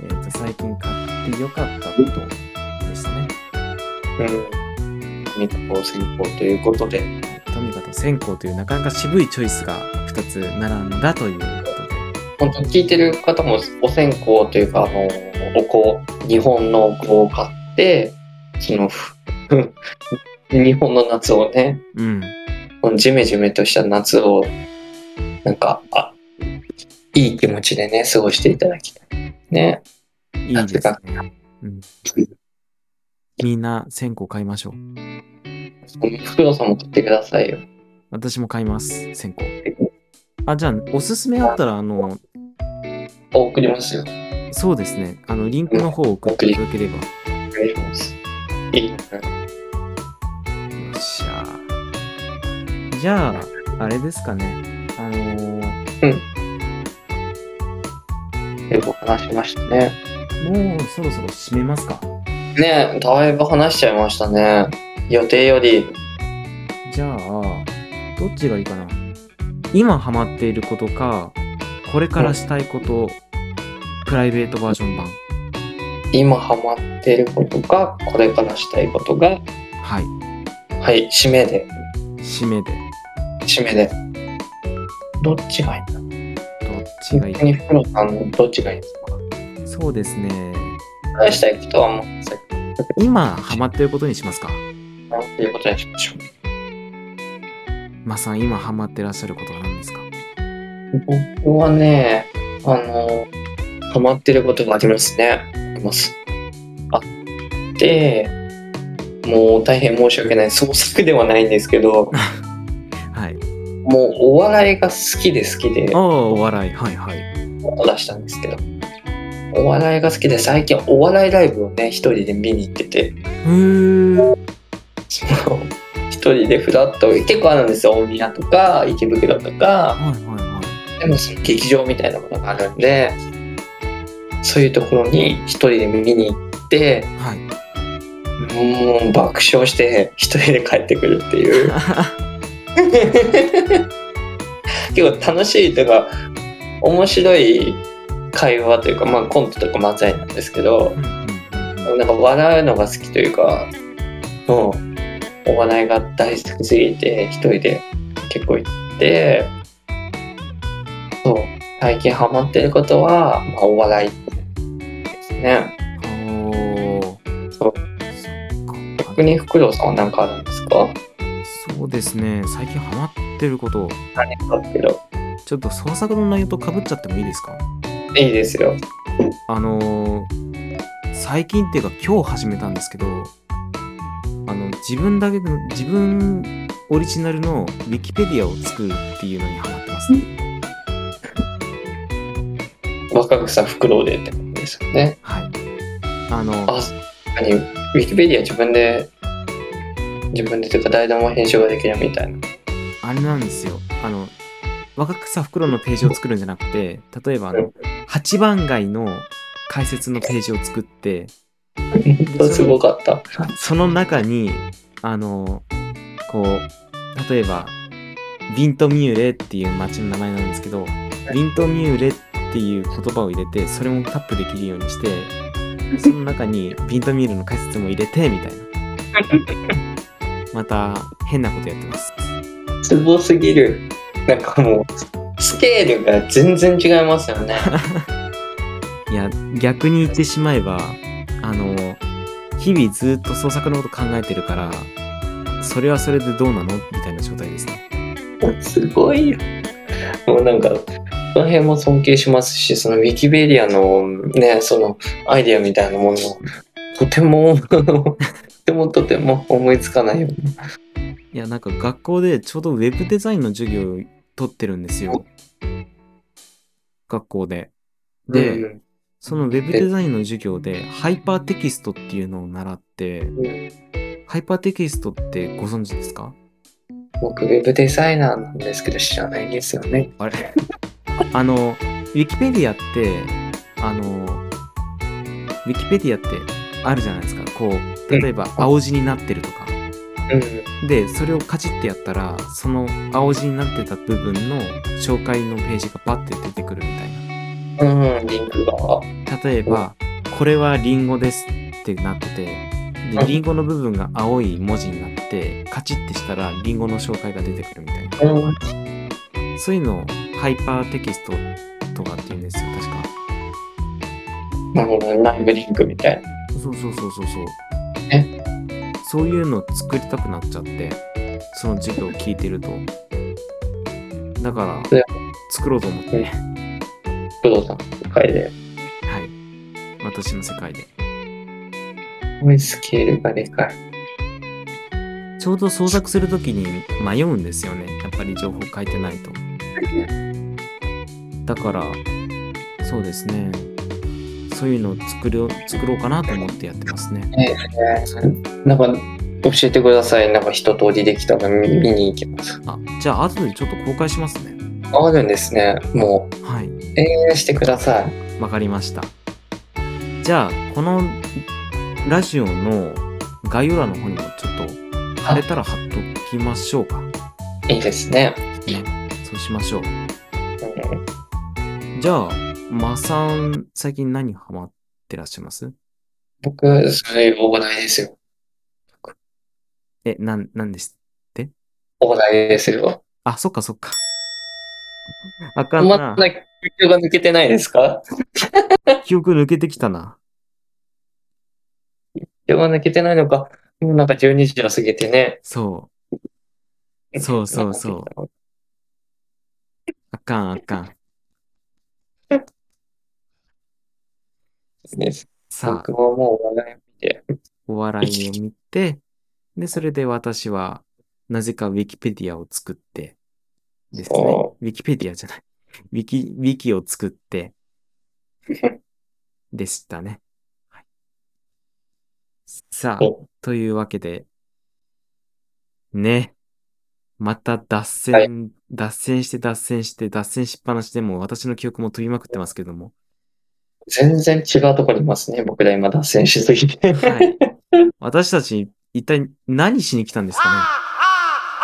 B: えっ、と最近買ってよかったことでしたね
C: うん。見たこう先行ということで。
B: とにかく線香というなかなか渋いチョイスが2つ並んだということで
C: 本当聞いてる方もお線香というかあのお香日本のお香を買ってそのふ日本の夏をね
B: うん
C: このジメジメとした夏をなんかあいい気持ちでね過ごしていただきたいね
B: いいですね、うん、みんな線香買いましょう
C: 福野さんも買ってくださいよ
B: 私も買います線香あじゃあおすすめあったらあの
C: あ送りますよ
B: そうですねあのリンクの方を送っていただければよ
C: お願いしますいいね
B: っしゃーじゃああれですかねあのー
C: よく話しましたね
B: もうそろそろ締めますか
C: ねだいぶ話しちゃいましたね予定より
B: じゃあどっちがいいかな今ハマっていることかこれからしたいこと、プライベートバージョン版
C: 今ハマっていることがこれからしたいことが
B: はい
C: はい締めで
B: 締めで
C: 締めでどっちがいいんだ
B: どっちがいい
C: 本当にフロさんどっちがいいですか
B: そうですね
C: 話したいことはもうさっき
B: 今ハマっていることにしますか
C: のということにしましょう
B: マさん今ハマってらっしゃることは何ですか
C: 僕はねあのハマってることがありますねありますあってもう大変申し訳ない創作ではないんですけど
B: はい
C: もうお笑いが好きで好きで
B: ああお笑いはいはい
C: 出したんですけどお笑いが好きで最近お笑いライブをね一人で見に行ってて
B: うーん
C: その一人でフラッと結構あるんですよ大宮とか池袋とか
B: はいはいはい
C: でもその劇場みたいなものがあるんでそういうところに一人で見に行って
B: はい
C: もう爆笑して一人で帰ってくるっていう 結構楽しいとか面白い会話というか、まあ、コントとか漫才なんですけど
B: うんうんうんうん
C: なんか笑うのが好きというか、うん、お笑いが大好きすぎて、一人で結構行って、そう、最近ハマってることは、まあ、お笑いですね。
B: おー
C: そ
B: そっ
C: う
B: かあ
C: 逆にフクロウさんは何かあるんですか
B: そうですね。最近ハマってること、
C: 何かっていう
B: ちょっと創作の内容と被っちゃってもいいですか
C: のいいですよ。
B: あのー最近っていうか今日始めたんですけど、あの、自分だけの、自分オリジナルのウィキペディアを作るっていうのにハマってますね。
C: 若草フクロウでってことですよね。
B: はい。あの、
C: あ、確かに、ウィキペディア自分で、自分でというか、誰でも編集ができるみたいな。
B: あれなんですよ。あの、若草袋のページを作るんじゃなくて、例えばあ
C: う
B: の、8番街の解説のページを作って、
C: 本当すごかった。
B: その中に、あの、こう、例えば、ビントミューレっていう街の名前なんですけど、ビントミューレっていう言葉を入れて、それもタップできるようにして、その中にビントミューレの解説も入れて、みたいな。また、変なことやってます。
C: すごすぎる。なんかもう、スケールが全然違いますよね。
B: いや逆に言ってしまえばあの日々ずっと創作のこと考えてるからそれはそれでどうなのみたいな状態ですね
C: すごいよ。もうなんか、その辺も尊敬しますし、そのウィキペディアのね、そのアイディアみたいなものも、とても、 とてもとても思いつかないよ。
B: いやなんか学校でちょうどウェブデザインの授業を取ってるんですよ学校でで、
C: うん
B: そのウェブデザインの授業でハイパーテキストっていうのを習ってハイパーテキストってご存知ですか
C: 僕、ウェブデザイナーなんですけど、知らないんですよね。
B: あれ あの、ウィキペディアって、あの、ウィキペディアってあるじゃないですか。こう、例えば青字になってるとか。
C: うん。
B: で、それをカチッてやったら、その青字になってた部分の紹介のページがバッて出てくるみたいな。
C: うん、リンクが。
B: 例えば、これはリンゴですってなってて、で、リンゴの部分が青い文字になって、カチッてしたらリンゴの紹介が出てくるみたいな。
C: うん、
B: そういうのをハイパーテキストとかって言うんですよ、確か。
C: なるほど、内部リンクみたいな。
B: そうそうそうそうそう。
C: え
B: そういうの作りたくなっちゃって、その授業を聞いてると。だか
C: いや
B: ら、作ろうと思って、は
C: 不動産の世界で。
B: い。私の世界で。
C: すごいスケールがでかい。
B: ちょうど創作するときに迷うんですよね。やっぱり情報書いてないと。だから、そうですね。そういうのを作る作ろうかなと思ってやってますね。
C: なんか、教えてください。なんか一通りできたら見見に行きます。
B: あ、じゃあ後でちょっと公開しますね。
C: あるんですね。もう。
B: はい。
C: 応援してください。
B: わかりました。じゃあ、このラジオの概要欄の方にもちょっと貼れたら貼っときましょうか。ね、
C: いいですね。
B: そうしましょう。
C: うん
B: じゃあ、まさん、最近何ハマってらっしゃいます
C: 僕、それ、お笑いですよ。
B: え、なん、なんです
C: お笑いですよ。
B: あ、そっかそっか。あかん
C: ま
B: な
C: だ。、緊張が抜けてないですか
B: 記憶抜けてきたな。
C: 緊張が抜けてないのか。もうなんか12時を過ぎてね。
B: そう。そうそうそう。
C: う。
B: あかんあかん。
C: です
B: さあ
C: 僕、ももうお笑いを見て。
B: お笑いを見て、で、それで私は、なぜかウィキペディアを作って、ですね。
C: お
B: ウィキペディアじゃない。ウィキ、ウィキを作って、でしたね。はいさあ
C: お、
B: というわけで、ね。また脱線、脱線して脱線して脱線しっぱなしでもう私の記憶も飛びまくってますけども。
C: 全然違うところにいますね。僕ら今脱線しすぎて。
B: はい。私たち一体何しに来たんですかね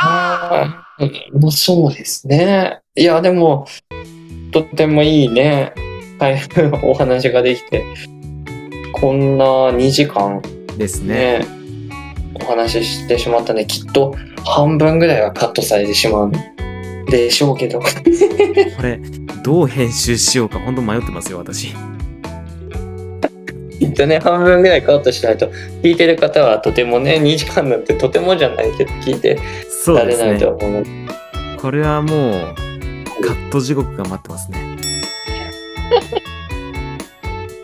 C: あーもうそうですね。いや、でも、とってもいいね。はい、お話ができて。こんな2時間
B: ですね。
C: ね、お話ししてしまったんで、きっと半分ぐらいはカットされてしまうんでしょうけ ど。
B: これ、どう編集しようか、本当迷ってますよ、私。
C: きっとね半分ぐらいカットしないと聞いてる方はとてもね2時間なんてとてもじゃないけど聞いて
B: そ
C: ら
B: うで
C: れ
B: す
C: ない
B: ね
C: と。思うので
B: これはもう、カット地獄が待ってますね。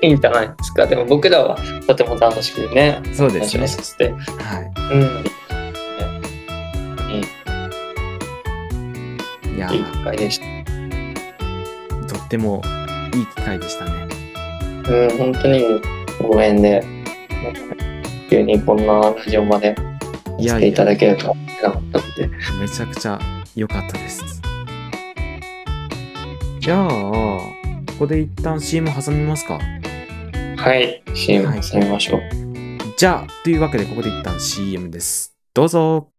C: いいんじゃないですかでも僕らはとても楽しくね
B: そうです
C: 話を
B: ね。
C: させて
B: は
C: うん
B: い。いや
C: いい、機会でした
B: とってもいい機会でしたね。
C: うん本当にご縁で急にこんなラジオまで
B: いや
C: 来
B: い
C: て
B: や
C: いただけるとは思ってなかったので
B: めちゃくちゃ良かったです。じゃあ、ここで一旦 CM 挟みますか。
C: はい CM 挟みましょう、
B: じゃあ、というわけでここで一旦 CM です。どうぞ。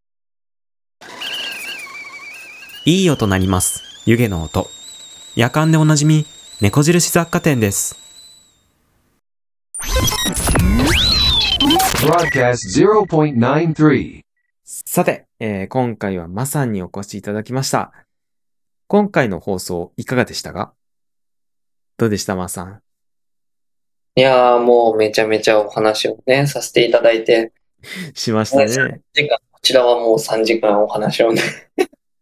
B: いい音なります。湯気の音。夜間でおなじみ、猫印雑貨店です。
A: Broadcast 0.93.
B: さて、えー今回はまさんにお越しいただきました。今回の放送いかがでしたかどうでしたまさん。
C: いやーもうめちゃめちゃお話をねさせていただいて
B: しましたね。
C: てかこちらはもう3時間お話をね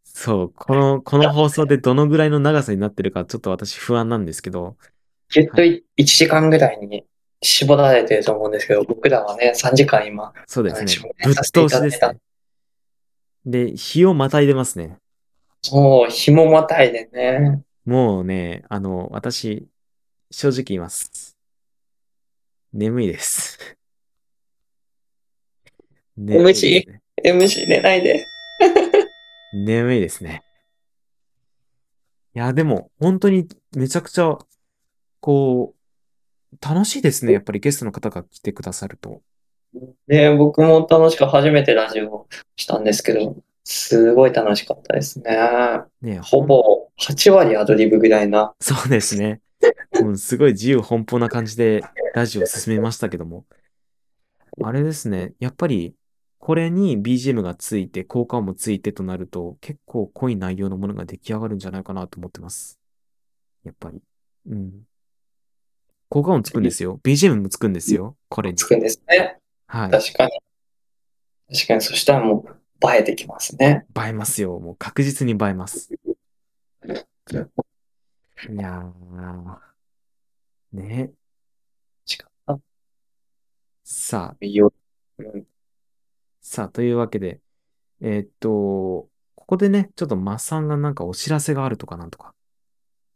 B: そう、この、この放送でどのぐらいの長さになってるか、ちょっと私不安なんですけど、
C: きっと1時間ぐらいに絞られてると思うんですけど僕らはね3時間今
B: そうです
C: 私も
B: ね。
C: ね
B: ぶっ通し
C: させて
B: で
C: い
B: す
C: ただい
B: ね。で、日をまたいでますね。
C: そう日もまたいでね
B: もうね、あの、私、正直言います。眠いです。 眠
C: 眠し
B: ですね
C: MC 寝ないで
B: 眠いですね。いや、でも、本当にめちゃくちゃ、こう、楽しいですね。やっぱりゲストの方が来てくださると。
C: ね、僕も楽しく初めてラジオしたんですけど、すごい楽しかったですね。
B: ね、
C: ほぼ8割アドリブぐらいな。
B: そうですね。うん、すごい自由奔放な感じでラジオを進めましたけども。あれですね。やっぱり、これに BGM がついて、効果音もついてとなると、結構濃い内容のものが出来上がるんじゃないかなと思ってます。やっぱり。うん。効果音つくんですよ。BGM もつくんですよ。これに
C: つ。くんですね。
B: はい。
C: 確かに。確かに、そしたらもう映えてきますね。
B: 映えますよ。もう確実に映えます。いやー。ね。
C: 確かに
B: さあ、
C: いいよ。うん
B: さあ、というわけで、えーっと、ここでね、ちょっとマッさんがなんかお知らせがあるとかなんとか、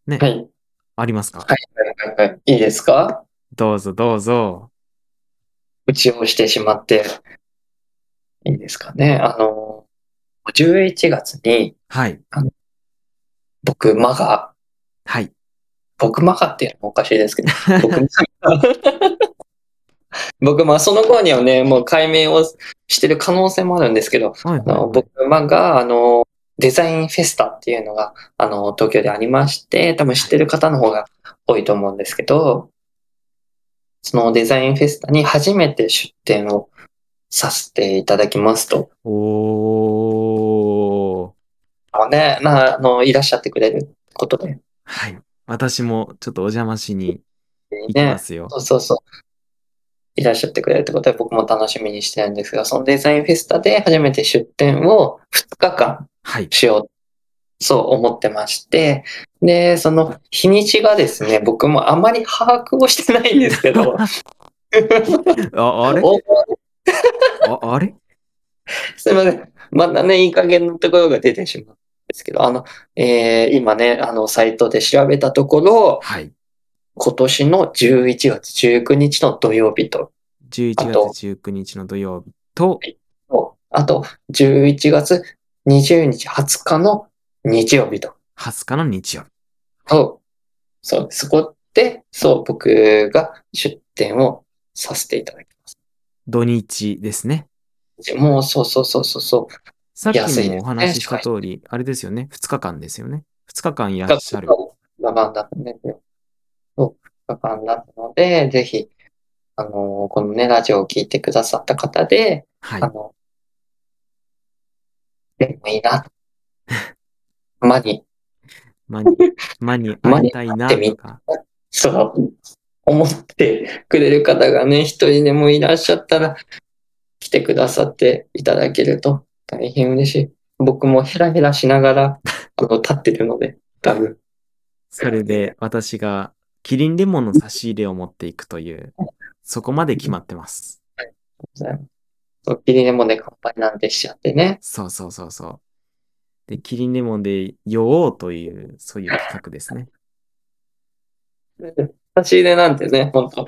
B: ね、
C: はい。はい
B: ありますか
C: はいはい。いいですか
B: どうぞどうぞ。
C: 打ちをしてしまって。いいですかね。あの、11月に
B: はい、
C: 僕、マガ、
B: はい。
C: 僕マガっていうのもおかしいですけど、僕も僕、まあ、その頃にはね、もう解明をしてる可能性もあるんですけど、
B: はい、
C: あの
B: はい
C: 僕が、あの、デザインフェスタっていうのが、あの、東京でありまして、多分知ってる方の方が多いと思うんですけど、そのデザインフェスタに初めて出展をさせていただきますと。
B: おー。
C: あのね、なあの、いらっしゃってくれることで。
B: はい。私もちょっとお邪魔しに行き
C: ね
B: ま、すよ。
C: そうそうそう。いらっしゃってくれるってことで僕も楽しみにしてるんですが、そのデザインフェスタで初めて出展を2日間
B: はい。
C: しよう、そう思ってまして、で、その日にちがですね、僕もあまり把握をしてないんですけど、
B: あ、あれ
C: お
B: ああれ
C: すいません。まだね、いい加減のところが出てしまうんですけど、あの、えー今ね、あの、サイトで調べたところ、
B: はい。
C: 今年の11月19日の土曜日と、
B: 11
C: あと
B: 月19日の土曜日と、
C: あと、11月20日、20日の日曜日と。
B: 20日の日曜日。
C: そう。そう、そこで、そう、僕が出店をさせていただき
B: 土日ですね。
C: ます。もう、そうそうそうそうそう。
B: さっ
C: 安い
B: き
C: で
B: も
C: すね
B: お話しした通り、あれですよね。2日間ですよね。2日間いらっしゃる。
C: 学んだったんですよ。そう、学んだったので、ぜひ、あのこのね、ラジオを聞いてくださった方で、
B: はい
C: あ。の、でもい いな。マに、
B: 間に、間に会いたいなとか。
C: そう、思ってくれる方がね、一人でもいらっしゃったら、来てくださっていただけると大変嬉しい。僕もヘラヘラしながら、あの、立ってるので、多分。
B: それで私がキリンレモンの差し入れを持っていくという、そこまで決まってます。
C: そうキリンレモンで乾杯なんてしちゃってね。
B: そうそうそうそう。で、キリンレモンで酔おうという、そういう企画ですね。
C: 差し入れなんてね、ほんと、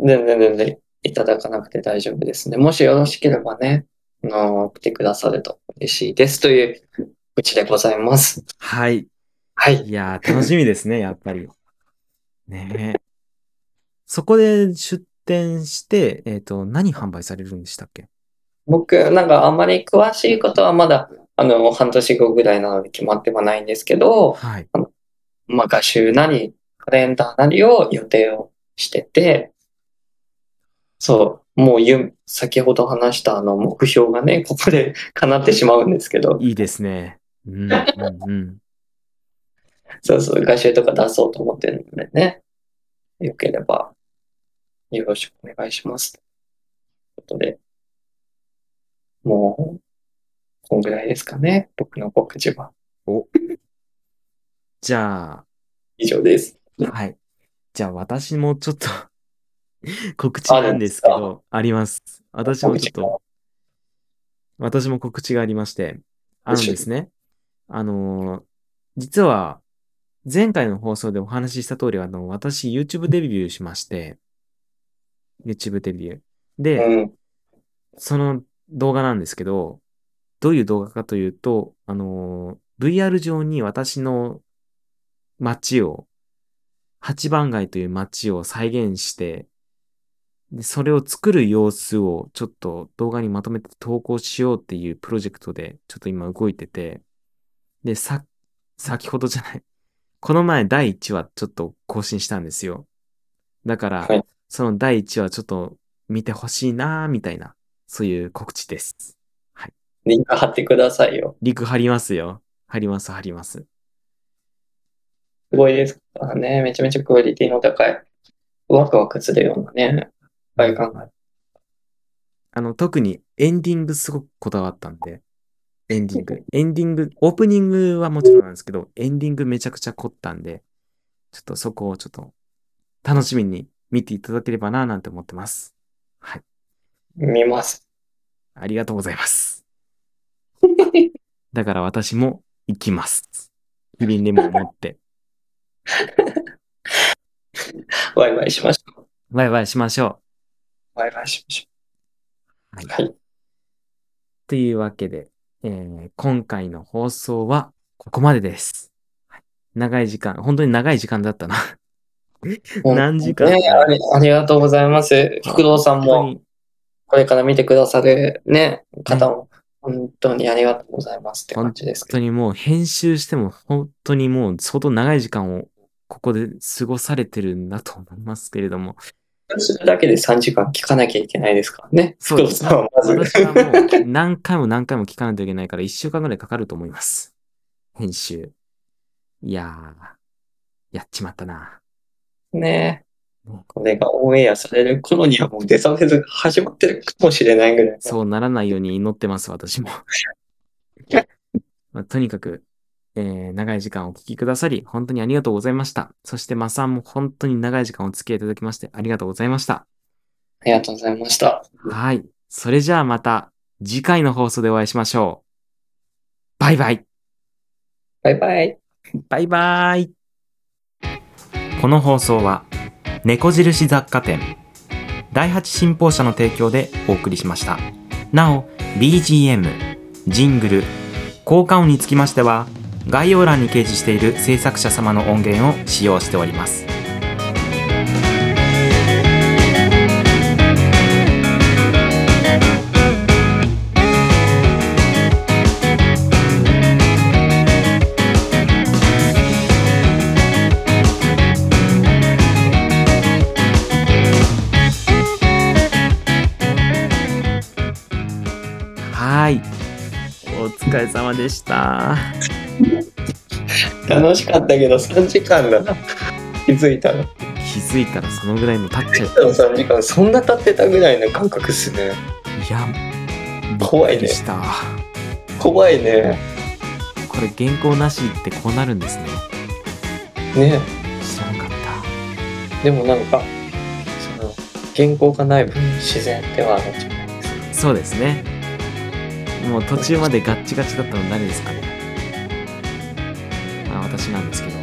C: 全然全然いただかなくて大丈夫ですね。もしよろしければね、あの、来てくださると嬉しいですといううちでございます。
B: はい。
C: はい。
B: いやー、楽しみですね、やっぱり。ねえ。そこで出店して、えっ、と、何販売されるんでしたっけ
C: 僕、なんかあまり詳しいことはまだ、あの、半年後ぐらいなので決まってはないんですけど、
B: はい。
C: まあ、画集なり、カレンダーなりを予定をしてて、そう、もうゆ、先ほど話したあの目標がね、ここで叶ってしまうんですけど、
B: いいですね。うん、うん、うん。
C: そうそう、画集とか出そうと思ってるのでね、よければ、よろしくお願いします。ということで、もう、こんぐらいですかね、僕の告知は。
B: じゃ
C: 以上です。
B: あ、はい。じゃあ私もちょっと 告知なんですけ
C: ある
B: ど、あります。私もちょっと
C: 告
B: 私も告知がありまして、あの
C: よ
B: で
C: い
B: すね、あのー実は、前回の放送でお話しした通り、あの、私、YouTube デビューしまして、YouTube デビュー。
C: 知
B: で、
C: はうん。
B: その動画なんですけど、どういう動画かというと、あのー VR 上に私の街を、八番街という街を再現して、でそれを作る様子をちょっと動画にまとめて投稿しようっていうプロジェクトでちょっと今動いてて、で、さ、先ほどじゃない。この前第1話ちょっと更新したんですよ。だから、
C: はい
B: その第1話ちょっと見てほしいなーみたいな、そういう告知です。
C: リンク貼ってくださいよ。
B: リク貼りますよ。貼ります、貼ります。
C: すごいですからね。めちゃめちゃクオリティの高い。ワクワクするようなね。外観が。
B: あの、特にエンディングすごくこだわったんで、エンディング。エンディング、オープニングはもちろんなんですけど、エンディングめちゃくちゃ凝ったんで、ちょっとそこをちょっと楽しみに見ていただければなーなんて思ってます。はい。
C: 見ます。
B: ありがとうございます。だから私も行きます。キリンレモンを持って。
C: ワイワイしましょう。
B: バイバイしましょ
C: ワイワイしまし
B: う。はい。
C: ょう。はい。
B: というわけで、えー今回の放送はここまでです。はい長い時間、本当に長い時間だったな。何時間
C: ねありありがとうございます。福堂さん
B: 本当
C: も
B: に
C: これから見てくださるね、方も本当にありがとうございますって感じです
B: 本
C: けど。
B: 当にもう編集しても本当にもう相当長い時間をここで過ごされてるんだと思いますけれども、
C: それだけで3時間聞かなきゃいけないですからね。
B: そ
C: 福
B: うで
C: 堂
B: す
C: さんはまず。
B: 私はもう何回も何回も聞かないといけないから1週間ぐらいかかると思います。編集。いやー、やっちまったな。
C: ねこれがオンエアされる頃にはもうデサフェスが始まってるかもしれないぐらい。
B: そうならないように祈ってます、私も。 まあとにかく、えー長い時間お聞きくださり、本当にありがとうございました。そして、マさんも本当に長い時間お付き合いいただきまして、ありがとうございました。
C: ありがとうございました。
B: はい。それじゃあまた、次回の放送でお会いしましょう。バイバイ
C: バイバイ。
B: バイバイこの放送は猫印雑貨店第8信奉社の提供でお送りしましたなお BGM ジングル効果音につきましては概要欄に掲示している制作者様の音源を使用しておりますはいお疲れ様でした
C: 楽しかったけど3時間だな。気づいたら
B: 気づいたらそのぐらいもう経っちゃう。
C: 3時間そんな経ってたぐらいの感覚っすね
B: いや、
C: 怖いね
B: びっくりした。
C: 怖いね
B: これ原稿なしってこうなるんですね。
C: ね
B: 知らんかった。
C: でもなんかその原稿がない分自然ではあるんじゃないですか
B: そうですね。もう途中までガッチガチだったの誰ですかね。まあ私なんですけど。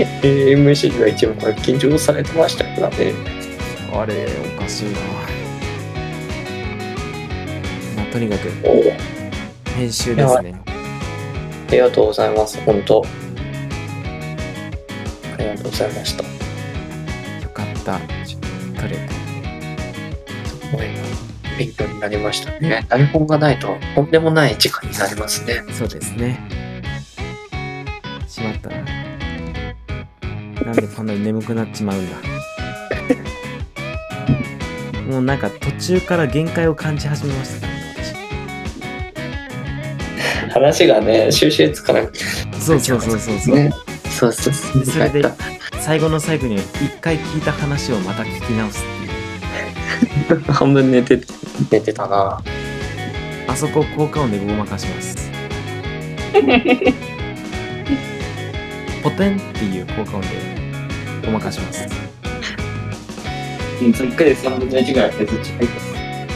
C: え MC が一番緊張されてましたからね
B: あれ、おかしいな。まあとにかく
C: おー
B: 編集ですね。
C: ありがとうございます本当ありがとうございました
B: よかった。取れた。
C: すごいな勉強になりましたね台本がないととんでもない時間になりますね
B: そうですね。しまったな。なんでこんなに眠くなっちまうんだ。 もうなんか途中から限界を感じ始めましたからね、私。
C: 話がね収集つかなくて
B: そうそうそうそうそう、
C: ねそうそうそう
B: それで
C: なんか
B: 最後の最後に一回聞いた話をまた聞き直すっていう
C: 半分寝て寝てたな
B: あそこ効果音でごまかしますポテンっていう効果音でごまかします
C: ざっくり3分の1ぐらい削っちゃ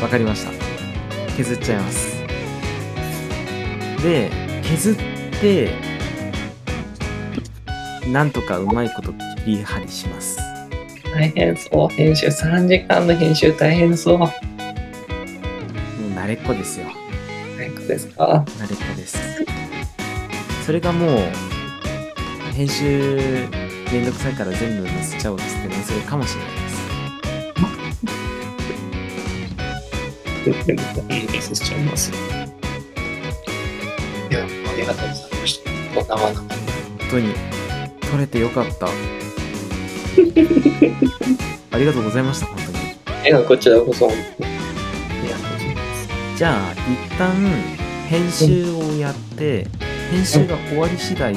B: わかりました削っちゃいますで削ってなんとかうまいこと切り張りします
C: 大変そう編集3時間の編集大変そう
B: もう慣れっこですよ
C: 何個ですか
B: 慣れっこですそれがもう編集めんどくさいから全部載せちゃおうっつって載せるかもしれないです
C: でも削っちゃいますいやありがとうございましたこんなもの
B: 本当に撮れてよかったありがとうございました本当に
C: いやこちらこそありがとうございます
B: じゃあ一旦編集をやって編集が終わり次第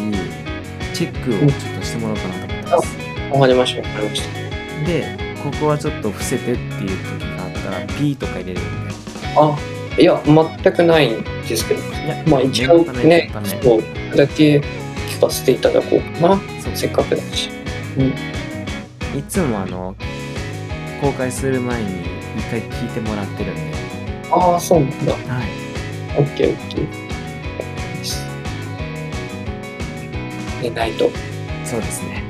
B: チェックをちょっとしてもらおうかなと思ってます
C: わかりましたわかりました
B: でここはちょっと伏せてっていう時があったら P とか入れるんで
C: あいや全くないんですけど
B: いや
C: まあ一応
B: 念の
C: ね
B: ため念のため
C: そうだけ聞かせていただこうかな
B: そう
C: せっかくだし
B: いつもあの公開する前に一回聞いてもらってるんで、
C: ああそうなんだ
B: はい、
C: オッケーオッケー。寝ないと。
B: そうです ね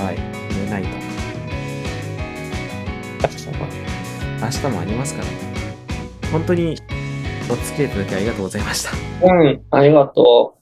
B: はい寝ないと明日もありますから本当にお付き合いいただきありがとうございました
C: うん、ありがと